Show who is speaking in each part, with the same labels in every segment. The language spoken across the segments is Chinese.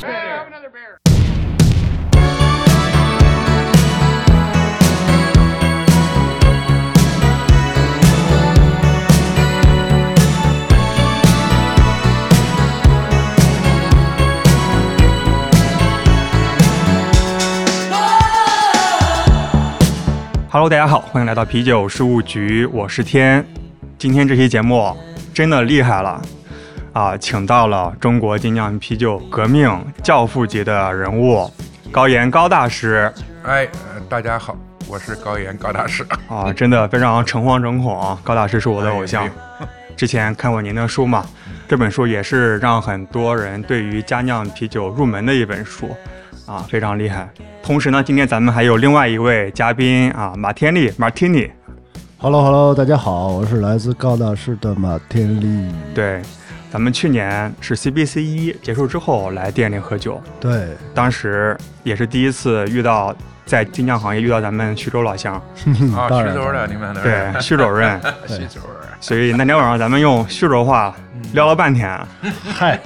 Speaker 1: Brother Bear.
Speaker 2: Hello，大家好，欢迎来到啤酒事务局，我是天。今天这期节目真的厉害了啊，请到了中国精酿啤酒革命教父级的人物高岩高大师
Speaker 3: 哎，呃大家好，我是高岩高大师。
Speaker 2: 啊，真的非常诚惶诚恐啊。高大师是 我的偶像
Speaker 3: 嗯哎，
Speaker 2: 之前看过您的书嘛，这本书也是让很多人对于佳酿啤酒入门的一本书啊，非常厉害。同时呢，今天咱们还有另外一位嘉宾啊，马天利 Martini。
Speaker 4: Hello Hello，大家好，我是来自高大师的马天利。
Speaker 2: 对，咱们去年是 CBC 一结束之后来店里喝酒，
Speaker 4: 对，
Speaker 2: 当时也是第一次遇到在精酿行业遇到咱们徐州老乡，
Speaker 3: 啊，
Speaker 4: 当
Speaker 3: 徐
Speaker 4: 然
Speaker 3: 州的，你们都
Speaker 2: 嗯对
Speaker 3: 是
Speaker 2: 徐州人，
Speaker 4: 对
Speaker 3: 徐州人。
Speaker 2: 所以那天晚上咱们用徐州话
Speaker 4: 嗯
Speaker 2: 聊了半天，
Speaker 4: 嗨，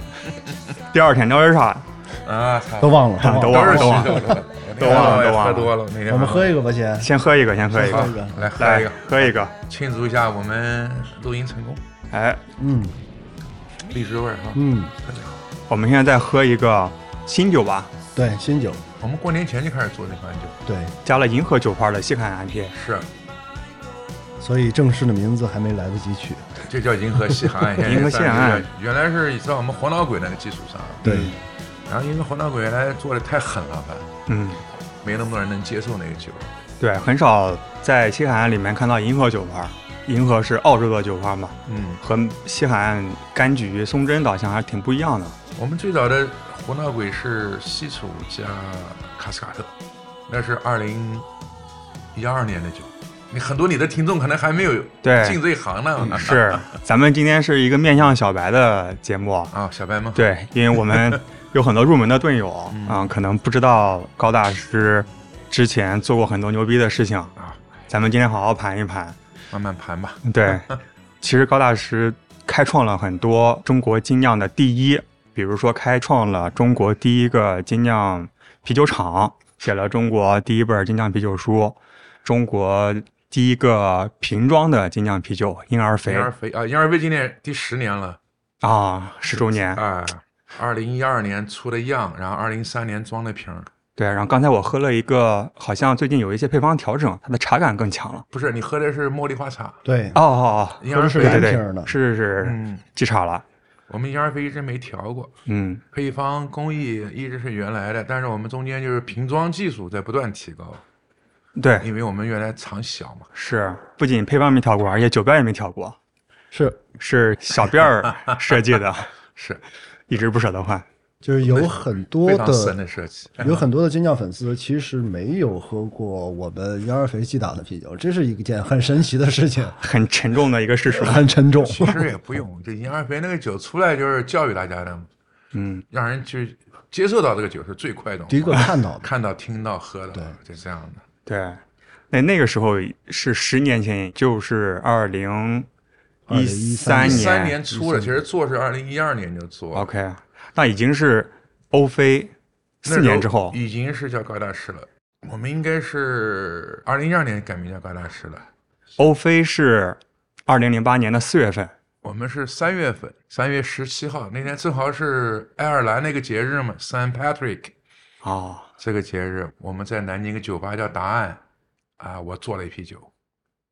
Speaker 2: 第二天聊的是啥？
Speaker 3: 啊，
Speaker 4: 都
Speaker 3: 操，
Speaker 4: 忘了，
Speaker 2: 都
Speaker 3: 都
Speaker 2: 忘了
Speaker 3: 是徐
Speaker 2: 都忘
Speaker 3: 州的。
Speaker 2: 都忘了
Speaker 3: 我那天晚上也
Speaker 2: 都忘了
Speaker 3: 喝多了。那天
Speaker 4: 我们喝
Speaker 3: 一
Speaker 4: 一个吧，先。
Speaker 2: 先喝一个，先喝一
Speaker 4: 喝
Speaker 2: 个，
Speaker 4: 一个
Speaker 3: 好，来喝
Speaker 2: 来
Speaker 3: 一个，
Speaker 2: 喝一个，
Speaker 3: 庆祝一下我们录音成功，
Speaker 2: 哎，
Speaker 4: 嗯
Speaker 3: 荔枝味儿哈。
Speaker 4: 嗯，
Speaker 2: 我们现在在喝一个新酒吧，
Speaker 4: 对，新酒，
Speaker 3: 我们过年前就开始做这款酒，
Speaker 4: 对，
Speaker 2: 加了银河酒花的西海岸 IPA，。
Speaker 3: 是，啊
Speaker 4: 所以正式的名字还没来得及取。
Speaker 3: 这叫银河西海岸
Speaker 2: 银河西啊海岸
Speaker 3: 现在是原来是在我们黄岛鬼那个基础上，啊
Speaker 4: 对，
Speaker 3: 然后因为黄岛鬼原来做的太狠了，反正
Speaker 2: 嗯，
Speaker 3: 没那么多人能接受那个酒。
Speaker 2: 对，很少在西海岸里面看到银河酒花，银河是澳洲的酒花嘛，
Speaker 3: 嗯，
Speaker 2: 和西海岸柑橘、松针导向还是挺不一样的。
Speaker 3: 我们最早的胡闹鬼是西楚加卡斯卡特，那是二零一二年的酒。你很多你的听众可能还没有
Speaker 2: 对
Speaker 3: 进这一行呢。
Speaker 2: 是，咱们今天是一个面向小白的节目，
Speaker 3: 啊，小白吗？，
Speaker 2: 对，因为我们有很多入门的队友啊、
Speaker 3: 嗯
Speaker 2: 可能不知道高大师之前做过很多牛逼的事情
Speaker 3: 啊，
Speaker 2: 咱们今天好好盘一盘。
Speaker 3: 慢慢盘吧。
Speaker 2: 对，其实高大师开创了很多中国精酿的第一，比如说开创了中国第一个精酿啤酒厂，写了中国第一本精酿啤酒书，中国第一个瓶装的精酿啤酒婴儿肥
Speaker 3: 婴儿肥啊，婴儿肥今年第十年了
Speaker 2: 啊，十周年。
Speaker 3: 啊，二零一二年出的样，然后二零一三年装的瓶儿。
Speaker 2: 对，然后刚才我喝了一个，好像最近有一些配方调整，它的茶感更强了。
Speaker 3: 不是，你喝的是茉莉花茶，
Speaker 4: 对，
Speaker 2: 哦哦哦，
Speaker 3: 婴儿
Speaker 4: 是
Speaker 3: 肥。
Speaker 2: 对对
Speaker 4: 蓝瓶儿
Speaker 2: 对，
Speaker 4: 的
Speaker 2: 是是是
Speaker 3: 嗯，
Speaker 2: 记差了。
Speaker 3: 我们婴儿肥一直没调过，
Speaker 2: 嗯，
Speaker 3: 配方工艺一直是原来的，但是我们中间就是瓶装技术在不断提高。
Speaker 2: 对，
Speaker 3: 因为我们原来厂小嘛，
Speaker 2: 是不仅配方没调过，而且酒标也没调过。
Speaker 4: 是，
Speaker 2: 是小辫儿 设计的，
Speaker 3: 是
Speaker 2: 一直不舍得换。
Speaker 4: 就是有很多
Speaker 3: 非常深
Speaker 4: 的
Speaker 3: 的设计。
Speaker 4: 有很多的金匠粉丝其实没有喝过我们幺二肥鸡打的啤酒，这是一件很神奇的事情，
Speaker 2: 很沉重的一个事实。
Speaker 4: 很沉重。
Speaker 3: 其实也不用，这银二肥那个酒出来就是教育大家的 嘛，
Speaker 2: 嗯，
Speaker 3: 让人去接受到这个酒是最快的嘛，
Speaker 4: 第一个看到的，
Speaker 3: 看到、听到、喝的，
Speaker 4: 对
Speaker 3: 就这样的。
Speaker 2: 对。那那个时候是十年前，就是二零一
Speaker 4: 2013
Speaker 2: 年。哦
Speaker 3: 三年出的，其实做是二零一二年就做，
Speaker 2: OK，那已经是欧菲
Speaker 3: 那时候
Speaker 2: 四年之后。
Speaker 3: 已经是叫高大师了。我们应该是二零一二年改名叫高大师了，
Speaker 2: 欧菲是二零零八年的四月份。
Speaker 3: 我们是三月份，三月十七号那天正好是爱尔兰那个节日嘛，Saint Patrick。
Speaker 2: 哦，
Speaker 3: 这个节日，我们在南京一个酒吧叫答案，啊，我做了一批酒，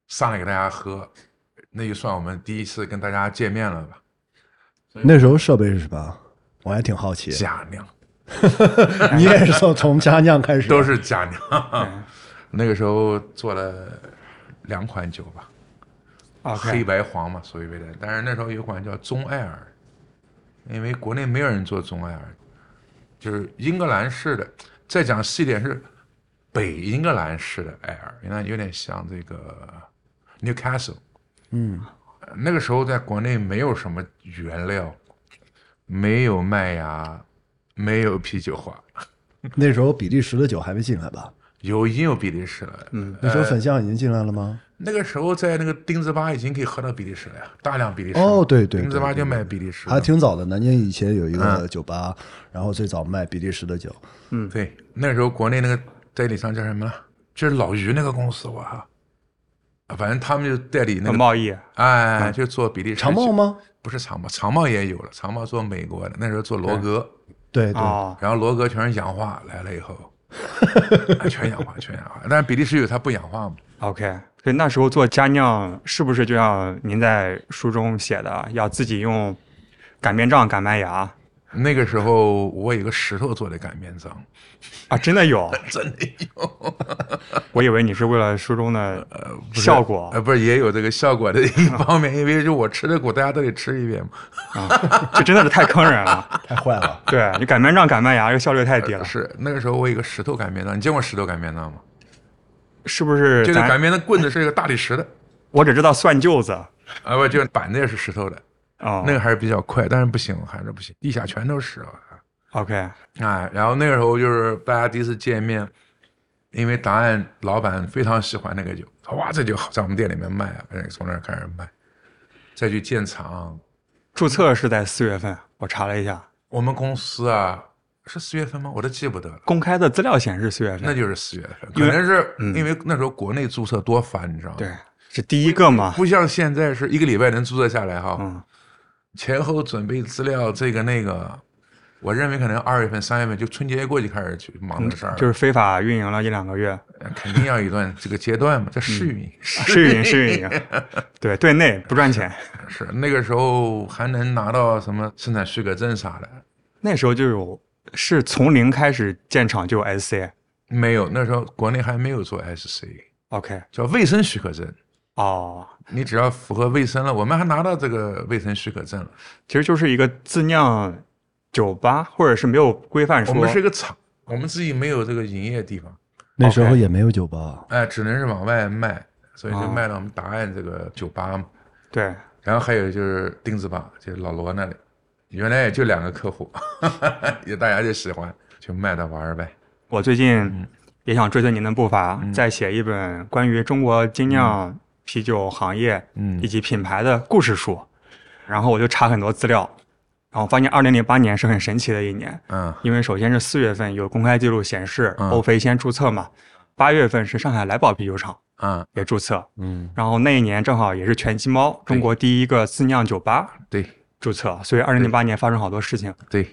Speaker 3: 上来给大家喝，那就算我们第一次跟大家见面了吧，
Speaker 4: 那时候设备是什么？我还挺好奇。
Speaker 3: 假酿
Speaker 4: 你也是从从家酿开始，
Speaker 3: 都是假酿， 那个时候做了两款酒吧，黑
Speaker 2: 哦 OK，
Speaker 3: 白黄嘛，所谓的，但是那时候有款叫中艾尔，因为国内没有人做中艾尔，就是英格兰式的，再讲细点是北英格兰式的艾尔，原来有点像这个 Newcastle。
Speaker 4: 嗯，
Speaker 3: 那个时候在国内没有什么原料，没有麦芽，没有啤酒花，
Speaker 4: 那时候比利时的酒还没进来吧？
Speaker 3: 有已经有比利时了。嗯，
Speaker 4: 那时候粉象已经进来了吗？
Speaker 3: 那个时候在那个丁字巴已经可以喝到比利时了呀，大量比利时
Speaker 4: 哦对对
Speaker 3: 丁字
Speaker 4: 对
Speaker 3: 巴就
Speaker 4: 对
Speaker 3: 卖比利时的，
Speaker 4: 还挺早的。南京以前有一个
Speaker 3: 嗯
Speaker 4: 酒吧，然后最早卖比利时的酒。
Speaker 3: 对，那时候国内那个代理商叫什么了？就是老于那个公司，我靠，啊反正他们就代理那个，
Speaker 2: 贸易，
Speaker 3: 哎，就做比利时
Speaker 4: 嗯长茂
Speaker 3: 酒？
Speaker 4: 吗？
Speaker 3: 不是长茂，长茂也有了，长茂做美国的，那时候做罗格，
Speaker 4: 对对，
Speaker 2: 哦，
Speaker 3: 然后罗格全是氧化，来了以 后，啊全氧化，全氧化。但是比利时有它不氧化嘛，
Speaker 2: OK，所以那时候做佳酿是不是就像您在书中写的，要自己用擀面杖擀麦芽
Speaker 3: 那个时候我有个石头做的擀面杖，
Speaker 2: 啊？真的有，
Speaker 3: 真的有，
Speaker 2: 我以为你是为了书中的
Speaker 3: 不是
Speaker 2: 效
Speaker 4: 哦
Speaker 2: 果
Speaker 3: 呃，不是也有这个效果的一方面，因为就我吃的苦，大家都得吃一遍嘛。
Speaker 2: 啊，这真的是太坑人了。
Speaker 4: 太坏了。
Speaker 2: 对你擀面杖擀麦芽，这个效率太低
Speaker 4: 啊
Speaker 2: 了，
Speaker 3: 是那个时候我有个石头擀面杖，你见过石头擀面杖吗？
Speaker 2: 是不是
Speaker 3: 就
Speaker 2: 咱？
Speaker 3: 是擀面的棍子是一个大理石的，
Speaker 2: 我只知道蒜臼子啊，
Speaker 3: 啊不，就是板子也是石头的，
Speaker 2: 哦
Speaker 3: 那个还是比较快，但是不行，还是不行，地下全都是啊。
Speaker 2: OK，
Speaker 3: 哎，然后那个时候就是大家第一次见面，因为档案老板非常喜欢那个酒，哇，这酒好，在我们店里面卖啊，哎从那儿开始卖，再去建厂。
Speaker 2: 注册是在四月份，我查了一下，
Speaker 3: 我们公司啊，是四月份吗？我都记不得了。
Speaker 2: 公开的资料显示四月
Speaker 3: 那
Speaker 2: 份，
Speaker 3: 就是四月份，
Speaker 2: 因
Speaker 3: 可
Speaker 2: 为嗯
Speaker 3: 能是因为那时候国内注册多烦，你知道吗？
Speaker 2: 对，是第一个嘛，
Speaker 3: 不像现在是一个礼拜能注册下来哈，
Speaker 2: 嗯
Speaker 3: 前后准备资料这个那个，我认为可能二月份、三月份就春节过去开始去忙这事儿了，
Speaker 2: 嗯就是非法运营了一两个月，
Speaker 3: 肯定要有一段这个阶段嘛，叫试
Speaker 2: 嗯
Speaker 3: 运营。
Speaker 2: 试运营试运营， 对，对内不赚钱。
Speaker 3: 是那个时候还能拿到什么生产许可证啥的，
Speaker 2: 那时候就有，是从零开始建厂就有 SC。
Speaker 3: 没有，那时候国内还没有做 SC，
Speaker 2: OK，
Speaker 3: 叫卫生许可证，
Speaker 2: 哦，
Speaker 3: 你只要符合卫生了，我们还拿到这个卫生许可证了，
Speaker 2: 其实就是一个自酿酒吧，或者是没有规范
Speaker 3: 我
Speaker 2: 说，
Speaker 3: 们是一个厂，我们自己没有这个营业地方。
Speaker 4: 那时候也没有酒吧，
Speaker 3: 哎，只能是往外卖，所以就
Speaker 4: 啊
Speaker 2: 哦
Speaker 3: 卖到我们达岸这个酒吧嘛。
Speaker 2: 对，
Speaker 3: 然后还有就是钉子吧，就是老罗那里，原来也就两个客户， 也大家就喜欢，就卖着玩儿呗。
Speaker 2: 我最
Speaker 3: 嗯
Speaker 2: 近也想追随您的步伐，再写一本关于中国精酿啤酒行业
Speaker 3: 嗯
Speaker 2: 以及品牌的故事书。然后我就查很多资料，然后发现二零零八年是很神奇的一年，
Speaker 3: 嗯
Speaker 2: 因为首先是四月份有公开记录显示
Speaker 3: 嗯
Speaker 2: 欧菲先注册嘛，八月份是上海来宝啤酒厂
Speaker 3: 嗯，
Speaker 2: 也注册，
Speaker 4: 嗯，
Speaker 2: 然后那一年正好也是拳击猫中国第一个自酿酒吧
Speaker 3: 对
Speaker 2: 注册，所以二零零八年发生好多事情，
Speaker 3: 对，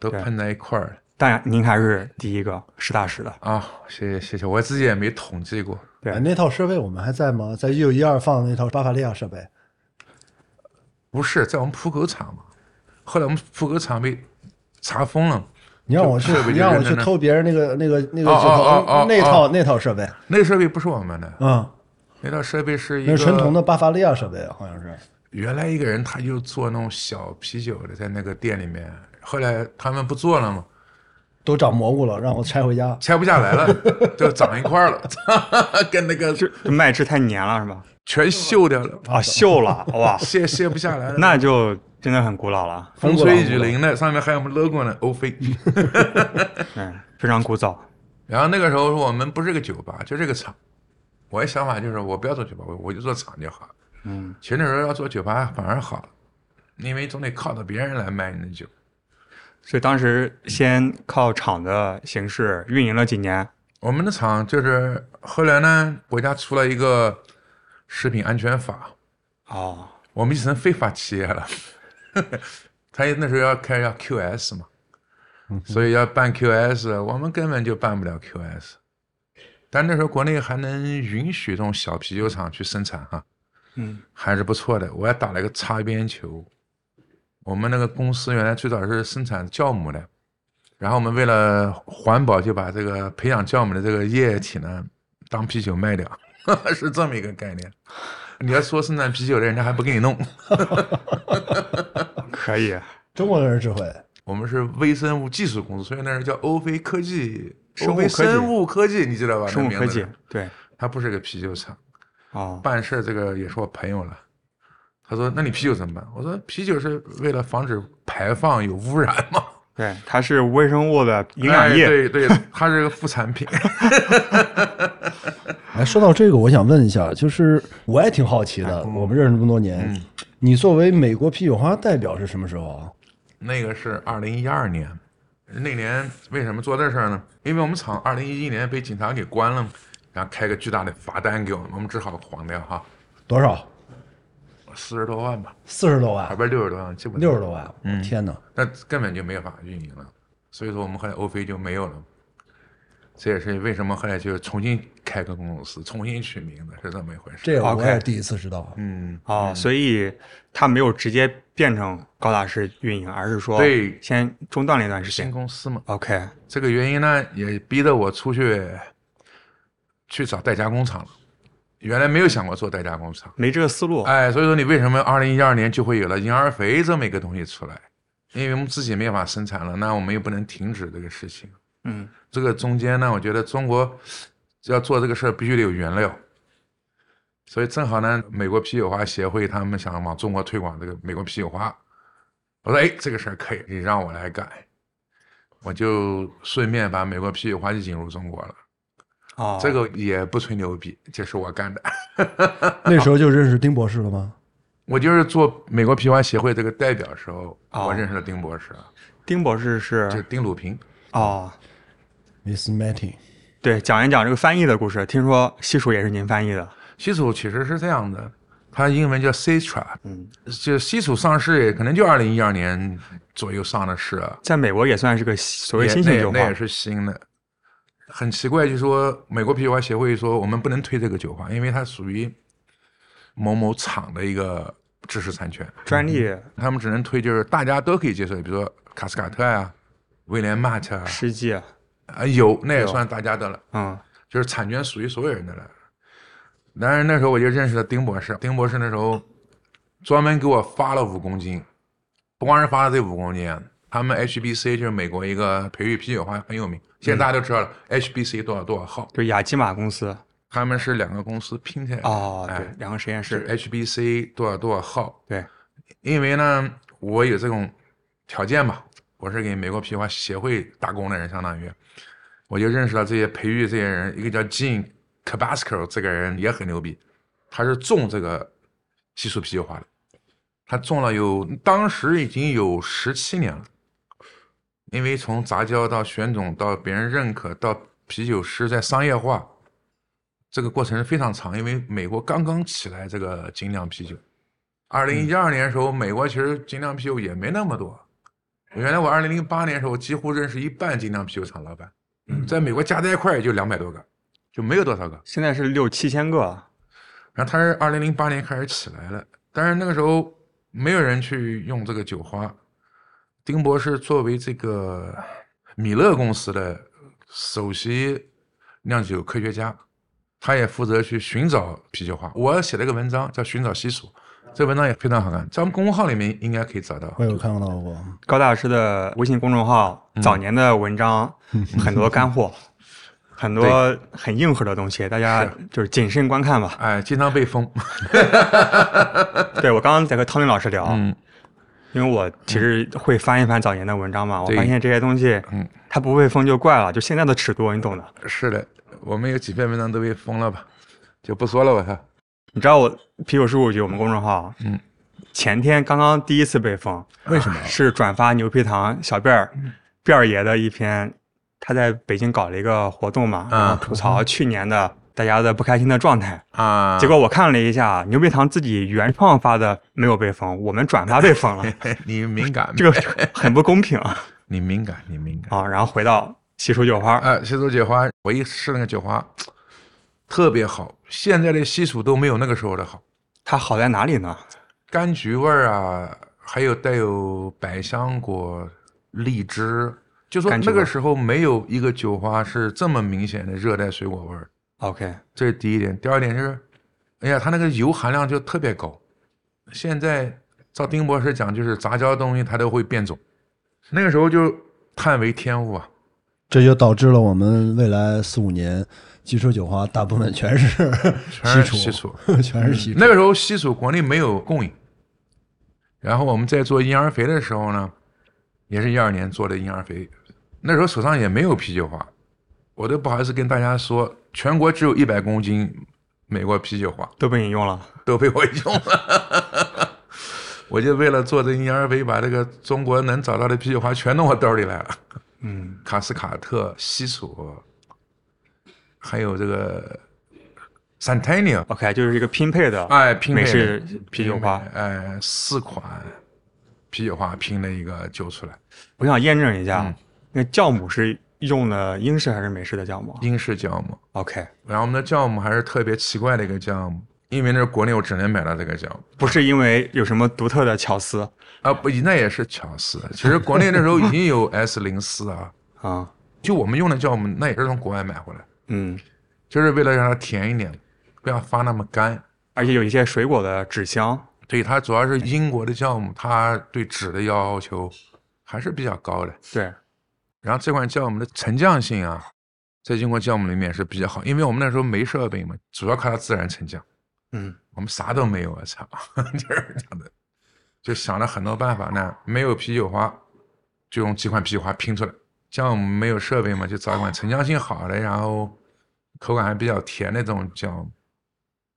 Speaker 3: 都
Speaker 4: 啊
Speaker 2: 对
Speaker 3: 碰在一块儿了
Speaker 2: 但您还是第一个实打实的。
Speaker 3: 啊！谢谢谢谢，我自己也没统计过，
Speaker 2: 对
Speaker 4: 哎那套设备我们还在吗？在一九一二放的那套巴伐利亚设备，
Speaker 3: 不是在我们浦口厂嘛？后来我们浦口厂被查封了，
Speaker 4: 你让我去
Speaker 3: 设备，就
Speaker 4: 你让我
Speaker 3: 扔
Speaker 4: 去
Speaker 3: 在那
Speaker 4: 偷别人那个那个那个
Speaker 3: 哦
Speaker 4: 酒
Speaker 3: 哦哦
Speaker 4: 头
Speaker 3: 哦
Speaker 4: 那
Speaker 3: 哦
Speaker 4: 套那套设备，
Speaker 3: 那设备不是我们的，
Speaker 4: 嗯，
Speaker 3: 那套设备是一
Speaker 4: 那
Speaker 3: 个
Speaker 4: 是纯铜的巴伐利亚设备，好像是。
Speaker 3: 原来一个人他就做那种小啤酒的，在那个店里面，后来他们不做了嘛，
Speaker 4: 都长蘑菇了，让我拆回家。
Speaker 3: 拆不下来 了， 就长一块儿了，跟那个
Speaker 2: 就就麦汁太粘了是吧？
Speaker 3: 全锈掉了，，
Speaker 2: 啊，锈了哇
Speaker 3: 卸卸不下来了。
Speaker 2: 那就真的很古老了，
Speaker 3: 风吹雨淋的，上面还有我们 logo 呢，欧菲。
Speaker 2: 嗯，非常古早。
Speaker 3: 然后那个时候我们不是个酒吧，就是个厂。我的想法就是，我不要做酒吧，我我就做厂就好。
Speaker 2: 嗯，
Speaker 3: 其实那时候要做酒吧反而好，因为总得靠着别人来卖你的酒。
Speaker 2: 所以当时先靠厂的形式运营了几年，
Speaker 3: 我们的厂就是后来呢，国家出了一个食品安全法，
Speaker 2: 哦，
Speaker 3: 我们就成非法企业了。 他那时候要开要 QS 嘛，所以要办 QS，我们根本就办不了 QS。但那时候国内还能允许这种小啤酒厂去生产啊，
Speaker 2: 嗯，
Speaker 3: 还是不错的。我还打了一个擦边球。我们那个公司原来最早是生产酵母的，然后我们为了环保，就把这个培养酵母的这个液体呢当啤酒卖掉， 是这么一个概念。你要说生产啤酒的，人家还不给你弄。
Speaker 2: 可以，
Speaker 4: 中国人智慧，
Speaker 3: 我们是微生物技术公司，所以那是叫欧菲科技、
Speaker 2: 生物
Speaker 3: 欧菲
Speaker 2: 科技
Speaker 3: 生物科技，你知道吧？
Speaker 2: 生物
Speaker 3: 那
Speaker 2: 科
Speaker 3: 名字
Speaker 2: 技，对，
Speaker 3: 它不是个啤酒厂。
Speaker 2: 哦，
Speaker 3: 办事儿这个也是我朋友了，他说：“那你啤酒怎么办？”我说：“啤酒是为了防止排放有污染 嘛，
Speaker 2: 对，它是微生物的营养
Speaker 3: 哎
Speaker 2: 液，
Speaker 3: 对对，它是个副产品。
Speaker 4: 哎，说到这个，我想问一下，就是我也挺好奇
Speaker 3: 哎
Speaker 4: 的，
Speaker 3: 嗯
Speaker 4: 我们认识这么多年，你作为美国啤酒花代表是什么时候啊？
Speaker 3: 那个是二零一二年，那年为什么做这事儿呢？因为我们厂二零一一年被警察给关了，然后开个巨大的罚单给我们，我们只好黄掉哈，
Speaker 4: 多少？
Speaker 3: 四十多万吧，
Speaker 4: 四十多
Speaker 3: 还
Speaker 4: 万，
Speaker 3: 不是六十多万，基本
Speaker 4: 六十多万，
Speaker 3: 嗯
Speaker 4: 我天哪！
Speaker 3: 那根本就没法运营了。所以说我们后来欧菲就没有了，这也是为什么后来就重新开个公司，重新取名的，是这么一回事。
Speaker 4: 这我
Speaker 2: OK
Speaker 4: 也第一次知道。啊
Speaker 3: 嗯，
Speaker 2: 哦，所以它没有直接变成高大师运营，而是说
Speaker 3: 对
Speaker 2: 先中断了一段时
Speaker 3: 新
Speaker 2: 间。
Speaker 3: 公司嘛，
Speaker 2: OK，
Speaker 3: 这个原因呢，也逼得我出去去找代加工厂了。原来没有想过做代加工厂，
Speaker 2: 没这个思路。
Speaker 3: 哎，所以说你为什么二零一二年就会有了婴儿肥这么一个东西出来？因为我们自己没法生产了，那我们又不能停止这个事情。
Speaker 2: 嗯，
Speaker 3: 这个中间呢，我觉得中国要做这个事儿必须得有原料，所以正好呢，美国啤酒花协会他们想往中国推广这个美国啤酒花，我说哎，这个事儿可以，你让我来干，我就顺便把美国啤酒花就引入中国了。
Speaker 2: 哦，
Speaker 3: 这个也不吹牛逼，这是我干的，
Speaker 4: 那时候就认识丁博士了吗？
Speaker 3: 我就是做美国啤酒花协会这个代表时候，
Speaker 2: 哦
Speaker 3: 我认识了丁博士，啊
Speaker 2: 丁博士
Speaker 3: 就是丁鲁平。
Speaker 2: 哦，
Speaker 4: Miss Matty，
Speaker 2: 对，讲一讲这个翻译的故事。听说西楚也是您翻译的。
Speaker 3: 西楚其实是这样的，它英文叫 Citra，
Speaker 2: 嗯，
Speaker 3: 就西楚上市也可能就二零一二年左右上的市啊，
Speaker 2: 在美国也算是个所谓
Speaker 3: 也
Speaker 2: 新
Speaker 3: 那
Speaker 2: 型
Speaker 3: 也
Speaker 2: 酒
Speaker 3: 那
Speaker 2: 花
Speaker 3: 也。是新的。很奇怪，就是说美国啤酒花协会说我们不能推这个酒花，因为它属于某某厂的一个知识产权，
Speaker 2: 专利
Speaker 3: 他们只能推就是大家都可以接受的，比如说卡斯卡特啊、威廉马特啊，
Speaker 2: 世纪，
Speaker 3: 啊有那也
Speaker 2: 有
Speaker 3: 算大家的了。
Speaker 2: 嗯，
Speaker 3: 就是产权属于所有人的了。但是那时候我就认识了丁博士，丁博士那时候专门给我发了五公斤，不光是发了这五公斤啊，他们 HBC 就是美国一个培育啤酒花很有名，现在大家都知道了、HBC 多少多少号，
Speaker 2: 就雅基玛公司。
Speaker 3: 他们是两个公司拼起来的，
Speaker 2: 哦，对
Speaker 3: 哎，
Speaker 2: 两个实验
Speaker 3: 是
Speaker 2: 室。
Speaker 3: HBC 多少多少号。
Speaker 2: 对，
Speaker 3: 因为呢，我有这种条件吧，我是给美国啤花协会打工的人，相当于，我就认识了这些培育这些人，一个叫 Jim Cabasco 这个人也很牛逼，他是种这个西楚啤酒花的，他种了有当时已经有十七年了，因为从杂交到选种到别人认可到啤酒师在商业化。这个过程是非常长，因为美国刚刚起来这个精酿啤酒，二零一二年的时候，美国其实精酿啤酒也没那么多。原来我二零零八年的时候，几乎认识一半精酿啤酒厂老板，在美国加在一块儿也就两百多个，就没有多少个。
Speaker 2: 现在是六七千个。
Speaker 3: 然后它是二零零八年开始起来了，但是那个时候没有人去用这个酒花。丁博士作为这个米勒公司的首席酿酒科学家，他也负责去寻找啤酒花。我写了一个文章叫《寻找西蜀》，这文章也非常好看，在我们公众号里面应该可以找到
Speaker 4: 我。有看到过。
Speaker 2: 高大师的微信公众号
Speaker 3: 嗯
Speaker 2: 早年的文 章很多干货，很多很硬核的东西，大家就是谨慎观看吧。
Speaker 3: 哎，经常被封。
Speaker 2: 对我刚刚在和汤林老师聊，
Speaker 3: 嗯，
Speaker 2: 因为我其实会翻一翻早年的文章嘛，我
Speaker 3: 对
Speaker 2: 发现这些东西
Speaker 3: 嗯，
Speaker 2: 它不被封就怪了，就现在的尺度，你懂的。
Speaker 3: 是的，我们有几篇文章都被封了吧，就不说了吧。哈
Speaker 2: 你知道我啤酒十五局我们公众号，
Speaker 3: 嗯，
Speaker 2: 前天刚刚第一次被封，
Speaker 4: 为什么？
Speaker 2: 是转发牛皮糖小辫儿
Speaker 3: 嗯
Speaker 2: 辫儿爷的一篇，他在北京搞了一个活动嘛，
Speaker 3: 嗯
Speaker 2: 然后吐槽去年的大家的不开心的状态。
Speaker 3: 啊，
Speaker 2: 结果我看了一下，牛皮糖自己原创发的没有被封，我们转发被封了，
Speaker 3: 你敏感，
Speaker 2: 这个很不公平啊！
Speaker 3: 你敏感，你敏感。
Speaker 2: 然后回到西楚酒花，
Speaker 3: 啊，西楚酒花，我一试那个酒花，特别好。现在的西楚都没有那个时候的好，
Speaker 2: 它好在哪里呢？
Speaker 3: 柑橘味儿啊，还有带有百香果、荔枝，就说
Speaker 2: 柑橘
Speaker 3: 那
Speaker 2: 味儿
Speaker 3: 个时候没有一个酒花是这么明显的热带水果味儿。
Speaker 2: OK，
Speaker 3: 这是第一点。第二点就是，哎呀，它那个油含量就特别高。现在照丁博士讲，就是杂交东西它都会变种，那个时候就叹为天物啊。
Speaker 4: 这就导致了我们未来四五年基础酒花大部分全是
Speaker 3: 全是
Speaker 4: 楚，
Speaker 3: 西嗯楚
Speaker 4: 全是西楚。
Speaker 3: 那个时候西楚国内没有供应，然后我们在做婴儿肥的时候呢，也是一二年做的婴儿肥，那时候手上也没有啤酒花，我都不好意思跟大家说，全国只有一百公斤美国啤酒花
Speaker 2: 都被你用了。
Speaker 3: 都被我用了。 我就为了做这婴儿杯，把这个中国能找到的啤酒花全弄我兜里来了。
Speaker 2: 嗯，
Speaker 3: 卡斯卡特、西楚，还有这个 Centennial，
Speaker 2: OK，就是一个拼配的，
Speaker 3: 哎，拼配
Speaker 2: 美
Speaker 3: 的
Speaker 2: 式啤酒花
Speaker 3: 拼配哎，四款啤酒花拼了一个酒出来，
Speaker 2: 我想验证一下，
Speaker 3: 嗯
Speaker 2: 那酵母是用的英式还是美式的酵母啊
Speaker 3: 英式酵母。
Speaker 2: ？OK，
Speaker 3: 然后我们的酵母还是特别奇怪的一个酵母，因为那是国内我只能买到这个酵母
Speaker 2: 不是因为有什么独特的巧思
Speaker 3: 啊，不，那也是巧思。其实国内那时候已 经有 S 零四啊，
Speaker 2: 啊，
Speaker 3: 就我们用的酵母，那也是从国外买回来，
Speaker 2: 嗯，
Speaker 3: 就是为了让它甜一点，不要发那么干。
Speaker 2: 而且有一些水果的纸香，
Speaker 3: 对，它主要是英国的酵母，它对脂的要求还是比较高的。
Speaker 2: 对，
Speaker 3: 然后这款酵母的沉降性啊，在英国酵母里面是比较好，因为我们那时候没设备嘛，主要靠它自然沉降，
Speaker 2: 嗯，
Speaker 3: 我们啥都没有啊，操， 就是这样的，就想了很多办法呢，没有啤酒花，就用几款啤酒花拼出来。酵母没有设备嘛，就找一款沉降性好的，然后口感还比较甜的这种酵母。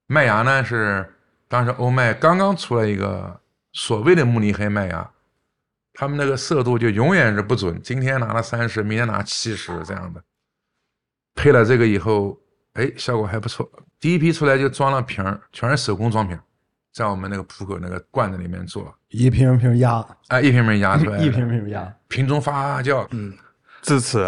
Speaker 3: 麦芽呢是当时欧麦刚刚出了一个所谓的慕尼黑麦芽，他们那个色度就永远是不准，今天拿了三十，明天拿七十这样的。配了这个以后，哎，效果还不错。第一批出来就装了瓶儿，全是手工装瓶儿，在我们那个浦口那个罐子里面做，
Speaker 4: 一瓶瓶压，
Speaker 3: 哎，一瓶瓶 压出来的，
Speaker 4: 一瓶瓶压，
Speaker 3: 瓶中发酵，
Speaker 2: 自此。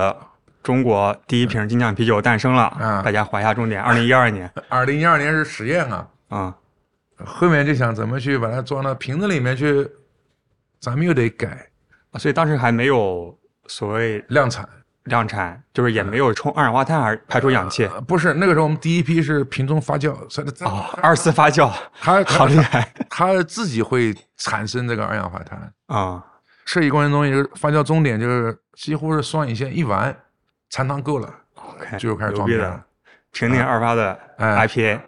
Speaker 2: 中国第一瓶精酿啤酒诞生了，
Speaker 3: 嗯
Speaker 2: 大家划一下重点。二零一二 年，
Speaker 3: 二零一二年是实验啊，
Speaker 2: 啊、
Speaker 3: 后面就想怎么去把它装到瓶子里面去，咱们又得改
Speaker 2: 所以当时还没有所谓
Speaker 3: 量产。
Speaker 2: 量产，就是也没有冲二氧化碳而排出氧气啊、
Speaker 3: 呃不是那个时候我们第一批是瓶中发酵，所以它
Speaker 2: 二次发 酵，
Speaker 3: 它
Speaker 2: 啊好厉
Speaker 3: 它
Speaker 2: 害
Speaker 3: 它自己会产生这个二氧化碳。
Speaker 2: 啊、
Speaker 3: 设计过程中也是发酵终点就是几乎是双引线一完，残糖够了，
Speaker 2: OK，
Speaker 3: 就开始
Speaker 2: 牛
Speaker 3: 装
Speaker 2: 逼
Speaker 3: 瓶
Speaker 2: 的
Speaker 3: 了。，
Speaker 2: 平顶二发的
Speaker 3: 哎
Speaker 2: IPA，、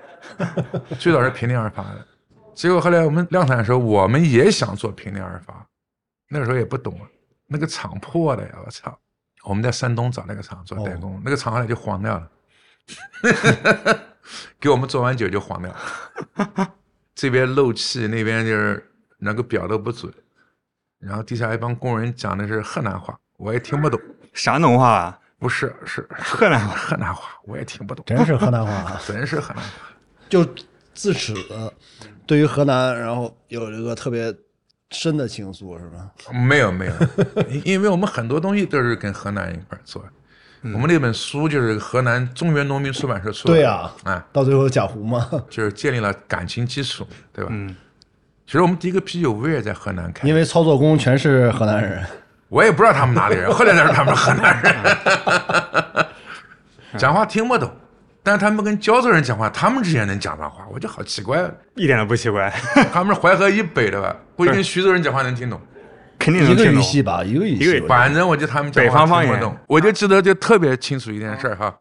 Speaker 3: 最早是平顶二发的，结果后来我们量产的时候，我们也想做平顶二发，那个时候也不懂，啊那个厂破了呀，我操！我们在山东找那个厂做代工，那个厂后来就黄掉了， 给我们做完酒就黄掉了，这边漏气，那边就是那个表都不准，然后地下一帮工人讲的是河南话，我也听不懂，
Speaker 2: 啥农话啊？
Speaker 3: 不是是是
Speaker 2: 河南话。
Speaker 3: 河南话，我也听不懂，
Speaker 4: 真是河南话。啊
Speaker 3: 真是河南话。
Speaker 4: 就自此，对于河南，然后有一个特别深的情愫，是吧？
Speaker 3: 没有没有， 因因为我们很多东西都是跟河南一块儿做的。我们那本书就是河南中原农民出版社出的，
Speaker 4: 对呀
Speaker 3: 啊，
Speaker 4: 到最后贾湖嘛，
Speaker 3: 就是建立了感情基础，对吧？
Speaker 2: 嗯，
Speaker 3: 其实我们第一个啤酒屋也在河南开
Speaker 4: 因，为操作工全是河南人，
Speaker 3: 我也不知道他们哪里人，后来才知道他们是河南人，讲话听不懂，但是他们跟胶州人讲话，他们之间能讲上话，我就好奇怪，
Speaker 2: 一点都不奇怪，
Speaker 3: 他们是淮河以北的吧，估计跟徐州人讲话能听懂。
Speaker 2: 肯定
Speaker 4: 一
Speaker 2: 能
Speaker 4: 个
Speaker 2: 听
Speaker 4: 语
Speaker 2: 懂。
Speaker 4: 系吧，一个语
Speaker 2: 一个语
Speaker 4: 系
Speaker 2: 系。
Speaker 3: 反正我就他们讲话
Speaker 2: 北方方
Speaker 3: 听不
Speaker 2: 言嗯
Speaker 3: 懂，我就记得就特别清楚一件事儿哈。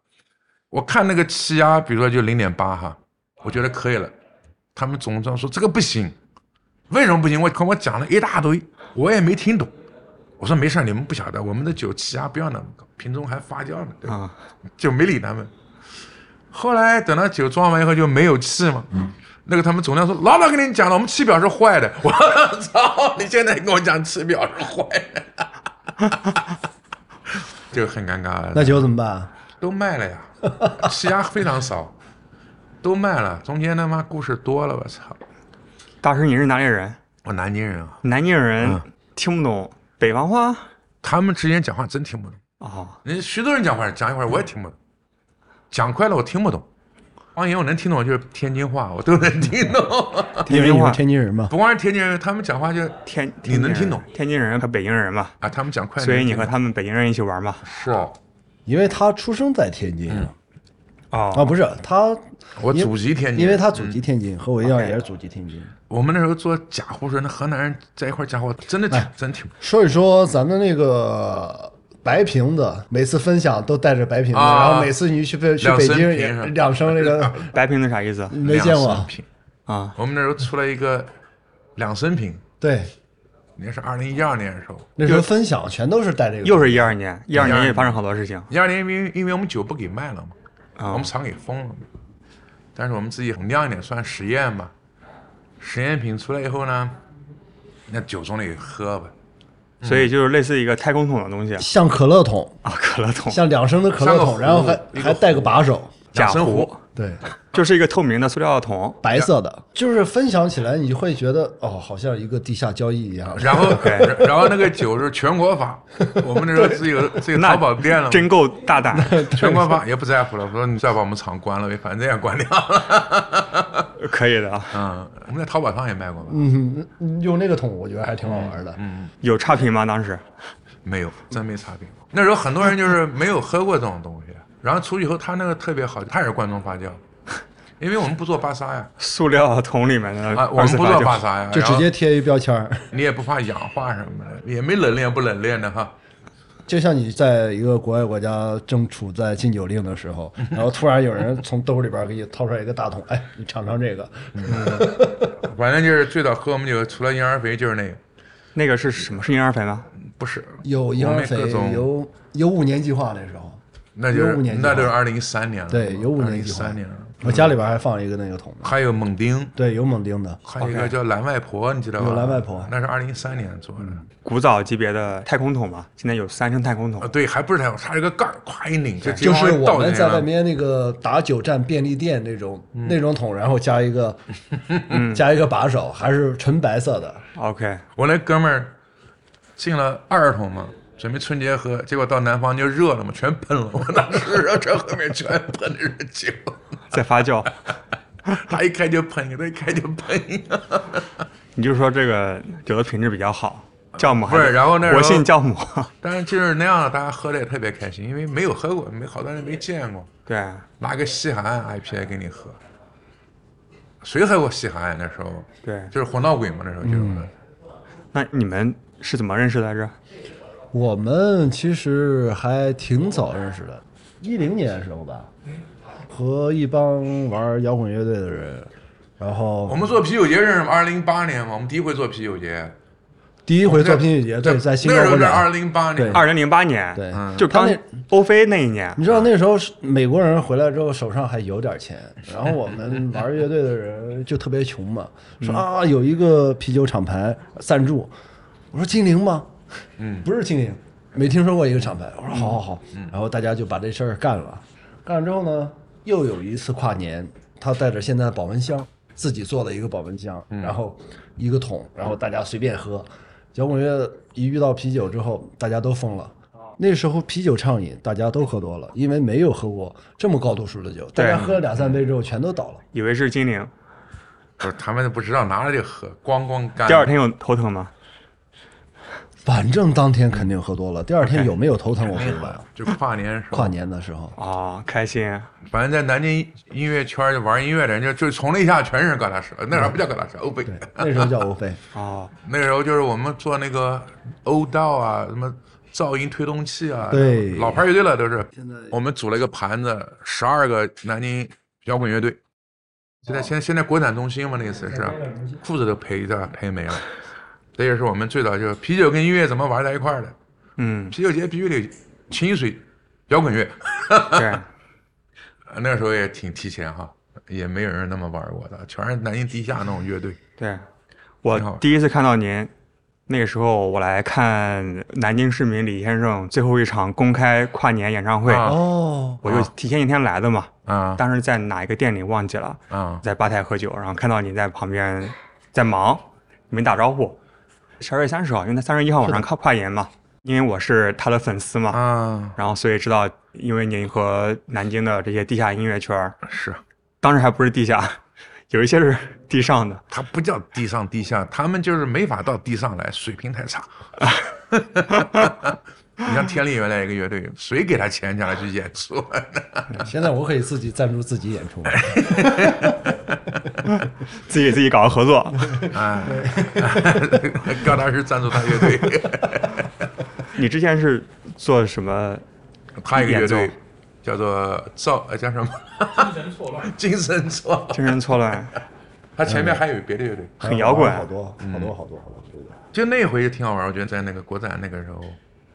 Speaker 3: 我看那个气压，比如说就零点八哈，我觉得可以了。他们总装说这个不行，为什么不行？我跟我讲了一大堆，我也没听懂。我说没事儿，你们不晓得，我们的酒气压不要那么高，瓶中还发酵呢，对吧
Speaker 2: 啊、
Speaker 3: 就没理他们。后来等到酒装完以后就没有气嘛，那个他们总量说老早跟你讲了，我们气表是坏的。我说 操，你现在跟我讲气表是坏的，就很尴尬了。
Speaker 4: 那酒怎么办？
Speaker 3: 都卖了呀，气压非常少，都卖了。中间他妈故事多了，我操！
Speaker 2: 大师，你是哪里人？
Speaker 3: 我南京人啊，
Speaker 2: 南京人听不懂北方话
Speaker 3: 他们之间讲话真听不懂。
Speaker 2: 哦，
Speaker 3: 人家徐州人讲话讲一会儿我也听不懂，讲快了我听不懂，方言我能听懂就是天津话，我都能听懂。
Speaker 2: 天津
Speaker 4: 因为你是
Speaker 2: 话，
Speaker 4: 天津人嘛，
Speaker 3: 不光是天津人，他们讲话就
Speaker 2: 天，
Speaker 3: 你
Speaker 2: 天
Speaker 3: 能
Speaker 2: 津人
Speaker 3: 听懂？
Speaker 2: 天津人和北京人嘛，
Speaker 3: 啊，他们讲快点。
Speaker 2: 所以你和他们北京人一起玩嘛？
Speaker 3: 是啊，
Speaker 4: 因为他出生在天津啊，啊
Speaker 2: 哦，
Speaker 4: 不是他，
Speaker 3: 我祖籍天津，
Speaker 4: 因为他祖籍天津，和我一样
Speaker 2: OK
Speaker 4: 也是祖籍天津。
Speaker 3: 我们那时候做贾湖时候，那河南人在一块儿讲话，真的挺真挺
Speaker 4: 说一说咱们那个白瓶子，每次分享都带着白瓶子，
Speaker 3: 啊
Speaker 4: 然后每次你去北去
Speaker 3: 两
Speaker 4: 北
Speaker 3: 升
Speaker 4: 京
Speaker 3: 瓶
Speaker 4: 也
Speaker 3: 是吧
Speaker 4: 两升这个
Speaker 2: 白瓶子啥意
Speaker 3: 嗯
Speaker 2: 思
Speaker 4: 没见
Speaker 3: 两
Speaker 4: 过
Speaker 3: 升，瓶
Speaker 2: 啊？
Speaker 3: 我们那时候出了一个两升瓶，
Speaker 4: 对，
Speaker 3: 那是二零一二年的时候，
Speaker 4: 那时候分享全都是带这个，
Speaker 2: 又是一二年，一二年也发生好多事情
Speaker 3: 一二年因为因为我们酒不给卖了嘛，
Speaker 2: 啊
Speaker 3: 我们厂给封了，但是我们自己很酿一点，算实验吧。实验品出来以后呢，那酒总得喝吧，嗯
Speaker 2: 所以就是类似一个太空桶的东西啊
Speaker 4: 像可乐桶，
Speaker 2: 啊，可乐桶、
Speaker 4: 像两升的可乐
Speaker 3: 像
Speaker 4: 桶，
Speaker 3: 个
Speaker 4: 然后还
Speaker 3: 壶一个
Speaker 4: 还带个把手，
Speaker 2: 假
Speaker 3: 养生壶，
Speaker 4: 对，
Speaker 2: 就是一个透明的塑料桶，
Speaker 4: 白色的，就是分享起来你会觉得哦，好像一个地下交易一样。
Speaker 3: 然 后然后那个酒是全国法，我们那时候 自己有自己
Speaker 2: 那
Speaker 3: 淘宝店了嘛，
Speaker 2: 真够大 胆。
Speaker 3: 全国法也不在乎了，我说你再把我们厂关了呗，反正也关掉了。
Speaker 2: 可以的啊，
Speaker 3: 嗯， 我们在淘宝上也卖过吧？
Speaker 4: 嗯，用那个桶我觉得还挺好玩的。
Speaker 2: 有差评吗？当时
Speaker 3: 没有，真没差评。那时候很多人就是没有喝过这种东西，然后出去以后他那个特别好，他也是罐装发酵，因为我们不做巴沙 呀，
Speaker 2: 塑料桶里面的
Speaker 3: 啊，我
Speaker 2: 二
Speaker 3: 们
Speaker 2: 次
Speaker 3: 不
Speaker 2: 发
Speaker 3: 做
Speaker 2: 酵
Speaker 3: 巴沙呀，
Speaker 4: 就直接贴一标签儿，
Speaker 3: 然后你也不怕氧化什么的，也没冷链不冷链的哈。
Speaker 4: 就像你在一个国外国家正处在禁酒令的时候，然后突然有人从兜里边给你掏出来一个大桶，哎，你尝尝这个，
Speaker 3: 反正就是最早喝我们酒，除了婴儿肥就是那个，
Speaker 2: 那个是什么？是婴儿肥吗？
Speaker 3: 不是，
Speaker 4: 有婴儿
Speaker 3: 我
Speaker 4: 肥
Speaker 3: 们各，种嗯
Speaker 4: 有有五年计划那时候，
Speaker 3: 那就是
Speaker 4: 有五年级
Speaker 3: 那就是二零一三年了，
Speaker 4: 对，有五
Speaker 3: 二零
Speaker 4: 年
Speaker 3: 一
Speaker 4: 计划。
Speaker 3: 三年了，
Speaker 4: 我家里边还放一个那个桶呢，
Speaker 3: 还有锰丁。
Speaker 4: 对，有锰丁的，
Speaker 3: 还有一个叫蓝外婆，你知道吧？
Speaker 4: 有蓝外婆啊
Speaker 3: 那是二零一三年做的
Speaker 2: 古早级别的太空桶嘛，现在有三升太空桶
Speaker 3: 啊，，对，还不是太阳，它有个盖儿，咵一拧，就直接
Speaker 4: 就
Speaker 3: 往
Speaker 4: 是
Speaker 3: 外
Speaker 4: 我
Speaker 3: 倒
Speaker 4: 们
Speaker 3: 进去啊
Speaker 4: 在
Speaker 3: 了
Speaker 4: 外面那个打酒站便利店那种
Speaker 3: 嗯
Speaker 4: 那种桶，然后加 一个嗯加一个把手，还是纯白色的，
Speaker 2: OK，
Speaker 3: 我那哥们儿进了二桶嘛，准备春节喝，结果到南方就热了嘛，全喷了。我当时热车后面全喷的是酒，
Speaker 2: 在发酵。
Speaker 3: 他一开就喷一个，他一开就喷一个。
Speaker 2: 你就说这个酒的品质比较好，酵母还
Speaker 3: 不是然后那时候
Speaker 2: 活性酵母，
Speaker 3: 但是就是那样，大家喝的也特别开心，因为没有喝过，没好多人没见过，
Speaker 2: 对，
Speaker 3: 拿个西海岸 IPA 给你喝，谁喝过西海岸那时候？
Speaker 2: 对
Speaker 3: 就是黄道鬼嘛，那时候就是。
Speaker 4: 嗯
Speaker 2: 那你们是怎么认识来着？
Speaker 4: 我们其实还挺早认识的，一零年的时候吧，和一帮玩摇滚乐队的人，然
Speaker 3: 我
Speaker 4: 后
Speaker 3: 们做啤酒节认识，二零零八年嘛，我们第一回做啤酒节。
Speaker 4: 第一回做拼酒节，呃对，在新
Speaker 3: 那
Speaker 4: 高
Speaker 3: 时候
Speaker 4: 广
Speaker 3: 是
Speaker 4: 场
Speaker 3: 二零零八年
Speaker 4: 对，
Speaker 2: 二零零八年，
Speaker 4: 对嗯
Speaker 2: 就
Speaker 4: 他
Speaker 2: 刚
Speaker 4: 那
Speaker 2: 欧菲那一年
Speaker 4: 你知道那时候是美国人回来之后手上还有点钱，然后我们玩乐队的人就特别穷嘛，说啊有一个啤酒厂牌赞助，我说精灵吗？嗯， 不是精灵，没听说过一个厂牌。我说好好好，然后大家就把这事儿干了，干了之后呢，又有一次跨年，他带着现在的保温箱，自己做了一个保温箱，然后一个桶，然后大家随便喝。摇滚乐一遇到啤酒之后，大家都疯了。那时候啤酒畅饮，大家都喝多了，因为没有喝过这么高度数的酒，大
Speaker 2: 对
Speaker 4: 家喝了两三杯之后全都倒了。
Speaker 2: 以为是精灵，
Speaker 3: 不是他们都不知道，拿着就喝，咣咣干。
Speaker 2: 第二天有头疼吗？
Speaker 4: 反正当天肯定喝多了，第二天有没有头疼我不知道。
Speaker 3: 就跨年的时候，
Speaker 4: 跨年的时候，
Speaker 2: 哦，开心，
Speaker 3: 反正在南京音乐圈就玩音乐的人，就就从那一下全是疙瘩社，那时候不叫疙瘩社，欧北。
Speaker 4: 那时候叫欧菲，
Speaker 2: 哦，
Speaker 3: 那时候就是我们做那个欧道啊，什么噪音推动器啊，
Speaker 4: 对
Speaker 3: 老牌乐队了都是。我们组了一个盘子，十二个南京摇滚乐队。现在现在现在国展中心嘛，那次是裤子都赔的赔没了。这也是我们最早就是啤酒跟音乐怎么玩在一块儿的。
Speaker 2: 嗯，
Speaker 3: 啤酒节必须得清一水摇滚乐，
Speaker 2: 对，
Speaker 3: 呃那时候也挺提前哈，也没有人那么玩过的，全是南京地下那种乐队。
Speaker 2: 对，
Speaker 3: 挺好
Speaker 2: 我
Speaker 3: 玩
Speaker 2: 第一次看到您，那个时候我来看南京市民李先生最后一场公开跨年演唱会，
Speaker 3: 啊
Speaker 4: 哦，
Speaker 2: 我就提前一天来的嘛，
Speaker 3: 啊
Speaker 2: 当时在哪一个店里忘记了，
Speaker 3: 啊！
Speaker 2: 在吧台喝酒，然后看到你在旁边在忙，没打招呼。十二月三十号，因为他三十一号晚上跨跨年嘛，因为我是他的粉丝嘛，
Speaker 3: 啊，
Speaker 2: 然后所以知道，因为您和南京的这些地下音乐圈儿，
Speaker 3: 是
Speaker 2: 当时还不是地下， 有一些是地上的，
Speaker 3: 他不叫地上地下，他们就是没法到地上来，水平太差。 你像天力原来一个乐队，谁给他钱让他去演出？
Speaker 4: 现在我可以自己赞助自己演出，
Speaker 2: 自己自己搞个合作。
Speaker 3: 啊，高大师赞助他乐队，
Speaker 2: 你之前是做什么？
Speaker 3: 他一个乐
Speaker 2: 演
Speaker 3: 队
Speaker 2: 奏
Speaker 3: 叫做造呃叫什么？ 精神错乱，精神错乱。
Speaker 2: 精神错乱，
Speaker 4: 嗯
Speaker 3: 他前面还有别的乐队，
Speaker 2: 很摇滚
Speaker 4: 好多好多好多好多好多，
Speaker 3: 就那回就挺好玩，我觉得在那个国展那个时候，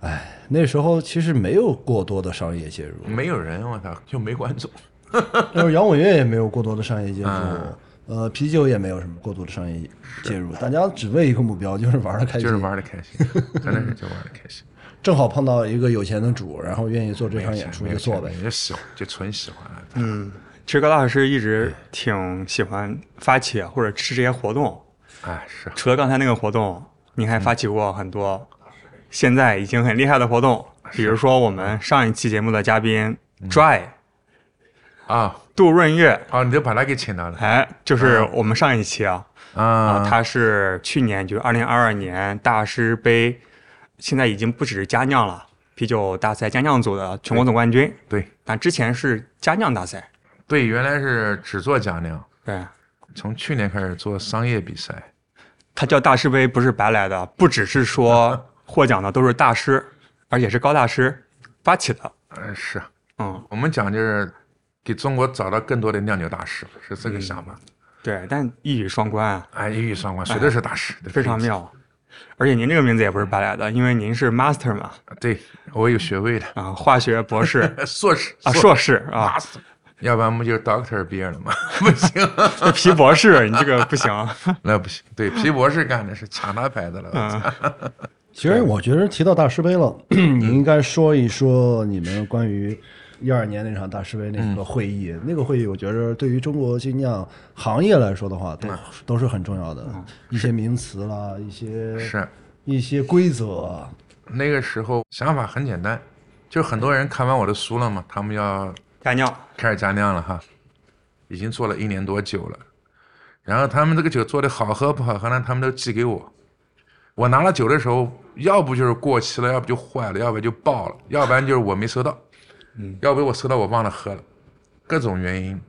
Speaker 4: 哎，那时候其实没有过多的商业介入，
Speaker 3: 没有人，我操，就没管总。
Speaker 4: 那时候摇滚乐也没有过多的商业介入，
Speaker 3: 嗯
Speaker 4: 呃，啤酒也没有什么过多的商业介入，大家只为一个目标，就是玩的开心，
Speaker 3: 就是玩的开 心，真的是就玩的开心。
Speaker 4: 正好碰到一个有钱的主，然后愿意做这
Speaker 3: 没有
Speaker 4: 场演
Speaker 3: 钱，
Speaker 4: 出
Speaker 3: 没
Speaker 4: 就
Speaker 3: 有
Speaker 4: 做
Speaker 3: 钱，
Speaker 4: 呗。
Speaker 3: 你就喜欢，就纯喜欢啊。
Speaker 2: 嗯，其实高大师一直挺喜欢发起或者支持这些活动，
Speaker 3: 哎，是
Speaker 2: 除了刚才那个活动，您还发起过很多现在已经很厉害的活动，比如说我们上一期节目的嘉宾 Dry
Speaker 3: 啊，
Speaker 2: 杜润月，
Speaker 3: 哦，你就把他给请到了
Speaker 2: 哎，就是我们上一期啊，啊，
Speaker 3: 啊。
Speaker 2: 他是去年就是二零二二年大师杯，现在已经不只是佳酿了，啤酒大赛佳酿组的全国总冠军，
Speaker 3: 对
Speaker 2: 但之前是佳酿大赛，
Speaker 3: 对，原来是只做佳酿，
Speaker 2: 对。
Speaker 3: 从去年开始做商业比赛。
Speaker 2: 他叫大师杯不是白来的，不只是说获奖的都是大师，而且是高大师发起的。
Speaker 3: 嗯，是
Speaker 2: 嗯，
Speaker 3: 我们讲就是给中国找到更多的酿酒大师，是这个想法。
Speaker 2: 嗯对，但一语双关啊，
Speaker 3: 哎，一语双关，谁都是大师，对
Speaker 2: 非常。妙。而且您这个名字也不是白来的，因为您是 master 嘛，
Speaker 3: 对我有学位的，哎
Speaker 2: 啊，化学博士
Speaker 3: 硕士
Speaker 2: 啊，硕士啊，
Speaker 3: master，要不然不就 doctor 毕业了吗？ 不行，
Speaker 2: 皮博士，你这个不行。
Speaker 3: 那不行。对，皮博士干的是抢他牌子了。
Speaker 2: 嗯，
Speaker 4: 其实我觉得提到大师杯 了，你应该说一说你们关于一二年那场大师杯那个会议，那个会议我觉得对于中国精酿行业来说的话，都、都是很重要的，一些名词啦，一些
Speaker 3: 是啊
Speaker 4: 一些规则，啊
Speaker 3: 那个时候想法很简单，就是很多人看完我的书了嘛，他们要
Speaker 2: 干尿，
Speaker 3: 开始加酿了哈，已经做了一年多酒了。然后他们这个酒做的好喝不好喝呢，他们都寄给我。我拿了酒的时候，要不就是过期了，要不就坏了，要不然就爆了，要不然就是我没收到，嗯，要不我收到我忘了喝了，各种原因，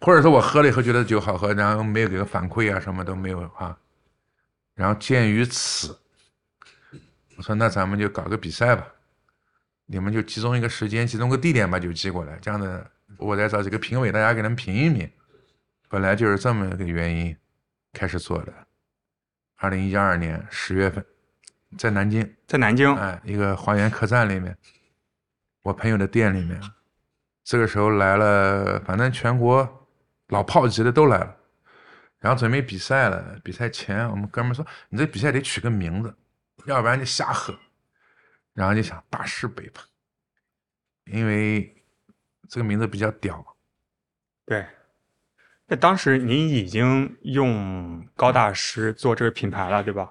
Speaker 3: 或者说我喝了以后觉得酒好喝，然后没有给个反馈啊，什么都没有啊。然后鉴于此，我说那咱们就搞个比赛吧，你们就集中一个时间，集中个地点把酒寄过来，这样子我再找几个评委，大家给他们评一评。本来就是这么个原因开始做的。二零一二年十月份，在南京，
Speaker 2: 在南京，
Speaker 3: 哎，一个花园客栈里面，我朋友的店里面，这个时候来了，反正全国老炮级的都来了，然后准备比赛了。比赛前，我们哥们儿说：“你这比赛得取个名字，要不然就瞎喝。”然后就想大师北吧，因为这个名字比较屌。
Speaker 2: 对。那当时您已经用高大师做这个品牌了，对吧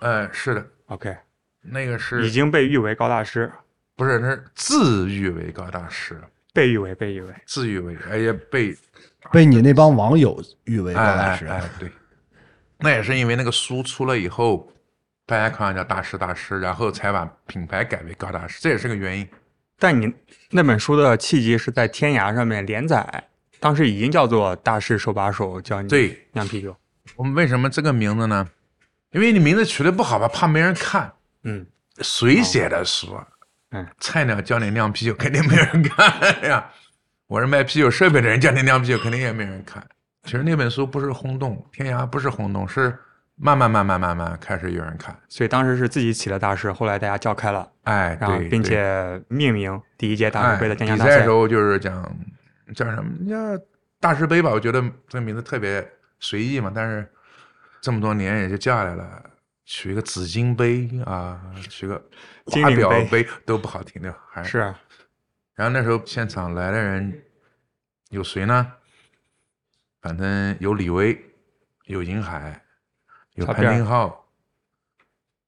Speaker 3: 嗯、是的，
Speaker 2: ？OK，
Speaker 3: 那个
Speaker 2: 已
Speaker 3: 是
Speaker 2: 经被誉为高大师，
Speaker 3: 不是那是自誉为高大师，
Speaker 2: 被誉为，被誉为。
Speaker 3: 自誉为哎呀被
Speaker 4: 被你那帮网友誉为高大师。啊
Speaker 3: 哎哎哎，对，那也是因为那个书出了以后，大家看叫大师大师，然后才把品牌改为高大师，这也是个原因。
Speaker 2: 但你那本书的契机是在天涯上面连载，当时已经叫做大师手把手教你
Speaker 3: 对
Speaker 2: 酿啤酒。
Speaker 3: 我们为什么这个名字呢？因为你名字取得不好吧，怕没人看。
Speaker 2: 嗯，
Speaker 3: 谁写的书啊？
Speaker 2: 嗯
Speaker 3: 菜鸟教你酿啤酒，肯定没人看呀。我是卖啤酒设备的人，教你酿啤酒，肯定也没人看。其实那本书不是轰动，天涯不是轰动，是慢慢慢慢慢慢开始有人看。
Speaker 2: 所以当时是自己起了大师，后来大家叫开了，
Speaker 3: 哎，
Speaker 2: 然后
Speaker 3: 对，
Speaker 2: 并
Speaker 3: 对
Speaker 2: 且命名第一届大师杯的
Speaker 3: 哎比
Speaker 2: 健将大
Speaker 3: 赛的
Speaker 2: 赛
Speaker 3: 时。候就是讲叫什么叫大师杯吧，我觉得这个名字特别随意嘛，但是这么多年也就叫下来了，取一个紫金杯啊，取个
Speaker 2: 精
Speaker 3: 华
Speaker 2: 灵
Speaker 3: 表
Speaker 2: 杯
Speaker 3: 都不好听的，还
Speaker 2: 是
Speaker 3: 然后那时候现场来的人有谁呢？反正有李威，有银海，有
Speaker 2: 小
Speaker 3: 潘
Speaker 2: 辫儿
Speaker 3: 丁浩，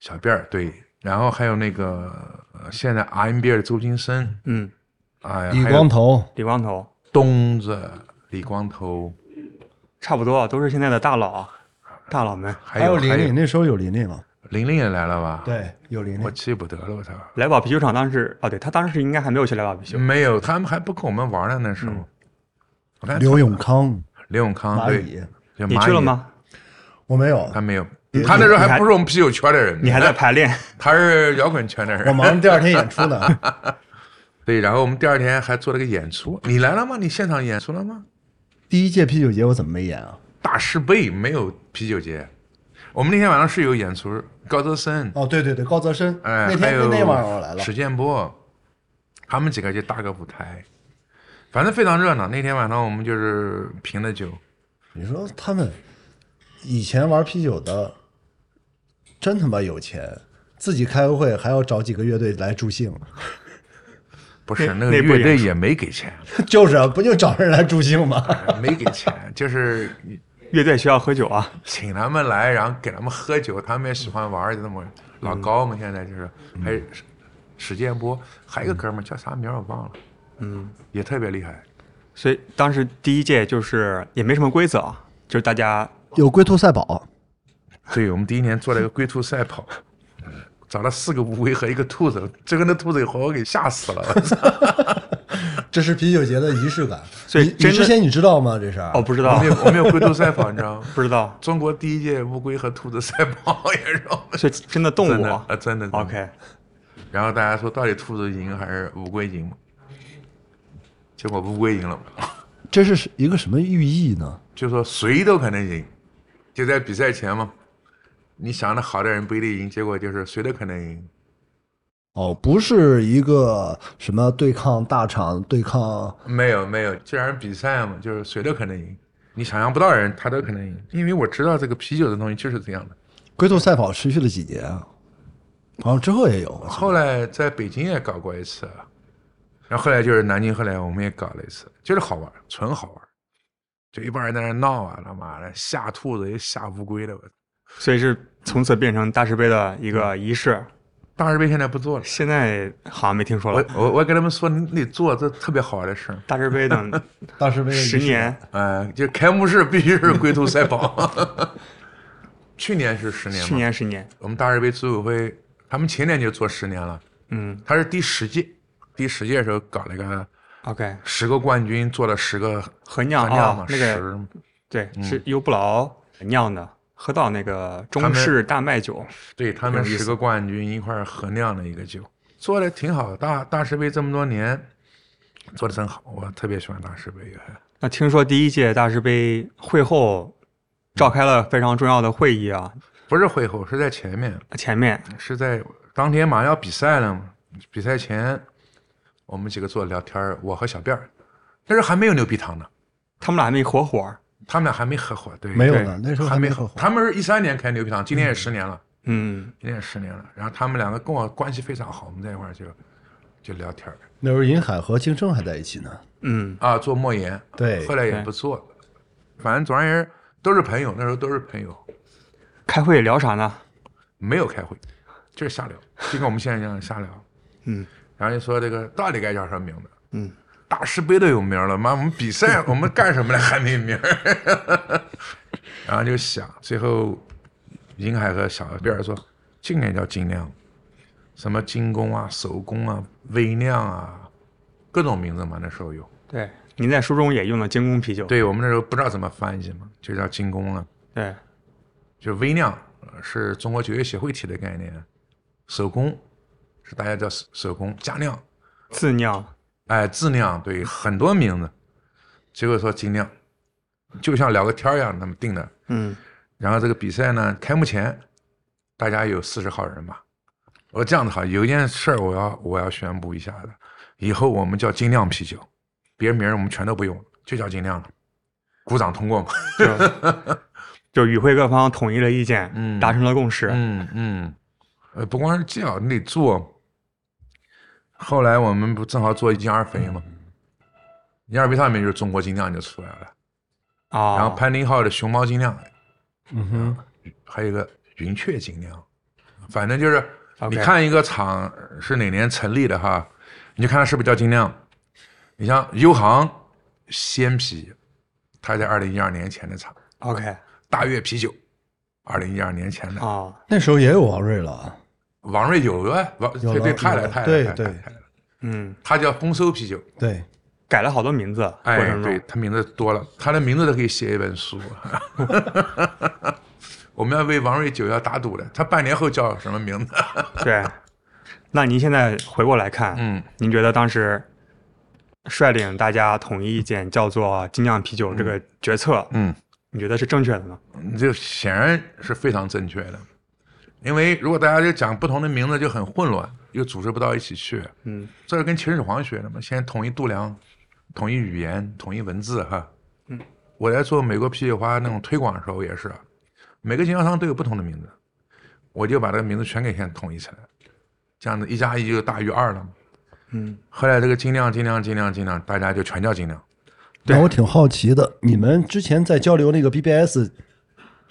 Speaker 3: 小辫儿对，然后还有那个、呃现在 RMB 的周金生，
Speaker 2: 嗯，
Speaker 3: 哎呀，
Speaker 4: 李
Speaker 3: 还有
Speaker 4: 光头，
Speaker 2: 李光头
Speaker 3: 东子、李光头，
Speaker 2: 差不多都是现在的大佬，大佬们
Speaker 3: 还有
Speaker 4: 有啊琳琳，那时候有琳琳了，
Speaker 3: 玲玲也来了吧？，
Speaker 4: 对，有琳
Speaker 3: 我
Speaker 4: 琳。
Speaker 3: 记不得了，我操！
Speaker 2: 来宝啤酒厂当时哦，对他当时应该还没有去来宝啤酒，
Speaker 3: 没有，他们还不跟我们玩呢。那时候，我看
Speaker 4: 刘永康、
Speaker 3: 刘永康
Speaker 4: 蚂
Speaker 3: 对，
Speaker 4: 蚁，
Speaker 3: 就
Speaker 2: 你
Speaker 3: 嗯蚂
Speaker 2: 去了
Speaker 3: 蚁？
Speaker 2: 吗？
Speaker 4: 我没有，
Speaker 3: 他没有，他那时候
Speaker 2: 你还
Speaker 3: 还不是我们啤酒圈的人，
Speaker 2: 你还在排练？
Speaker 3: 他是摇滚圈的
Speaker 4: 我
Speaker 3: 人。
Speaker 4: 忙着第二天演出呢。
Speaker 3: 对，然后我们第二天还做了个演出。你来了吗？你现场演出了吗？
Speaker 4: 第一届啤酒节我怎么没演啊？
Speaker 3: 大师杯没有啤酒节，我们那天晚上是有演出，高泽森，
Speaker 4: 哦，对对对，高泽深，
Speaker 3: 哎，
Speaker 4: 那
Speaker 3: 还
Speaker 4: 天
Speaker 3: 有
Speaker 4: 那那晚上我来了，
Speaker 3: 史建波，他们几个就搭个舞台，反正非常热闹。那天晚上我们就是拼了酒，
Speaker 4: 你说他们以前玩啤酒的，真他妈有钱，自己开个会还要找几个乐队来助兴，
Speaker 3: 不是
Speaker 2: 那
Speaker 3: 那个
Speaker 2: 那不
Speaker 3: 乐队
Speaker 2: 演出
Speaker 3: 也没给钱，
Speaker 4: 就是啊，不就找人来助兴吗？
Speaker 3: 没给钱，就是
Speaker 2: 乐队需要喝酒啊，
Speaker 3: 请他们来，然后给他们喝酒，他们也喜欢玩儿，就那么
Speaker 2: 嗯
Speaker 3: 老高嘛，现在就是还有史史建波，还有一个哥们儿叫啥名儿我忘了，
Speaker 2: 嗯，
Speaker 3: 也特别厉害。
Speaker 2: 所以当时第一届就是也没什么规则啊，就是大家
Speaker 4: 有龟兔赛跑，
Speaker 3: 对我们第一年做了一个龟兔赛跑， 找了四个乌龟和一个兔子，这个那兔子给活给吓死了，我操
Speaker 4: 这是啤酒节的仪式感。
Speaker 2: 所以
Speaker 4: 你
Speaker 2: 真
Speaker 4: 你
Speaker 2: 的
Speaker 4: 之前你知道吗？这是
Speaker 2: 哦不知
Speaker 3: 我
Speaker 2: 道
Speaker 3: 们有我们有龟兔赛跑，你知道吗？
Speaker 2: 不知 道，
Speaker 3: 中国第一届乌龟和兔子赛跑 也是我们
Speaker 2: 所以真的动
Speaker 3: 真
Speaker 2: 物
Speaker 3: 的
Speaker 2: 啊
Speaker 3: 啊，真的。真的
Speaker 2: OK，
Speaker 3: 然后大家说到底兔子赢还是乌龟赢？结果乌龟赢了。
Speaker 4: 这是一个什么寓意呢？
Speaker 3: 就说谁都可能赢，就在比赛前嘛，你想的好的人不一定赢，结果就是谁都可能赢。
Speaker 4: 哦，不是一个什么对抗大厂，对抗
Speaker 3: 没有没有，既然是比赛嘛，就是谁都可能赢，你想象不到的人他都可能赢，因为我知道这个啤酒的东西就是这样的。
Speaker 4: 龟兔赛跑持续了几年啊？好像之后也有啊。
Speaker 3: 后来在北京也搞过一次，然后后来就是南京，后来我们也搞了一次，就是好玩，纯好玩，就一帮人在那闹啊，他妈的吓兔子也吓乌龟的。我
Speaker 2: 所以是从此变成大师杯的一个仪式，
Speaker 3: 大日杯现在不做了，
Speaker 2: 现在好像没听说
Speaker 3: 我
Speaker 2: 了。
Speaker 3: 我我跟他们说你得做这特别好玩的事儿。
Speaker 2: 大师杯等
Speaker 4: 大师杯的仪
Speaker 2: 十
Speaker 4: 式感
Speaker 2: 年，
Speaker 3: 呃，就开幕式必须是龟兔赛跑。 去年是十年嘛，
Speaker 2: 去年十年，
Speaker 3: 我们大日杯组委会，他们前年就做十年了，
Speaker 2: 嗯
Speaker 3: 他是第十届，第十届的时候搞了一个
Speaker 2: ，OK，
Speaker 3: 十个冠军，做了十个
Speaker 2: 合
Speaker 3: 大
Speaker 2: 酿
Speaker 3: 酿
Speaker 2: 啊
Speaker 3: 嘛，，
Speaker 2: 那个
Speaker 3: 十嗯
Speaker 2: 对是由布劳酿的，喝到那个
Speaker 3: 他
Speaker 2: 中
Speaker 3: 们
Speaker 2: 式大麦酒，
Speaker 3: 对他们
Speaker 2: 有意思
Speaker 3: 十个冠军一块儿合酿的一个酒，做的挺好。大大师杯这么多年做的真好，我特别喜欢大师杯。
Speaker 2: 那听说第一届大师杯会后召开了非常重要的会议啊，
Speaker 3: 不是会后，是在前面，
Speaker 2: 前面
Speaker 3: 是在当天马上要比赛了嘛，比赛前我们几个坐着聊天儿，我和小辫儿，那时候还没有牛皮糖呢，
Speaker 2: 他们俩还没合伙，
Speaker 3: 他们俩还没合伙，对，
Speaker 4: 没有
Speaker 2: 对
Speaker 4: 呢，那时候
Speaker 3: 还
Speaker 4: 没合
Speaker 3: 合
Speaker 4: 伙。
Speaker 3: 他们是一三年开牛皮糖，今年也十年了，
Speaker 2: 嗯，
Speaker 3: 今年也十年了。然后他们两个跟我关系非常好，我们在一块儿就就聊天儿
Speaker 4: 那时候银海和金正还在一起呢。
Speaker 2: 嗯，
Speaker 3: 啊，做莫言，
Speaker 4: 对
Speaker 3: 后来也
Speaker 2: 对
Speaker 3: 不做了，反正总而言之都是朋友，那时候都是朋友，
Speaker 2: 开会聊啥呢？
Speaker 3: 没有开会，就是瞎聊，就跟我们现在一样瞎聊。
Speaker 2: 嗯，
Speaker 3: 然后就说这个到底该叫什么名字？
Speaker 2: 嗯，
Speaker 3: 大师杯都有名了，妈，我们比赛我们干什么了还没名儿？ 然后就想，最后银海和小辫儿说，尽量叫尽量，什么精工啊、手工啊、微量啊，各种名字嘛，那时候有。
Speaker 2: 对，您在书中也用了精工啤酒，
Speaker 3: 对我们那时候不知道怎么翻译嘛，就叫精工了。
Speaker 2: 对，
Speaker 3: 就是微量呃是中国酒业协会提的概念，手工是大家叫手手工加酿，
Speaker 2: 自酿，
Speaker 3: 哎，自酿对很多名字，结果说精酿，就像聊个天儿一样那么定的。
Speaker 2: 嗯，
Speaker 3: 然后这个比赛呢，开幕前大家有四十号人吧。我说这样子好，有一件事儿我要我要宣布一下的，以后我们叫精酿啤酒，别人名儿我们全都不用，就叫精酿了。鼓掌通过嘛？
Speaker 2: 就就与会各方统一了意见，
Speaker 3: 嗯
Speaker 2: 达成了共识，
Speaker 3: 嗯嗯，呃，不光是叫，你得做。后来我们不正好做一斤二肥吗？一斤二肥上面就是中国精酿就出来了，
Speaker 2: 啊，
Speaker 3: 然后潘林浩的熊猫精酿，
Speaker 4: 嗯哼，
Speaker 3: 还有一个云雀精酿，反正就是你
Speaker 2: OK
Speaker 3: 看一个厂是哪年成立的哈，你就看它是不是叫精酿。你像优航鲜啤，它在二零一二年前的厂；
Speaker 2: OK
Speaker 3: 大悦啤酒，二零一二年前的。
Speaker 2: 啊，
Speaker 4: 那时候也有王瑞了啊。
Speaker 3: 王瑞有啊，王
Speaker 4: 有
Speaker 3: 对对，
Speaker 4: 了
Speaker 3: 他
Speaker 4: 有
Speaker 3: 来
Speaker 4: 了
Speaker 3: 他来
Speaker 4: 对
Speaker 3: 他来
Speaker 4: 对
Speaker 3: 他来
Speaker 2: 嗯，
Speaker 3: 他叫丰收啤酒，
Speaker 4: 对，
Speaker 2: 改了好多名字，过
Speaker 3: 哎，
Speaker 2: 程
Speaker 3: 对
Speaker 2: 中，
Speaker 3: 他名字多了，他的名字都可以写一本书。 我们要为王瑞九要打赌的，他半年后叫什么名字？
Speaker 2: 对，那您现在回过来看，
Speaker 3: 嗯，
Speaker 2: 您觉得当时率领大家统一意见叫做精酿啤酒这个决策，
Speaker 3: 嗯，
Speaker 2: 你觉得是正确的呢？
Speaker 3: 这显然是非常正确的，因为如果大家就讲不同的名字就很混乱，又组织不到一起去。
Speaker 2: 嗯，
Speaker 3: 这是跟秦始皇学的嘛，先统一度量，统一语言，统一文字哈。
Speaker 2: 嗯，
Speaker 3: 我在做美国啤酒花那种推广的时候也是，每个经销商都有不同的名字，我就把这个名字全给先统一起来，这样子一加一就大于二了嘛。
Speaker 2: 嗯，
Speaker 3: 后来这个尽量尽量尽量尽量，大家就全叫尽量。
Speaker 4: 那我挺好奇的，你们之前在交流那个 BBS，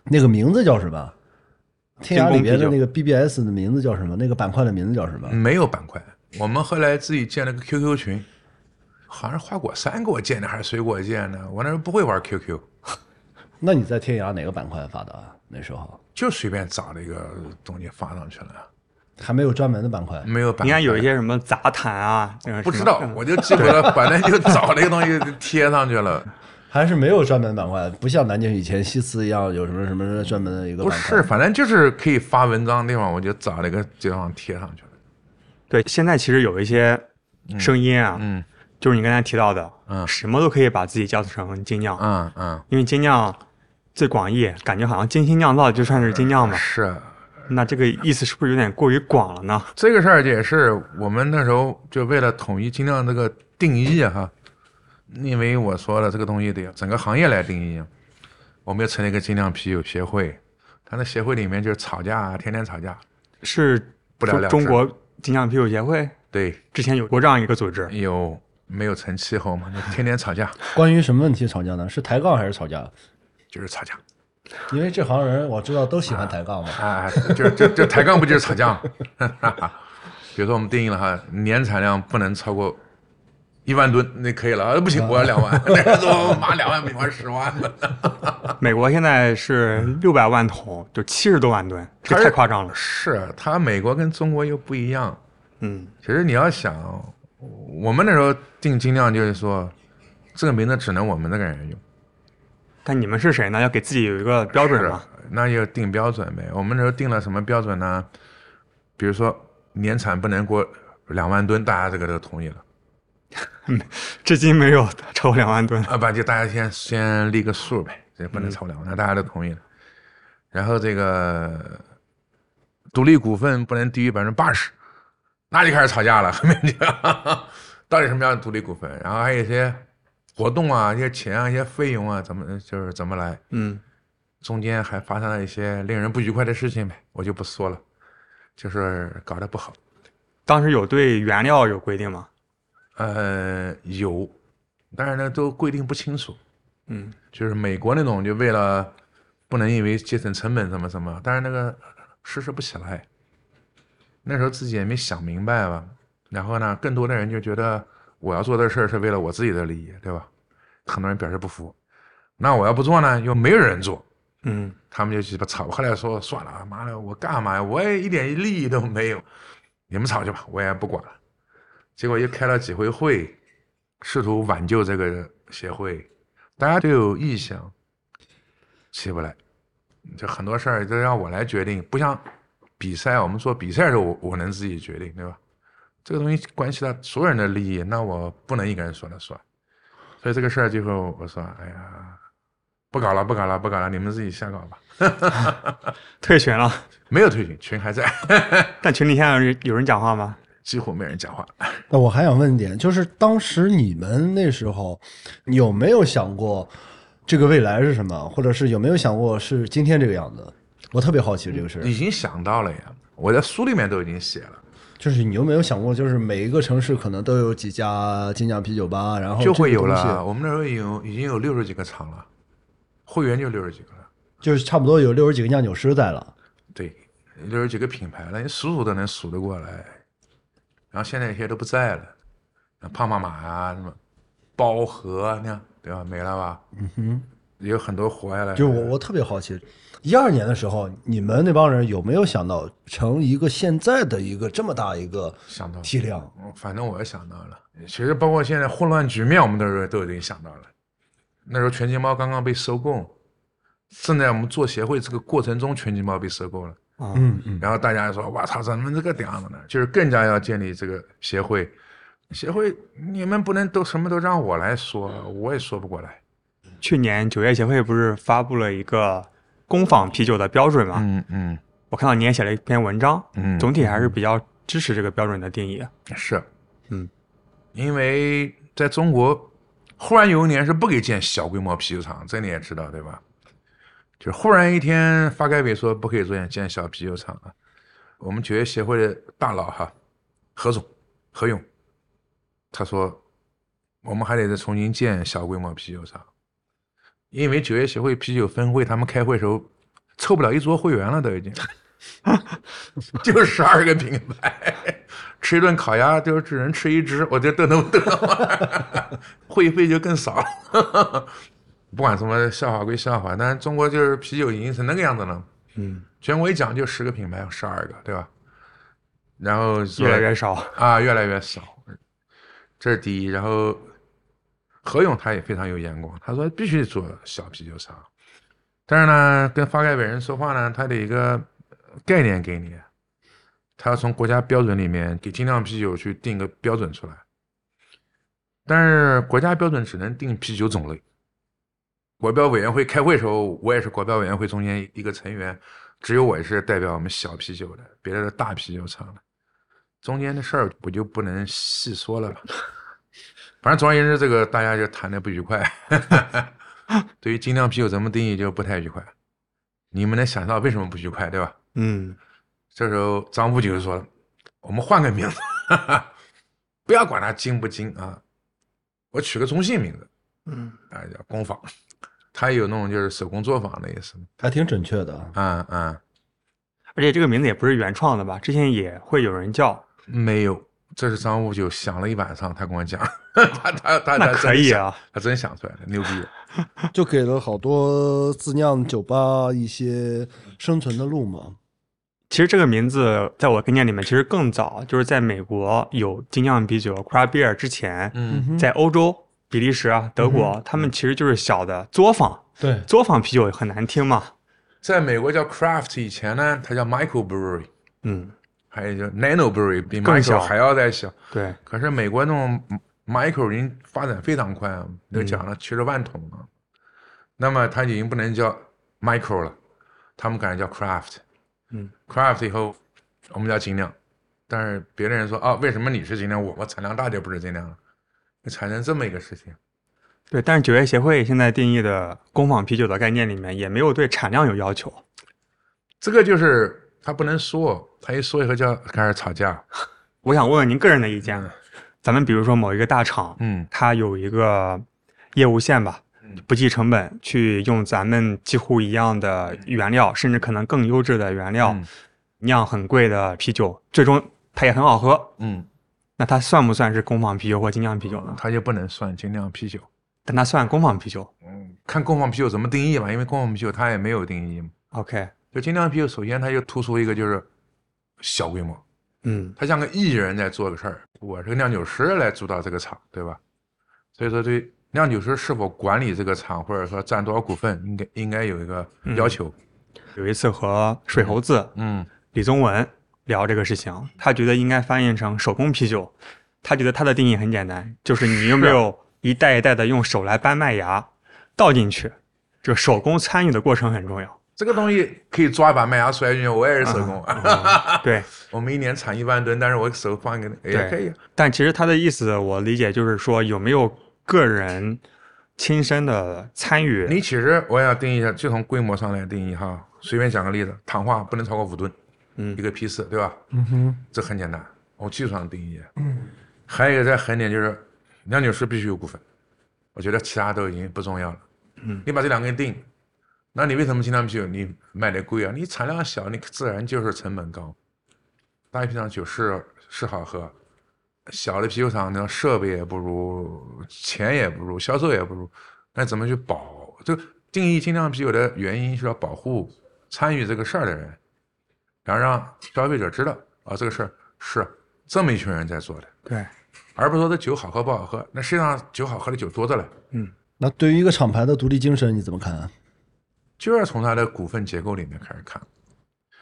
Speaker 4: 那个名字叫什么？天涯里边的那个 BBS 的名字叫什么？那个板块的名字叫什么？
Speaker 3: 没有板块，我们后来自己建了个 QQ 群，好像是花果山给我建的还是谁给我建的？我那时候不会玩 QQ，
Speaker 4: 那你在天涯哪个板块发的啊？那时候
Speaker 3: 就随便找了一个东西发上去了，
Speaker 4: 还没有专门的板块。
Speaker 3: 没有板块。
Speaker 2: 应该有一些什么杂谈啊，那个
Speaker 3: 不
Speaker 2: 什
Speaker 3: 知
Speaker 2: 么
Speaker 3: 道，我就记住了，反正就找了一个东西 贴上去了。
Speaker 4: 还是没有专门板块，不像南京以前西祠一样有什么什么专门的一个
Speaker 3: 不
Speaker 4: 板块。
Speaker 3: 是，反正就是可以发文章的地方，我就找了一个地方贴上去了。
Speaker 2: 对，现在其实有一些声音啊，
Speaker 3: 嗯
Speaker 2: 就是你刚才提到的，
Speaker 3: 嗯
Speaker 2: 什么都可以把自己叫成精酿，
Speaker 3: 嗯嗯，
Speaker 2: 因为精酿最广义，感觉好像精心酿造就算是精酿嘛。
Speaker 3: 是啊
Speaker 2: 那这个意思是不是有点过于广了呢？
Speaker 3: 这个事儿也是我们那时候就为了统一精酿这个定义啊哈，因为我说了这个东西得整个行业来定义，啊我们又成立一个精酿啤酒协会，他那协会里面就是吵架啊，天天吵架。
Speaker 2: 是
Speaker 3: 不了了之
Speaker 2: 中国精酿啤酒协会
Speaker 3: 对，
Speaker 2: 之前有过这样一个组织，
Speaker 3: 有没有成气候嘛？就天天吵架，
Speaker 4: 关于什么问题吵架呢？是抬杠还是吵架？
Speaker 3: 就是吵架
Speaker 4: 因为这行人我知道都喜欢抬杠嘛。
Speaker 3: 啊，就就就抬杠不就是吵架吗？ 比如说我们定义了哈，年产量不能超过一万吨，那可以了啊，不行，我要两万， 那时候我妈两万比我十万了。
Speaker 2: 美国现在是六百万桶，就七十多万吨，这
Speaker 3: 它
Speaker 2: 个
Speaker 3: 是
Speaker 2: 太夸张了。
Speaker 3: 是它美国跟中国又不一样。
Speaker 2: 嗯，
Speaker 3: 其实你要想，我们那时候定精酿就是说，这个名字只能我们那个人用，
Speaker 2: 但你们是谁呢？要给自己有一个标准
Speaker 3: 是
Speaker 2: 嘛。
Speaker 3: 那就定标准呗。我们那时候定了什么标准呢？比如说年产不能过两万吨，大家这个都同意了
Speaker 2: 至今没有超过两万吨。
Speaker 3: 啊，不就大家先先立个数呗，这不能超过两万，那大家都同意了。然后这个独立股份不能低于百分之八十，那就开始吵架了。后面就到底什么样的独立股份，然后还有一些活动啊、一些钱啊、一些费用啊，怎么就是怎么来，
Speaker 2: 嗯，
Speaker 3: 中间还发生了一些令人不愉快的事情呗，我就不说了，就是搞得不好。
Speaker 2: 当时有对原料有规定吗？
Speaker 3: 呃，有，但是呢都规定不清楚，
Speaker 2: 嗯，
Speaker 3: 就是美国那种就为了不能因为节省成本什么什么，但是那个实施不起来，那时候自己也没想明白吧。然后呢，更多的人就觉得我要做这事儿是为了我自己的利益，对吧？很多人表示不服。那我要不做呢，又没有人做，
Speaker 2: 嗯，
Speaker 3: 他们就鸡巴吵。后来说算了，妈的，我干嘛呀？我也一点利益都没有， 你们吵去吧，我也不管了。结果又开了几回会，试图挽救这个协会，大家都有意向，起不来。这很多事儿都让我来决定，不像比赛，我们做比赛的时候我我能自己决定，对吧？这个东西关系到所有人的利益，那我不能一个人说了算。所以这个事儿最后我说，哎呀，不搞了，不搞了，不搞了，你们自己瞎搞吧。
Speaker 2: 退群了，
Speaker 3: 没有退群，群还在，
Speaker 2: 但群里现在有人有人讲话吗？
Speaker 3: 几乎没人讲话。
Speaker 4: 那我还想问一点，就是当时你们那时候有没有想过这个未来是什么，或者是有没有想过是今天这个样子？我特别好奇这个事儿，
Speaker 3: 已经想到了呀，我在书里面都已经写了，
Speaker 4: 就是你有没有想过，就是每一个城市可能都有几家精酿啤酒吧，然后
Speaker 3: 就会
Speaker 4: 哦这
Speaker 3: 有
Speaker 4: 个东西
Speaker 3: 了。我们啊那时候有已经有六十几个厂了，会员就六十几个了，
Speaker 4: 就是差不多有六十几个酿酒师在了。
Speaker 3: 对，六十几个品牌了，你数数都能数得过来。然后现在这些都不在了，胖胖马啊，什么包和那样，对吧？没了吧？嗯
Speaker 4: 哼，
Speaker 3: 也有很多活下来的。
Speaker 4: 就是我我特别好奇，一二年的时候，你们那帮人有没有想到成一个现在的一个这么大一个
Speaker 3: 想到了
Speaker 4: 体量？
Speaker 3: 嗯反正我也想到了。其实包括现在混乱局面，我们都是都已经想到了。那时候全金猫刚刚被收购，正在我们做协会这个过程中，全金猫被收购了。
Speaker 2: 啊、
Speaker 4: 嗯嗯，
Speaker 3: 然后大家说：“我操，咱们这个屌子呢？”就是更加要建立这个协会。协会，你们不能都什么都让我来说，我也说不过来。
Speaker 2: 去年酒业协会不是发布了一个工坊啤酒的标准嘛？
Speaker 3: 嗯嗯
Speaker 2: 我看到你也写了一篇文章，
Speaker 3: 嗯，
Speaker 2: 总体还是比较支持这个标准的定义。
Speaker 3: 是，
Speaker 2: 嗯，
Speaker 3: 因为在中国，忽然有一年是不给建小规模啤酒厂，这你也知道对吧？就是忽然一天发改委说不可以做建小啤酒厂了，啊我们酒业协会的大佬哈，何总何勇，他说我们还得再重新建小规模啤酒厂，因为酒业协会啤酒分会他们开会时候凑不了一桌会员了，都 已经。就十二个品牌，吃一顿烤鸭就是只能吃一只，我觉得都能得了，会费就更少了。不管什么笑话归笑话，但是中国就是啤酒已经成那个样子了。
Speaker 2: 嗯，
Speaker 3: 全国一讲就十个品牌，十二个，对吧？然后说
Speaker 2: 越来越少。
Speaker 3: 啊，越来越少，这是第一。然后何勇他也非常有眼光，他说必须得做小啤酒厂，但是呢，跟发改委人说话呢，他得一个概念给你，他要从国家标准里面给精酿啤酒去定个标准出来，但是国家标准只能定啤酒种类。国标委员会开会的时候，我也是国标委员会中间一个成员，只有我是代表我们小啤酒的，别的都大啤酒厂的。中间的事儿我就不能细说了吧。反正总而言之，这个大家就谈的不愉快。 对于精酿啤酒怎么定义就不太愉快，你们能想到为什么不愉快对吧？
Speaker 2: 嗯，
Speaker 3: 这时候张部就说了：“我们换个名字， 不要管它精不精啊，我取个中性名字，
Speaker 2: 嗯，
Speaker 3: 啊叫工坊，它有那种就是手工作坊的意思嘛。
Speaker 4: 还挺准确的啊。
Speaker 3: 啊、啊、
Speaker 2: 而且这个名字也不是原创的吧？之前也会有人叫，
Speaker 3: 没有，这是张部就想了一晚上，他跟我讲， 他他他
Speaker 2: 那
Speaker 3: 他
Speaker 2: 可以啊。
Speaker 3: 他真想出来了，牛逼！
Speaker 4: 就给了好多自酿酒吧一些生存的路嘛。
Speaker 2: 其实这个名字在我概念里面其实更早，就是在美国有精酿啤酒 craft beer 之前，
Speaker 3: 嗯
Speaker 4: 哼
Speaker 2: 在欧洲、比利时啊、德国，他们其实就是小的作坊。
Speaker 4: 对，
Speaker 2: 作坊啤酒很难听嘛。
Speaker 3: 在美国叫 craft，以前呢，它叫 micro brewery，
Speaker 2: 嗯，
Speaker 3: 还有叫 nano brewery，比
Speaker 2: 更
Speaker 3: micro
Speaker 2: 小
Speaker 3: 还要再小。
Speaker 2: 对，
Speaker 3: 可是美国那种 micro 已经发展非常快啊，都讲
Speaker 2: 嗯
Speaker 3: 了七十万桶了。那么它已经不能叫 micro 了，他们改叫 craft。
Speaker 2: 嗯
Speaker 3: ，craft 以后我们叫精酿，但是别的人说啊，为什么你是精酿，我们产量大就不是精酿了？就产生这么一个事情。
Speaker 2: 对。但是酒业协会现在定义的工坊啤酒的概念里面，也没有对产量有要求。
Speaker 3: 这个就是他不能说，他一说以后就要开始吵架。
Speaker 2: 我想问问您个人的意见，啊咱们比如说某一个大厂，
Speaker 3: 嗯
Speaker 2: 它有一个业务线吧
Speaker 3: 嗯，
Speaker 2: 不计成本去用咱们几乎一样的原料，甚至可能更优质的原料
Speaker 3: 嗯
Speaker 2: 酿很贵的啤酒，最终它也很好喝。
Speaker 3: 嗯，
Speaker 2: 那它算不算是工坊啤酒或精酿啤酒呢？
Speaker 3: 他就不能算精酿啤酒。
Speaker 2: 但它算工坊啤酒。
Speaker 3: 嗯，看工坊啤酒怎么定义吧，因为工坊啤酒它也没有定义嘛。
Speaker 2: OK，
Speaker 3: 就精酿啤酒，首先它就突出一个就是小规模，
Speaker 2: 嗯
Speaker 3: 它像个艺人在做个事儿，我是个酿酒师来主导这个厂，对吧？所以说对酿酒师是否管理这个厂，或者说占多少股份，应该应该有一个要求。
Speaker 2: 有一次和水猴子
Speaker 3: 嗯
Speaker 2: 李宗文聊这个事情，他觉得应该翻译成手工啤酒。他觉得他的定义很简单，就是你有没有一代一代的用手来掰麦芽倒进去，这个手工参与的过程很重要。
Speaker 3: 这个东西可以抓把麦芽摔进去，我也是手工。啊
Speaker 2: 哦对，
Speaker 3: 我们一年产一万吨，但是我手放一个也
Speaker 2: 对
Speaker 3: 可以啊。
Speaker 2: 但其实他的意思我理解就是说，有没有个人亲身的参
Speaker 3: 你
Speaker 2: 与？
Speaker 3: 其实我想定义一下，就从规模上来定义哈。随便讲个例子，糖化不能超过五吨，
Speaker 2: 嗯
Speaker 3: 一个批次，对吧？
Speaker 4: 嗯哼，
Speaker 3: 这很简单，我技术上定义。嗯，还有一个再狠点就是，酿酒师必须有股份，我觉得其他都已经不重要了。
Speaker 2: 嗯，
Speaker 3: 你把这两个定，那你为什么精酿啤酒你卖的贵啊？你产量小，你自然就是成本高。大批量酒是是好喝，小的啤酒厂呢设备也不如，钱也不如，销售也不如，那怎么去保？就定义精酿啤酒的原因是要保护参与这个事儿的人，然后让消费者知道啊，这个事儿是这么一群人在做的，
Speaker 2: 对，
Speaker 3: 而不是说这酒好喝不好喝。那世界上酒好喝的酒多着了，
Speaker 4: 那对于一个厂牌的独立精神，你怎么看啊？
Speaker 3: 就要从它的股份结构里面开始看。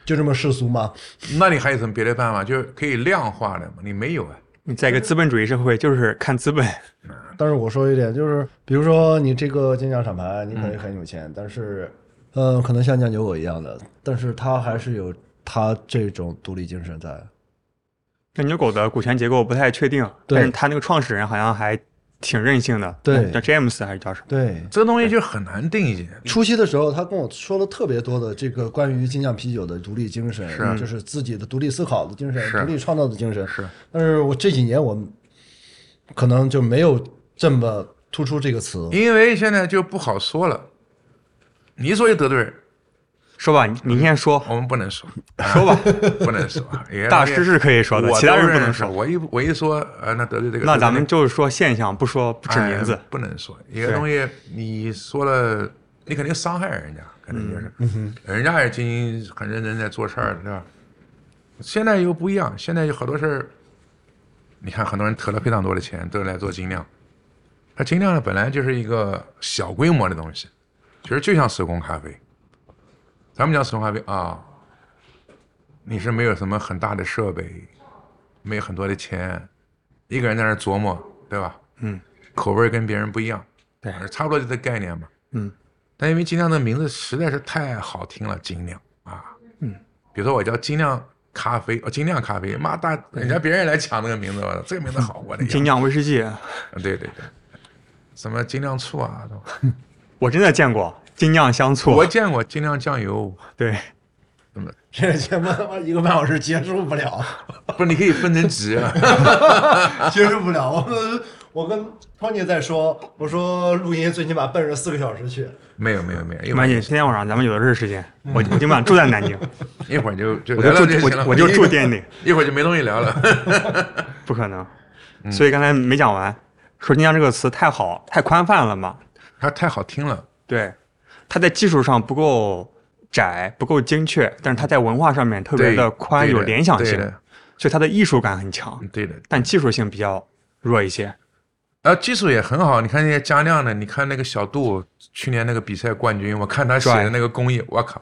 Speaker 4: 就这么世俗吗？
Speaker 3: 那你还有什么别的办法？就是可以量化的嘛？你没有啊。
Speaker 2: 你在一个资本主义社会，就是看资本。
Speaker 4: 但是我说一点，就是比如说你这个精酿厂牌，你可以很有钱，但是，嗯、可能像酿酒狗一样的，但是他还是有他这种独立精神在。
Speaker 2: 那牛狗的股权结构不太确定，
Speaker 4: 对
Speaker 2: 但是他那个创始人好像还挺任性的，
Speaker 4: 对
Speaker 2: 叫 James 还是叫什么？
Speaker 4: 对，
Speaker 3: 这东西就很难定义。
Speaker 4: 嗯初期的时候，他跟我说了特别多的这个关于精酿啤酒的独立精神，
Speaker 3: 是
Speaker 4: 就是自己的独立思考的精神、
Speaker 3: 是
Speaker 4: 独立创造的精神。
Speaker 3: 是，
Speaker 4: 但是我这几年我可能就没有这么突出这个词。
Speaker 3: 因为现在就不好说了。你说一得罪人，
Speaker 2: 说吧，你先说，
Speaker 3: 我们不能说，
Speaker 2: 说吧，
Speaker 3: 不能说。啊也
Speaker 2: 大师是可以说的，
Speaker 3: 我
Speaker 2: 其他
Speaker 3: 都
Speaker 2: 人不能
Speaker 3: 认识
Speaker 2: 说。
Speaker 3: 我一我一说，呃，那得罪这个，
Speaker 2: 那咱
Speaker 3: 得罪
Speaker 2: 们就是说现象，不说不
Speaker 3: 那
Speaker 2: 指
Speaker 3: 个
Speaker 2: 名字
Speaker 3: 哎。不能说一个东西，你说了，你肯定伤害人家，肯定就是，
Speaker 2: 嗯
Speaker 3: 人家也经营很认真在做事儿，是吧？现在又不一样，现在有好多事儿，你看很多人投了非常多的钱，都来做精酿，它精酿呢本来就是一个小规模的东西，其实就像手工咖啡，咱们讲手工咖啡啊，你是没有什么很大的设备，没有很多的钱，一个人在那儿琢磨，对吧？
Speaker 2: 嗯，
Speaker 3: 口味儿跟别人不一样，
Speaker 2: 对
Speaker 3: 差不多就这概念嘛。
Speaker 2: 嗯，
Speaker 3: 但因为精酿的名字实在是太好听了，精酿啊，
Speaker 2: 嗯，
Speaker 3: 比如说我叫精酿咖啡，哦，精酿咖啡，妈大人家别人来抢这个名字，我操这个名字好， 我的
Speaker 2: 精
Speaker 3: 天，
Speaker 2: 酿威士忌，
Speaker 3: 对对对，什么精酿醋啊，都
Speaker 2: 我真的见过精酿香醋
Speaker 3: 我，见过精酿 酱油，
Speaker 2: 对，
Speaker 4: 这节目他妈一个半小时结束 不了，
Speaker 3: 不是你可以分成级啊，
Speaker 4: 接受不了。我我跟 Tony 在说，我说录音最起码奔着四个小时去。
Speaker 3: 没有没有没有，一
Speaker 2: 没
Speaker 3: 会
Speaker 2: 关系，
Speaker 3: 儿
Speaker 2: 今天晚上咱们有的是时间。我我今晚住在 南京，
Speaker 3: 一会儿就就
Speaker 2: 我
Speaker 3: 聊
Speaker 2: 就
Speaker 3: 聊嗯就
Speaker 2: 住
Speaker 3: 行了
Speaker 2: 我，我就住店
Speaker 3: 里，
Speaker 2: 里，
Speaker 3: 一会儿就没东西 聊了，
Speaker 2: 不可能。
Speaker 3: 嗯
Speaker 2: 所以刚才没讲完，说精酿这个词太好太宽泛了嘛，
Speaker 3: 它太好听了。
Speaker 2: 对，它在技术上不够窄，不够精确，但是它在文化上面特别
Speaker 3: 对
Speaker 2: 的宽，
Speaker 3: 对
Speaker 2: 有
Speaker 3: 的
Speaker 2: 联想
Speaker 3: 对
Speaker 2: 性，
Speaker 3: 的嗯
Speaker 2: 所以它的艺术感很强，
Speaker 3: 对的，
Speaker 2: 但技术性比较弱一些。
Speaker 3: 然后技术也很好，你看那些加量的，你看那个小杜去年那个比赛冠军，我看他写的那个工艺，我靠，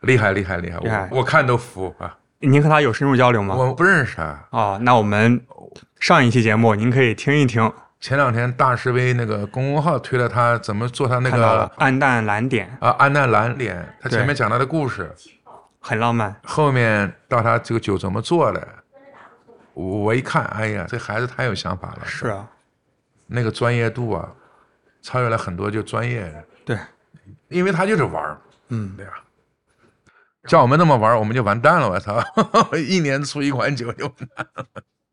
Speaker 3: 厉害厉害厉害，
Speaker 2: 厉害啊
Speaker 3: 我我看都服啊！
Speaker 2: 您和他有深入交流吗？
Speaker 3: 我不认识啊他，
Speaker 2: 哦，那我们上一期节目您可以听一听，
Speaker 3: 前两天大师威那个公众号推了他怎么做他那
Speaker 2: 看到了
Speaker 3: 个
Speaker 2: 暗淡蓝点，
Speaker 3: 啊安娜蓝脸，他
Speaker 2: 对
Speaker 3: 前面讲他的故事，
Speaker 2: 很浪漫。
Speaker 3: 后面到他这个酒怎么做的，我我一看，哎呀，这孩子太有想法了，
Speaker 2: 是啊，
Speaker 3: 那个专业度啊，超越了很多就专业人，
Speaker 2: 对，
Speaker 3: 因为他就是玩儿。
Speaker 2: 嗯，
Speaker 3: 对呀、像我们那么玩儿，我们就完蛋了，我操！ 一年出一款酒就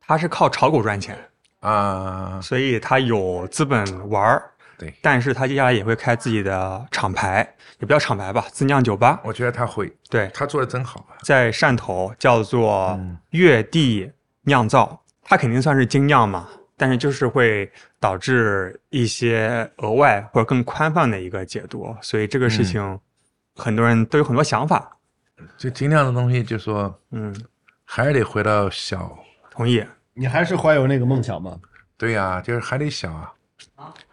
Speaker 2: 他是靠炒股赚钱，
Speaker 3: 啊，
Speaker 2: 所以他有资本玩儿。
Speaker 3: 对
Speaker 2: 但是他接下来也会开自己的厂牌，也不叫厂牌吧，自酿酒吧。
Speaker 3: 我觉得他会，
Speaker 2: 对，
Speaker 3: 他做的真好啊。
Speaker 2: 在汕头叫做
Speaker 3: 嗯
Speaker 2: 月地酿造，它肯定算是精酿嘛，但是就是会导致一些额外或者更宽泛的一个解读，所以这个
Speaker 3: 嗯
Speaker 2: 事情很多人都有很多想法。
Speaker 3: 就精酿的东西，就说
Speaker 2: 嗯，
Speaker 3: 还是得回到小，
Speaker 2: 同意，
Speaker 4: 你还是怀有那个梦想吗？
Speaker 3: 对呀、就是还得小啊。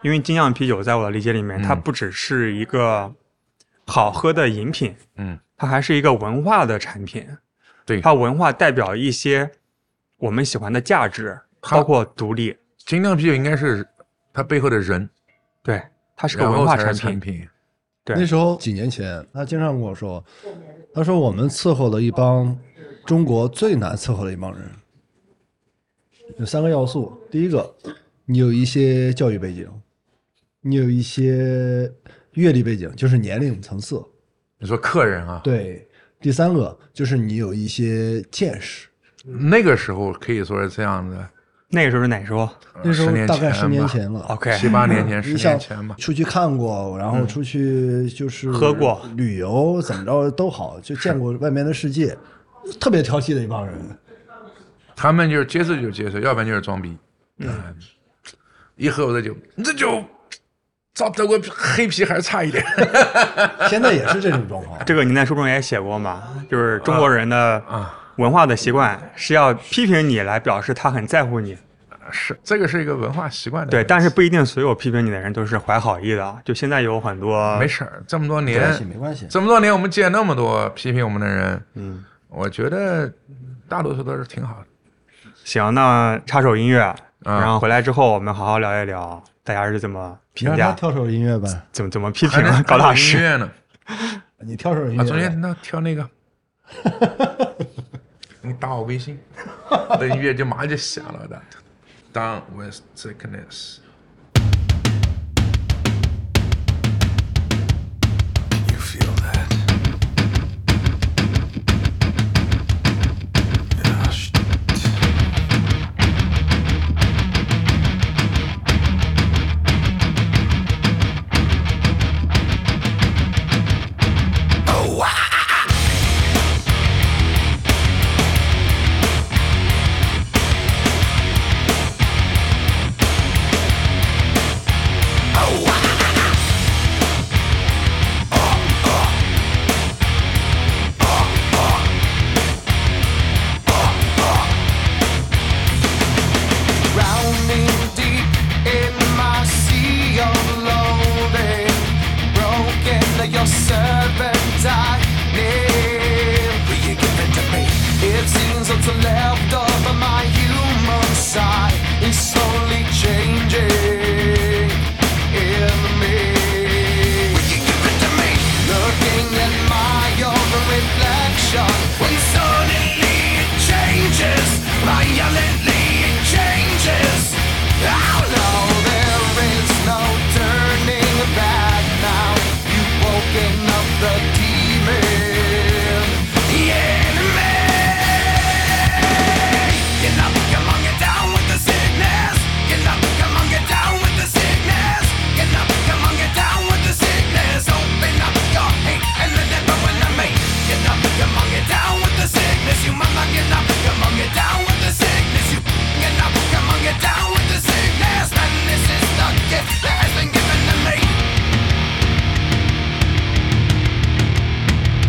Speaker 2: 因为精酿啤酒在我的理解里面，它
Speaker 3: 嗯
Speaker 2: 不只是一个好喝的饮品，
Speaker 3: 嗯，
Speaker 2: 它还是一个文化的产品。
Speaker 3: 对
Speaker 2: 它文化代表一些我们喜欢的价值，
Speaker 3: 它
Speaker 2: 包括独立。
Speaker 3: 精酿啤酒应该是它背后的人，
Speaker 2: 对，它是个
Speaker 3: 然
Speaker 2: 文
Speaker 3: 后
Speaker 2: 化
Speaker 3: 才
Speaker 2: 产
Speaker 3: 是
Speaker 2: 品
Speaker 3: 产。品。
Speaker 2: 对
Speaker 4: 那时候几年前，他经常跟我说，他说我们伺候了一帮中国最难伺候的一帮人，有三个要素。第一个，你有一些教育背景，你有一些阅历背景，就是年龄层次。
Speaker 3: 你说客人啊，
Speaker 4: 对，第三个就是你有一些见识。
Speaker 3: 那个时候可以说是这样的，
Speaker 2: 那个时候是哪时候
Speaker 3: 呃
Speaker 4: 那时候
Speaker 3: 10年
Speaker 4: 大概
Speaker 3: 前
Speaker 4: 十年
Speaker 3: 吧
Speaker 4: 前了。嗯
Speaker 2: ？OK，
Speaker 3: 七八年前、十
Speaker 4: 你想
Speaker 3: 年前吧。嗯
Speaker 4: 出去看过，然后出去就是
Speaker 2: 喝过。
Speaker 4: 旅游，怎么着都好，就见过外面的世界，特别挑剔的一帮人。
Speaker 3: 他们就是接受就接受，要不然就是装逼。嗯，一喝我的酒，你这酒照德国黑啤还是差一点。
Speaker 4: 现在也是这种状况
Speaker 2: 这个您在书中也写过嘛，就是中国人的
Speaker 3: 啊
Speaker 2: 文化的习惯是要批评你来表示他很在乎你，
Speaker 3: 是， 这个是一个文化习惯的
Speaker 2: 对，
Speaker 3: 问题。
Speaker 2: 但是不一定所有批评你的人都是怀好意的，就现在有很多
Speaker 3: 没事儿，这么多
Speaker 4: 没关系，
Speaker 3: 年，
Speaker 4: 没关系。
Speaker 3: 这么多年我们见那么多批评我们的人，嗯，我觉得大多数都是挺好的。
Speaker 2: 行，那插首音乐，
Speaker 3: 啊
Speaker 2: 然后回来之后我们好好聊一聊，大家是怎么评
Speaker 4: 让他
Speaker 2: 价、
Speaker 4: 跳首音乐呗，
Speaker 2: 怎么怎么批
Speaker 3: 还
Speaker 2: 评
Speaker 3: 能
Speaker 2: 高大
Speaker 3: 音
Speaker 2: 师。
Speaker 3: 乐呢？
Speaker 4: 你跳首音乐
Speaker 3: 啊，
Speaker 4: 呗。
Speaker 3: 昨天那挑那 个，你打我微信，那音乐就马上就响了的。Down with sickness。
Speaker 1: You feel that? Yeah, sh-
Speaker 5: Drowning deep in my sea of loathing, broken your servant I kneel. Will you give it to me? It seems what's left of my human side is slowly changing in me. Will you give it to me? Looking at my own reflection, when suddenly it changes, violently it changes. Oh no, there is no turning back now. You've woken up the demon, the enemy. Get up, come on, get down with the sickness. Get up, come on, get down with the sickness. Get up, come on, get down with the sickness. Open up your hate and let it ruin the me. Get up, come on, get down with the sickness. You mama, get up, come on, get down with the sickness. You get up, come on, get down with the sickness. And this is the gift that has been given to me.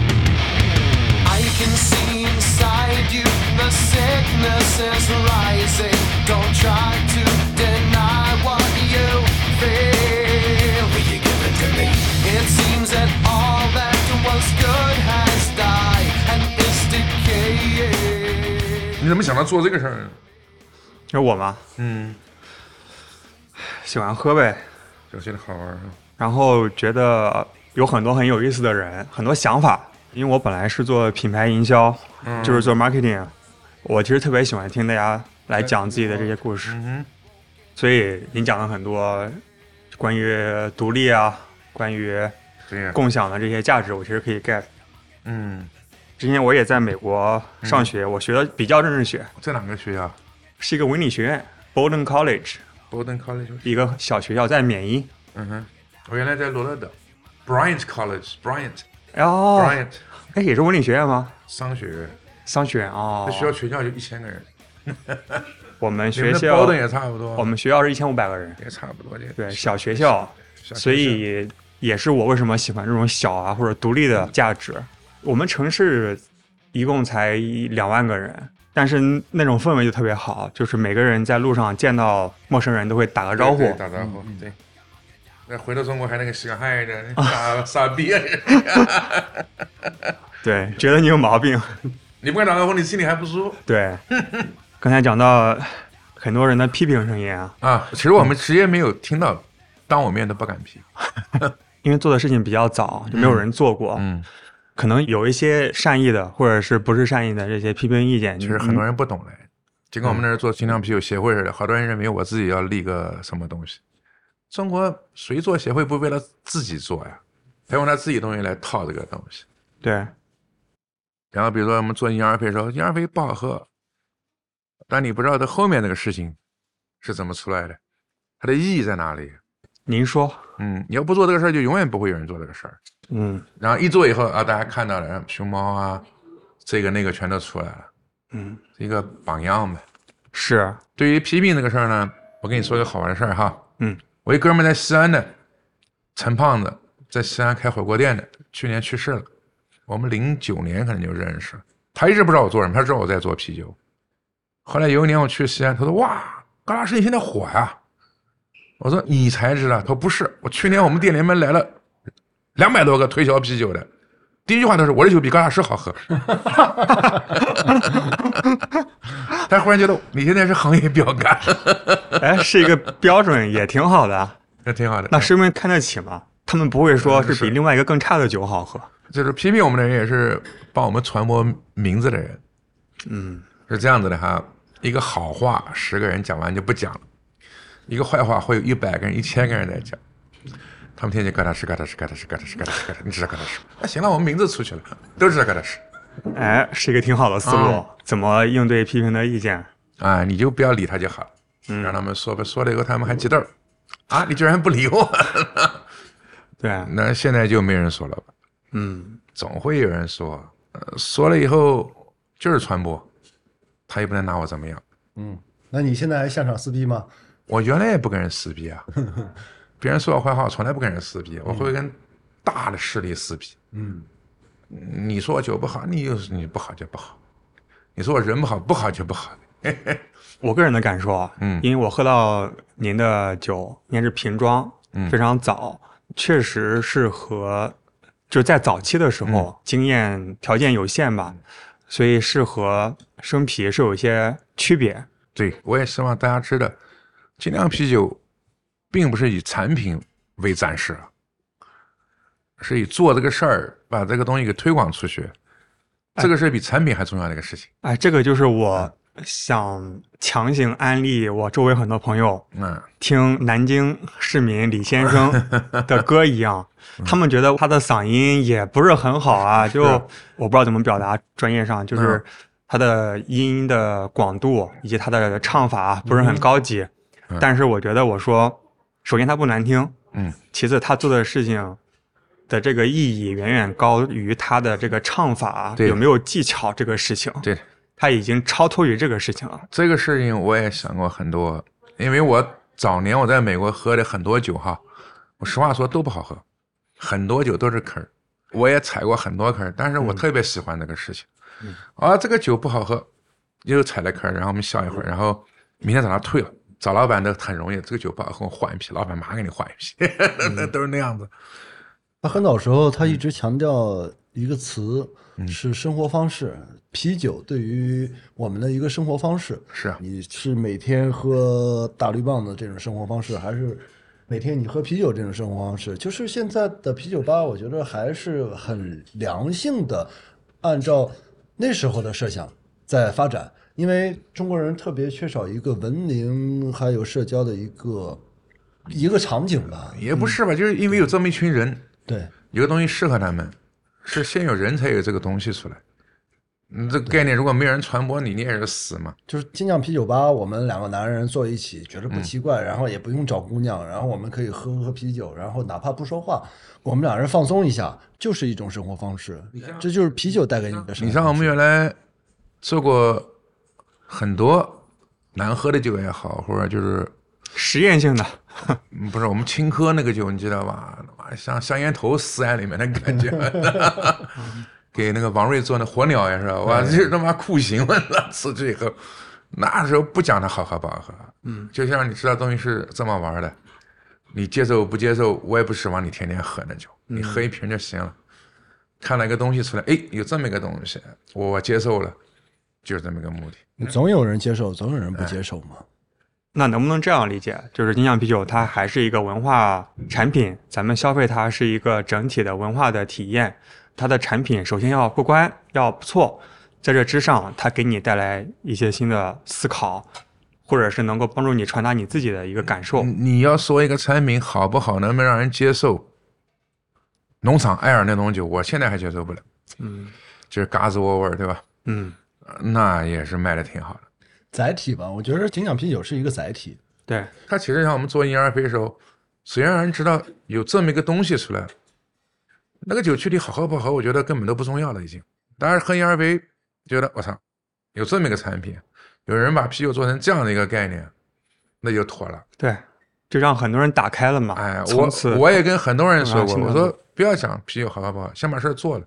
Speaker 5: I can see inside you the sickness is rising. Don't try to deny what you feel. Will you give it to me? It seems that all that was good has died and is decaying.
Speaker 3: 你怎么想到做这个事儿呢？
Speaker 2: 就是我嘛，
Speaker 3: 嗯，
Speaker 2: 喜欢喝呗，
Speaker 3: 就觉得好玩儿啊。
Speaker 2: 然后觉得有很多很有意思的人，很多想法。因为我本来是做品牌营销，
Speaker 3: 嗯
Speaker 2: 就是做 marketing，我其实特别喜欢听大家来讲自己的这些故事，
Speaker 3: 嗯
Speaker 2: 所以你讲了很多关于独立啊，关于
Speaker 3: 哼，对呀。
Speaker 2: 共享的这些价值，我其实可以 get。
Speaker 3: 嗯，
Speaker 2: 之前我也在美国上学，我学的比较政治学，
Speaker 3: 在哪个学校
Speaker 2: 是一个文理学院 Bowdoin College
Speaker 3: ？Bowdoin College。
Speaker 2: 一个小学校，在缅因。
Speaker 3: 嗯哼，我原来在罗勒德，Bryant College，Bryant，Bryant
Speaker 2: 哦，哎，也是文理学院吗？
Speaker 3: 商学院。
Speaker 2: 商学院哦
Speaker 3: 那，学校全校就一千个人，
Speaker 2: 我们
Speaker 3: 你
Speaker 2: 学
Speaker 3: 们那
Speaker 2: 校
Speaker 3: Bowdoin 也差不多。
Speaker 2: 我们学校是一千五百个人，
Speaker 3: 也差不多这个。
Speaker 2: 对，小学校，
Speaker 3: 小学校
Speaker 2: 所以也是我为什么喜欢这种小啊或者独立的价值。我们城市一共才一两万个人，但是那种氛围就特别好，就是每个人在路上见到陌生人都会打个招呼
Speaker 3: 对，对打招呼，对。那回到中国还那个喜嗨的傻傻逼，啊
Speaker 2: 对觉得你有毛病，
Speaker 3: 你不敢打招呼，你心里还不舒服
Speaker 2: 对。刚才讲到很多人的批评声音啊，
Speaker 3: 啊。其实我们直接没有听到，当我面都不敢批。
Speaker 2: 因为做的事情比较早，就没有人做过，
Speaker 3: 嗯，
Speaker 2: 可能有一些善意的或者是不是善意的这些批评意见，
Speaker 3: 其实很多人不懂嘞，就跟我们那儿做精酿啤酒协会似的，好多人认为我自己要立个什么东西。中国谁做协会不为了自己做呀？他用他自己东西来套这个东西。
Speaker 2: 对
Speaker 3: 然后比如说我们做婴儿肥的时候，婴儿肥不好喝，但你不知道它后面那个事情是怎么出来的，它的意义在哪里。
Speaker 2: 您说，
Speaker 3: 嗯，你要不做这个事儿，就永远不会有人做这个事儿。
Speaker 2: 嗯
Speaker 3: 然后一做以后啊，大家看到了，然后熊猫啊，这个那个全都出来了，
Speaker 2: 嗯
Speaker 3: 一个榜样呗。
Speaker 2: 是，
Speaker 3: 对于批评这个事儿呢，我跟你说个好玩的事儿哈。
Speaker 2: 嗯，
Speaker 3: 我一哥们在西安的，陈胖子在西安开火锅店的，去年去世了。我们零九年可能就认识了，他一直不知道我做什么，他知道我在做啤酒。后来有一年我去西安，他说：“哇，高大师你现在火呀、我说：“你才知道。”他说：“不是，我去年我们店里面来了两百多个推销啤酒的， 第一句话都是我的酒比高大师好喝。”但忽然觉得你现在是行业标杆，
Speaker 2: 哎，是一个标准，也挺好的啊。
Speaker 3: 那挺好的。
Speaker 2: 那是因为看得起嘛，他们不会
Speaker 3: 嗯
Speaker 2: 说是比另外一个更差的酒好喝。
Speaker 3: 就是批评我们的人也是帮我们传播名字的人，
Speaker 2: 嗯，
Speaker 3: 是这样子的哈。一个好话，十个人讲完就不讲了；一个坏话，会有一百个人、一千个人在讲。他们天天嘎达是嘎达是嘎达是嘎达是嘎达是嘎达，你知道嘎达是？那行了，我们名字出去了，都知道嘎达是。
Speaker 2: 哎，是一个挺好的思路。
Speaker 3: 啊
Speaker 2: 怎么应对批评的意见？
Speaker 3: 啊，你就不要理他就好了，让他们说吧，说了以后他们还急豆儿，啊，你居然不理我，
Speaker 2: 对，
Speaker 3: 那现在就没人说了吧？
Speaker 2: 嗯，
Speaker 3: 总会有人说，呃，说了以后就是传播，他也不能拿我怎么样。
Speaker 4: 那你现在还现场撕逼吗？
Speaker 3: 我原来也不跟人撕逼啊，别人说我坏话，我从来不跟人撕逼，我会跟大的势力撕逼。嗯
Speaker 4: 嗯，
Speaker 3: 你说我酒不好，你就是你不好就不好；你说我人不好，不好就不好。
Speaker 2: 我个人的感受啊，
Speaker 3: 嗯
Speaker 2: 因为我喝到您的酒，应该是瓶装，
Speaker 3: 嗯
Speaker 2: 非常早，确实是和就在早期的时候、
Speaker 3: 嗯
Speaker 2: 经验条件有限吧，所以是和生啤是有一些区别。
Speaker 3: 对我也希望大家知道，精酿啤酒并不是以产品为展示啊，是以做这个事儿，把这个东西给推广出去，这个是比产品还重要的一个事情。
Speaker 2: 哎，这个就是我
Speaker 3: 嗯
Speaker 2: 想强行安利我周围很多朋友
Speaker 3: 嗯，
Speaker 2: 听南京市民李先 生的歌一样，
Speaker 3: 嗯
Speaker 2: 他们觉得他的嗓音也不是很好 啊，就我不知道怎么表达，专业上就是
Speaker 3: 嗯
Speaker 2: 他的音的广度以及他的唱法啊
Speaker 3: 嗯
Speaker 2: 不是很高级，但是我觉得我说，首先他不难听，
Speaker 3: 嗯，
Speaker 2: 其次他做的事情。的这个意义远远高于他的这个唱法啊
Speaker 3: 对
Speaker 2: 有没有技巧这个事情，
Speaker 3: 对，
Speaker 2: 他已经超脱于这个事情了。
Speaker 3: 这个事情我也想过很多，因为我早年我在美国喝的很多酒哈，我实话说都不好喝，很多酒都是坑儿，我也踩过很多坑儿，但是我特别喜欢这个事情。啊，这个酒不好喝，又踩了坑儿，然后我们笑一会儿，然后明天早上退了。找老板都很容易，这个酒不好喝，我换一批，老板马上给你换一批，那 都是那样子。
Speaker 4: 他很早时候
Speaker 3: 嗯
Speaker 4: 他一直强调一个词是生活方式，啤酒对于我们的一个生活方式。
Speaker 3: 是啊
Speaker 4: 你是每天喝大绿棒的这种生活方式，还是每天你喝啤酒这种生活方式？就是现在的啤酒吧，我觉得还是很良性的，按照那时候的设想在发展。因为中国人特别缺少一个文明还有社交的一个一个场景吧，
Speaker 3: 也不是吧，就是因为有这么一群人，
Speaker 4: 对。
Speaker 3: 有个东西适合他们，是先有人才有这个东西出来。你这个概念如果没有人传播你，你也是死嘛。
Speaker 4: 就是精酿啤酒吧，我们两个男人坐一起，觉得不奇怪，然后也不用找姑娘，然后我们可以喝喝啤酒，然后哪怕不说话，我们两人放松一下，就是一种生活方式。这就是啤酒带给你的生活。
Speaker 3: 你像我们原来做过很多难喝的酒也好，或者就是
Speaker 2: 实验性的，
Speaker 3: 嗯不是我们青稞那个酒，你知道吧？哇像香烟头死在里面的感觉。 给那个王瑞做那火鸟也是，哇，这他妈酷刑了！那次这个，那时候不讲它好喝不好喝，嗯，就像你知道东西是这么玩的，你接受不接受，我也不指望你天天喝那酒，你喝一瓶就行了。看了一个东西出来，哎，有这么一个东西，我接受了，就是这么一个目的。
Speaker 4: 总有人接受，总有人不接受嘛。
Speaker 2: 那能不能这样理解，就是精酿啤酒它还是一个文化产品，咱们消费它是一个整体的文化的体验，它的产品首先要过关，要不错，在这之上，它给你带来一些新的思考，或者是能够帮助你传达你自己的一个感受。
Speaker 3: 你要说一个产品好不好，能不能让人接受？农场艾尔那种酒，我现在还接受不了，
Speaker 2: 嗯
Speaker 3: 就是嘎吱窝味儿，对吧？
Speaker 2: 嗯，
Speaker 3: 那也是卖的挺好的。
Speaker 4: 载体吧，我觉得精酿啤酒是一个载体。
Speaker 2: 对，
Speaker 3: 它其实像我们做婴儿肥的时候，谁让人知道有这么一个东西出来，那个酒具体好喝不好，我觉得根本都不重要了已经。当然喝婴儿肥，觉得我操，有这么一个产品，有人把啤酒做成这样的一个概念，那就妥了。
Speaker 2: 对，就让很多人打开了嘛。
Speaker 3: 哎，
Speaker 2: 从此
Speaker 3: 我我也跟很多人说过，
Speaker 2: 嗯
Speaker 3: 我说不要讲啤酒好喝不好，先把事儿做了。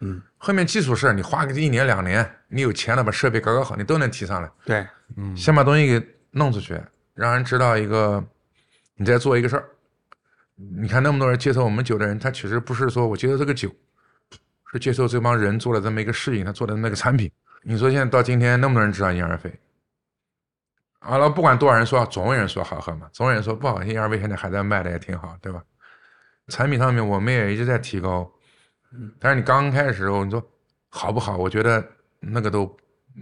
Speaker 2: 嗯，
Speaker 3: 后面技术事儿你花个一年两年，你有钱了把设备搞搞好，你都能提上来。
Speaker 2: 对，
Speaker 3: 先把东西给弄出去，让人知道一个你在做一个事儿。你看那么多人接受我们酒的人，他其实不是说我接受这个酒，是接受这帮人做了这么一个事情，他做的那个产品。你说现在到今天那么多人知道婴儿肥，好啊了，不管多少人说，总有人说好喝嘛，总有人说不好听。二位现在还在卖的也挺好，对吧？产品上面我们也一直在提高，但是你刚开始的时候，你说好不好？我觉得那个都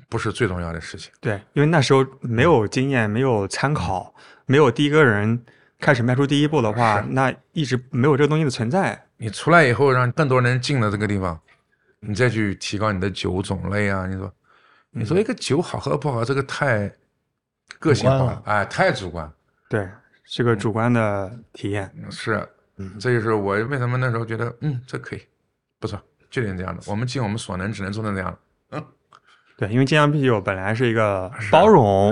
Speaker 3: 不是最重要的事情。
Speaker 2: 对，因为那时候没有经验，没有参考，没有第一个人开始迈出第一步的话
Speaker 3: 是，
Speaker 2: 那一直没有这个东西的存在。
Speaker 3: 你出来以后，让更多人进了这个地方，你再去提高你的酒种类啊。你说，你说一个酒好喝不好，这个太个性化
Speaker 4: 主观
Speaker 3: 了，哎，太主观。
Speaker 2: 对，是个主观的体验。
Speaker 3: 是，啊
Speaker 4: 嗯
Speaker 3: 这就是我为什么那时候觉得，嗯，这可以，不错，就得这样的。我们尽我们所能，只能做到这样的。
Speaker 2: 对，因为精酿啤酒本来是一个包容、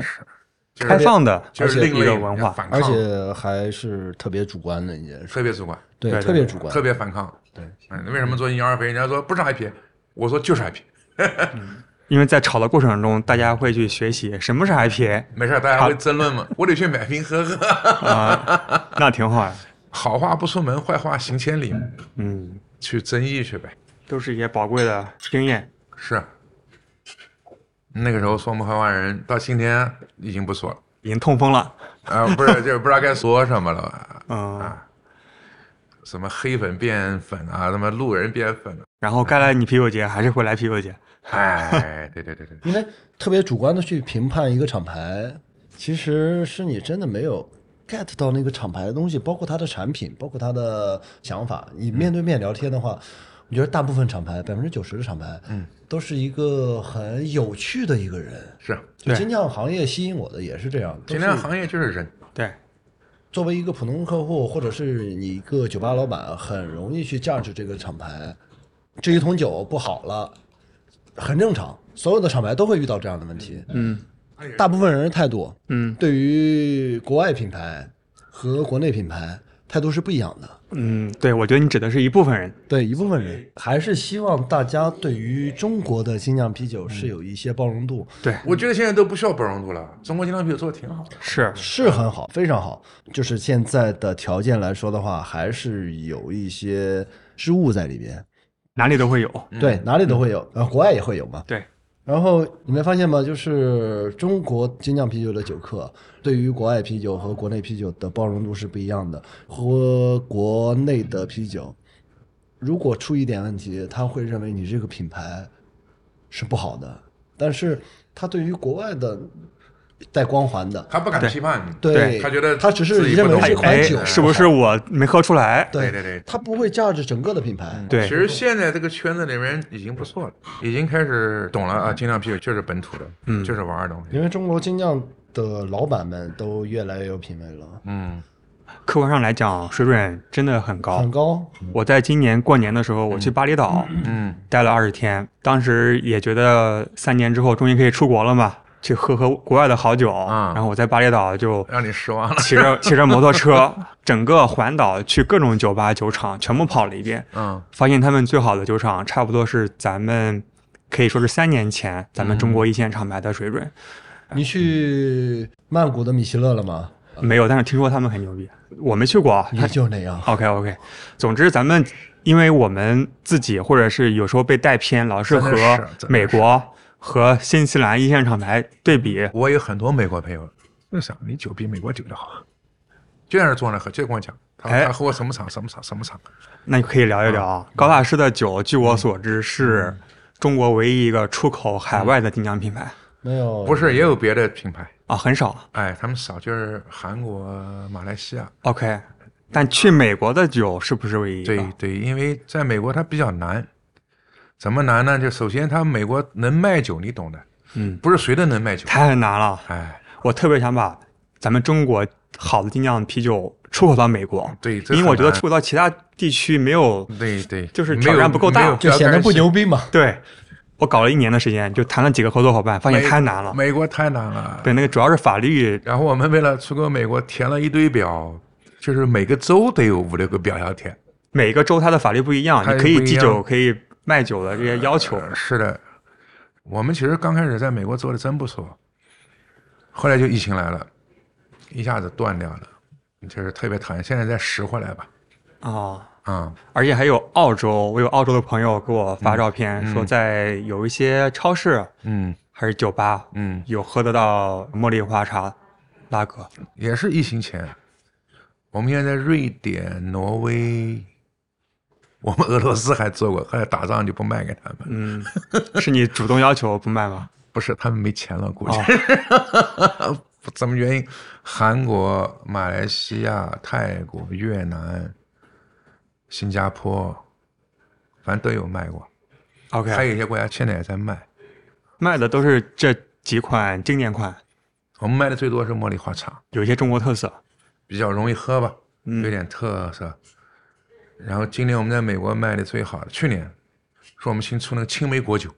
Speaker 3: 就是
Speaker 2: 开放的，
Speaker 3: 就是另
Speaker 2: 一
Speaker 3: 类
Speaker 2: 个文化。
Speaker 3: 反抗，
Speaker 4: 而且还是特别主观的一件事，
Speaker 3: 特别主观，
Speaker 4: 对，
Speaker 2: 对对
Speaker 4: 特别主观，
Speaker 3: 特别反抗。
Speaker 4: 对，
Speaker 3: 嗯，为什么做硬二肥？人家说不是 IP，我说就是 IP，
Speaker 2: 因为在吵的过程中，大家会去学习什么是 IPA
Speaker 3: 没事儿，大家会争论嘛。我得去买瓶喝喝，
Speaker 2: 啊，那挺好呀。
Speaker 3: 好话不出门，坏话行千里，
Speaker 2: 嗯，
Speaker 3: 去争议去呗。
Speaker 2: 都是一些宝贵的经验。
Speaker 3: 是，那个时候说我们坏话人，到今天已经不说了。
Speaker 2: 已经痛风了，
Speaker 3: 啊、不是， 就是不知道该说什么了。
Speaker 2: 嗯，
Speaker 3: 什么黑粉变粉啊，什么路人变粉啊，
Speaker 2: 然后该来你啤酒节还是会来啤酒节，
Speaker 3: 哎，对对对对，
Speaker 4: 因为特别主观的去评判一个厂牌，其实是你真的没有 get 到那个厂牌的东西，包括它的产品，包括它的想法。你面对面聊天的话，我觉得大部分厂牌，百分之九十的厂牌，嗯，都是一个很有趣的一个人。
Speaker 3: 是，
Speaker 4: 就
Speaker 2: 对
Speaker 4: 精酿行业吸引我的也是这样，
Speaker 3: 今
Speaker 4: 都是
Speaker 3: 天行业就是人，
Speaker 2: 对，
Speaker 4: 作为一个普通客户，或者是你一个酒吧老板，很容易去 judge 这个厂牌。这一桶酒不好了，很正常，所有的厂牌都会遇到这样的问题。
Speaker 2: 嗯
Speaker 4: 大部分人的态度，
Speaker 2: 嗯
Speaker 4: 对于国外品牌和国内品牌态度是不一样的。
Speaker 2: 嗯，对，我觉得你指的是一部分人，
Speaker 4: 对一部分人，还是希望大家对于中国的精酿啤酒是有一些包容度，
Speaker 2: 对，
Speaker 3: 我觉得现在都不需要包容度了，中国精酿啤酒做的挺好的，
Speaker 2: 是
Speaker 4: 是很好，非常好。就是现在的条件来说的话，还是有一些失误在里边。
Speaker 2: 哪里都会有，
Speaker 4: 对，哪里都会有，呃，国外也会有嘛。
Speaker 2: 对，
Speaker 4: 然后你没发现吗？就是中国精酿啤酒的酒客对于国外啤酒和国内啤酒的包容度是不一样的。喝国内的啤酒，如果出一点问题，他会认为你这个品牌是不好的，但是他对于国外的带光环的，
Speaker 3: 他不敢
Speaker 2: 对
Speaker 3: 批判你，
Speaker 4: 对
Speaker 3: 他觉得
Speaker 4: 他只是
Speaker 3: 自己不
Speaker 4: 认为
Speaker 3: 懂
Speaker 4: 是款
Speaker 2: 哎，
Speaker 4: 酒
Speaker 2: 是不是我没喝出来？
Speaker 4: 对
Speaker 3: 对对对
Speaker 4: 他不会价值整个的品牌。
Speaker 2: 对
Speaker 3: 其实现在这个圈子里面已经不错了，已经开始懂了啊，精酿啤酒就是本土的，嗯，就是玩儿的东西，
Speaker 4: 因为中国精酿的老板们都越来越有品味了，
Speaker 3: 嗯，
Speaker 2: 客观上来讲，水准真的很高。
Speaker 4: 很高，
Speaker 2: 我在今年过年的时候，我去巴厘岛，
Speaker 3: 嗯，
Speaker 2: 待了二十天，当时也觉得三年之后终于可以出国了嘛，去喝喝国外的好酒。
Speaker 3: 嗯
Speaker 2: 然后我在巴厘岛就
Speaker 3: 让你失 望了，
Speaker 2: 骑着骑着摩托车，整个环岛去各种酒吧酒厂全部跑了一遍，
Speaker 3: 嗯，
Speaker 2: 发现他们最好的酒厂差不多是咱们可以说是三年前咱们中国一线厂牌的水准，
Speaker 4: 你去曼谷的米其乐了吗？
Speaker 2: 没有，但是听说他们很牛逼，我没去过啊，
Speaker 4: 也就那样。
Speaker 2: OK OK，总之咱们因为我们自己或者是有时候被带偏，老是
Speaker 3: 真的是
Speaker 2: 和
Speaker 3: 真的
Speaker 2: 美国和新西兰一线厂牌对比，
Speaker 3: 我有很多美国朋友，就想你酒比美国酒就好，就在那儿坐那儿喝，就跟我讲，他
Speaker 2: 哎
Speaker 3: 他喝过什么厂什么厂什么厂，
Speaker 2: 那可以聊一聊
Speaker 3: 嗯
Speaker 2: 啊。高大师的酒，据我所知是中国唯一一个出口海外的精酿品牌
Speaker 3: 嗯
Speaker 4: 没有，
Speaker 3: 不是也有别的品牌。
Speaker 2: 啊，很少。
Speaker 3: 哎，他们少就是韩国、马来西亚。
Speaker 2: OK，但去美国的酒是不是唯一一个？
Speaker 3: 对对，因为在美国它比较难，怎么难呢？就首先它美国能卖酒，你懂的，
Speaker 2: 嗯，
Speaker 3: 不是谁都能卖酒。
Speaker 2: 太难了。
Speaker 3: 哎，
Speaker 2: 我特别想把咱们中国好的精酿啤酒出口到美国，
Speaker 3: 对这
Speaker 2: 因为我觉得
Speaker 3: 很难
Speaker 2: 出口到其他地区没有
Speaker 3: 对对，
Speaker 2: 就是
Speaker 3: 没
Speaker 2: 挑
Speaker 3: 有
Speaker 2: 战不够大
Speaker 3: 没有
Speaker 4: 就显得不牛
Speaker 3: 标
Speaker 4: 逼嘛。
Speaker 2: 对，我搞了一年的时间，就谈了几个合作伙伴，发
Speaker 3: 杆
Speaker 2: 现
Speaker 3: 儿性
Speaker 2: 太难了。
Speaker 3: 美国太难了。
Speaker 2: 对，那个主要是法律，
Speaker 3: 然后我们为了出口美国，填了一堆表，就是每个州得有五六个表要填。
Speaker 2: 每个州它的法律不一样，
Speaker 3: 它
Speaker 2: 你可
Speaker 3: 也不
Speaker 2: 以
Speaker 3: 一
Speaker 2: 寄
Speaker 3: 样
Speaker 2: 酒，可以卖酒的这些要求。
Speaker 3: 是的，我们其实刚开始在美国做的真不错，后来就疫情来了，一下子断掉了，就是特别讨厌。现在再拾回来吧，
Speaker 2: 啊、
Speaker 3: 啊、
Speaker 2: 而且还有澳洲，我有澳洲的朋友给我发照片，说在有一些超市
Speaker 3: 嗯，
Speaker 2: 还是酒吧，
Speaker 3: 嗯，
Speaker 2: 有喝得到茉莉花茶拉格，
Speaker 3: 也是疫情前，我们现在在瑞典、挪威，我们俄罗斯还做过，后来打仗就不卖给他们，
Speaker 2: 嗯，是你主动要求不卖吗？
Speaker 3: 不是他们没钱了，估计、
Speaker 2: 哦
Speaker 3: 什么原因？韩国、马来西亚、泰国、越南、新加坡，反正都有卖过， 还
Speaker 2: OK，
Speaker 3: 有一些国家现在也在卖。
Speaker 2: 卖的都是这几款经典款，
Speaker 3: 我们卖的最多是茉莉花茶，
Speaker 2: 有一些中国特色。
Speaker 3: 比较容易喝吧，
Speaker 2: 嗯
Speaker 3: 有点特色。然后今年我们在美国卖的最好的，去年是我们新出那个青梅果酒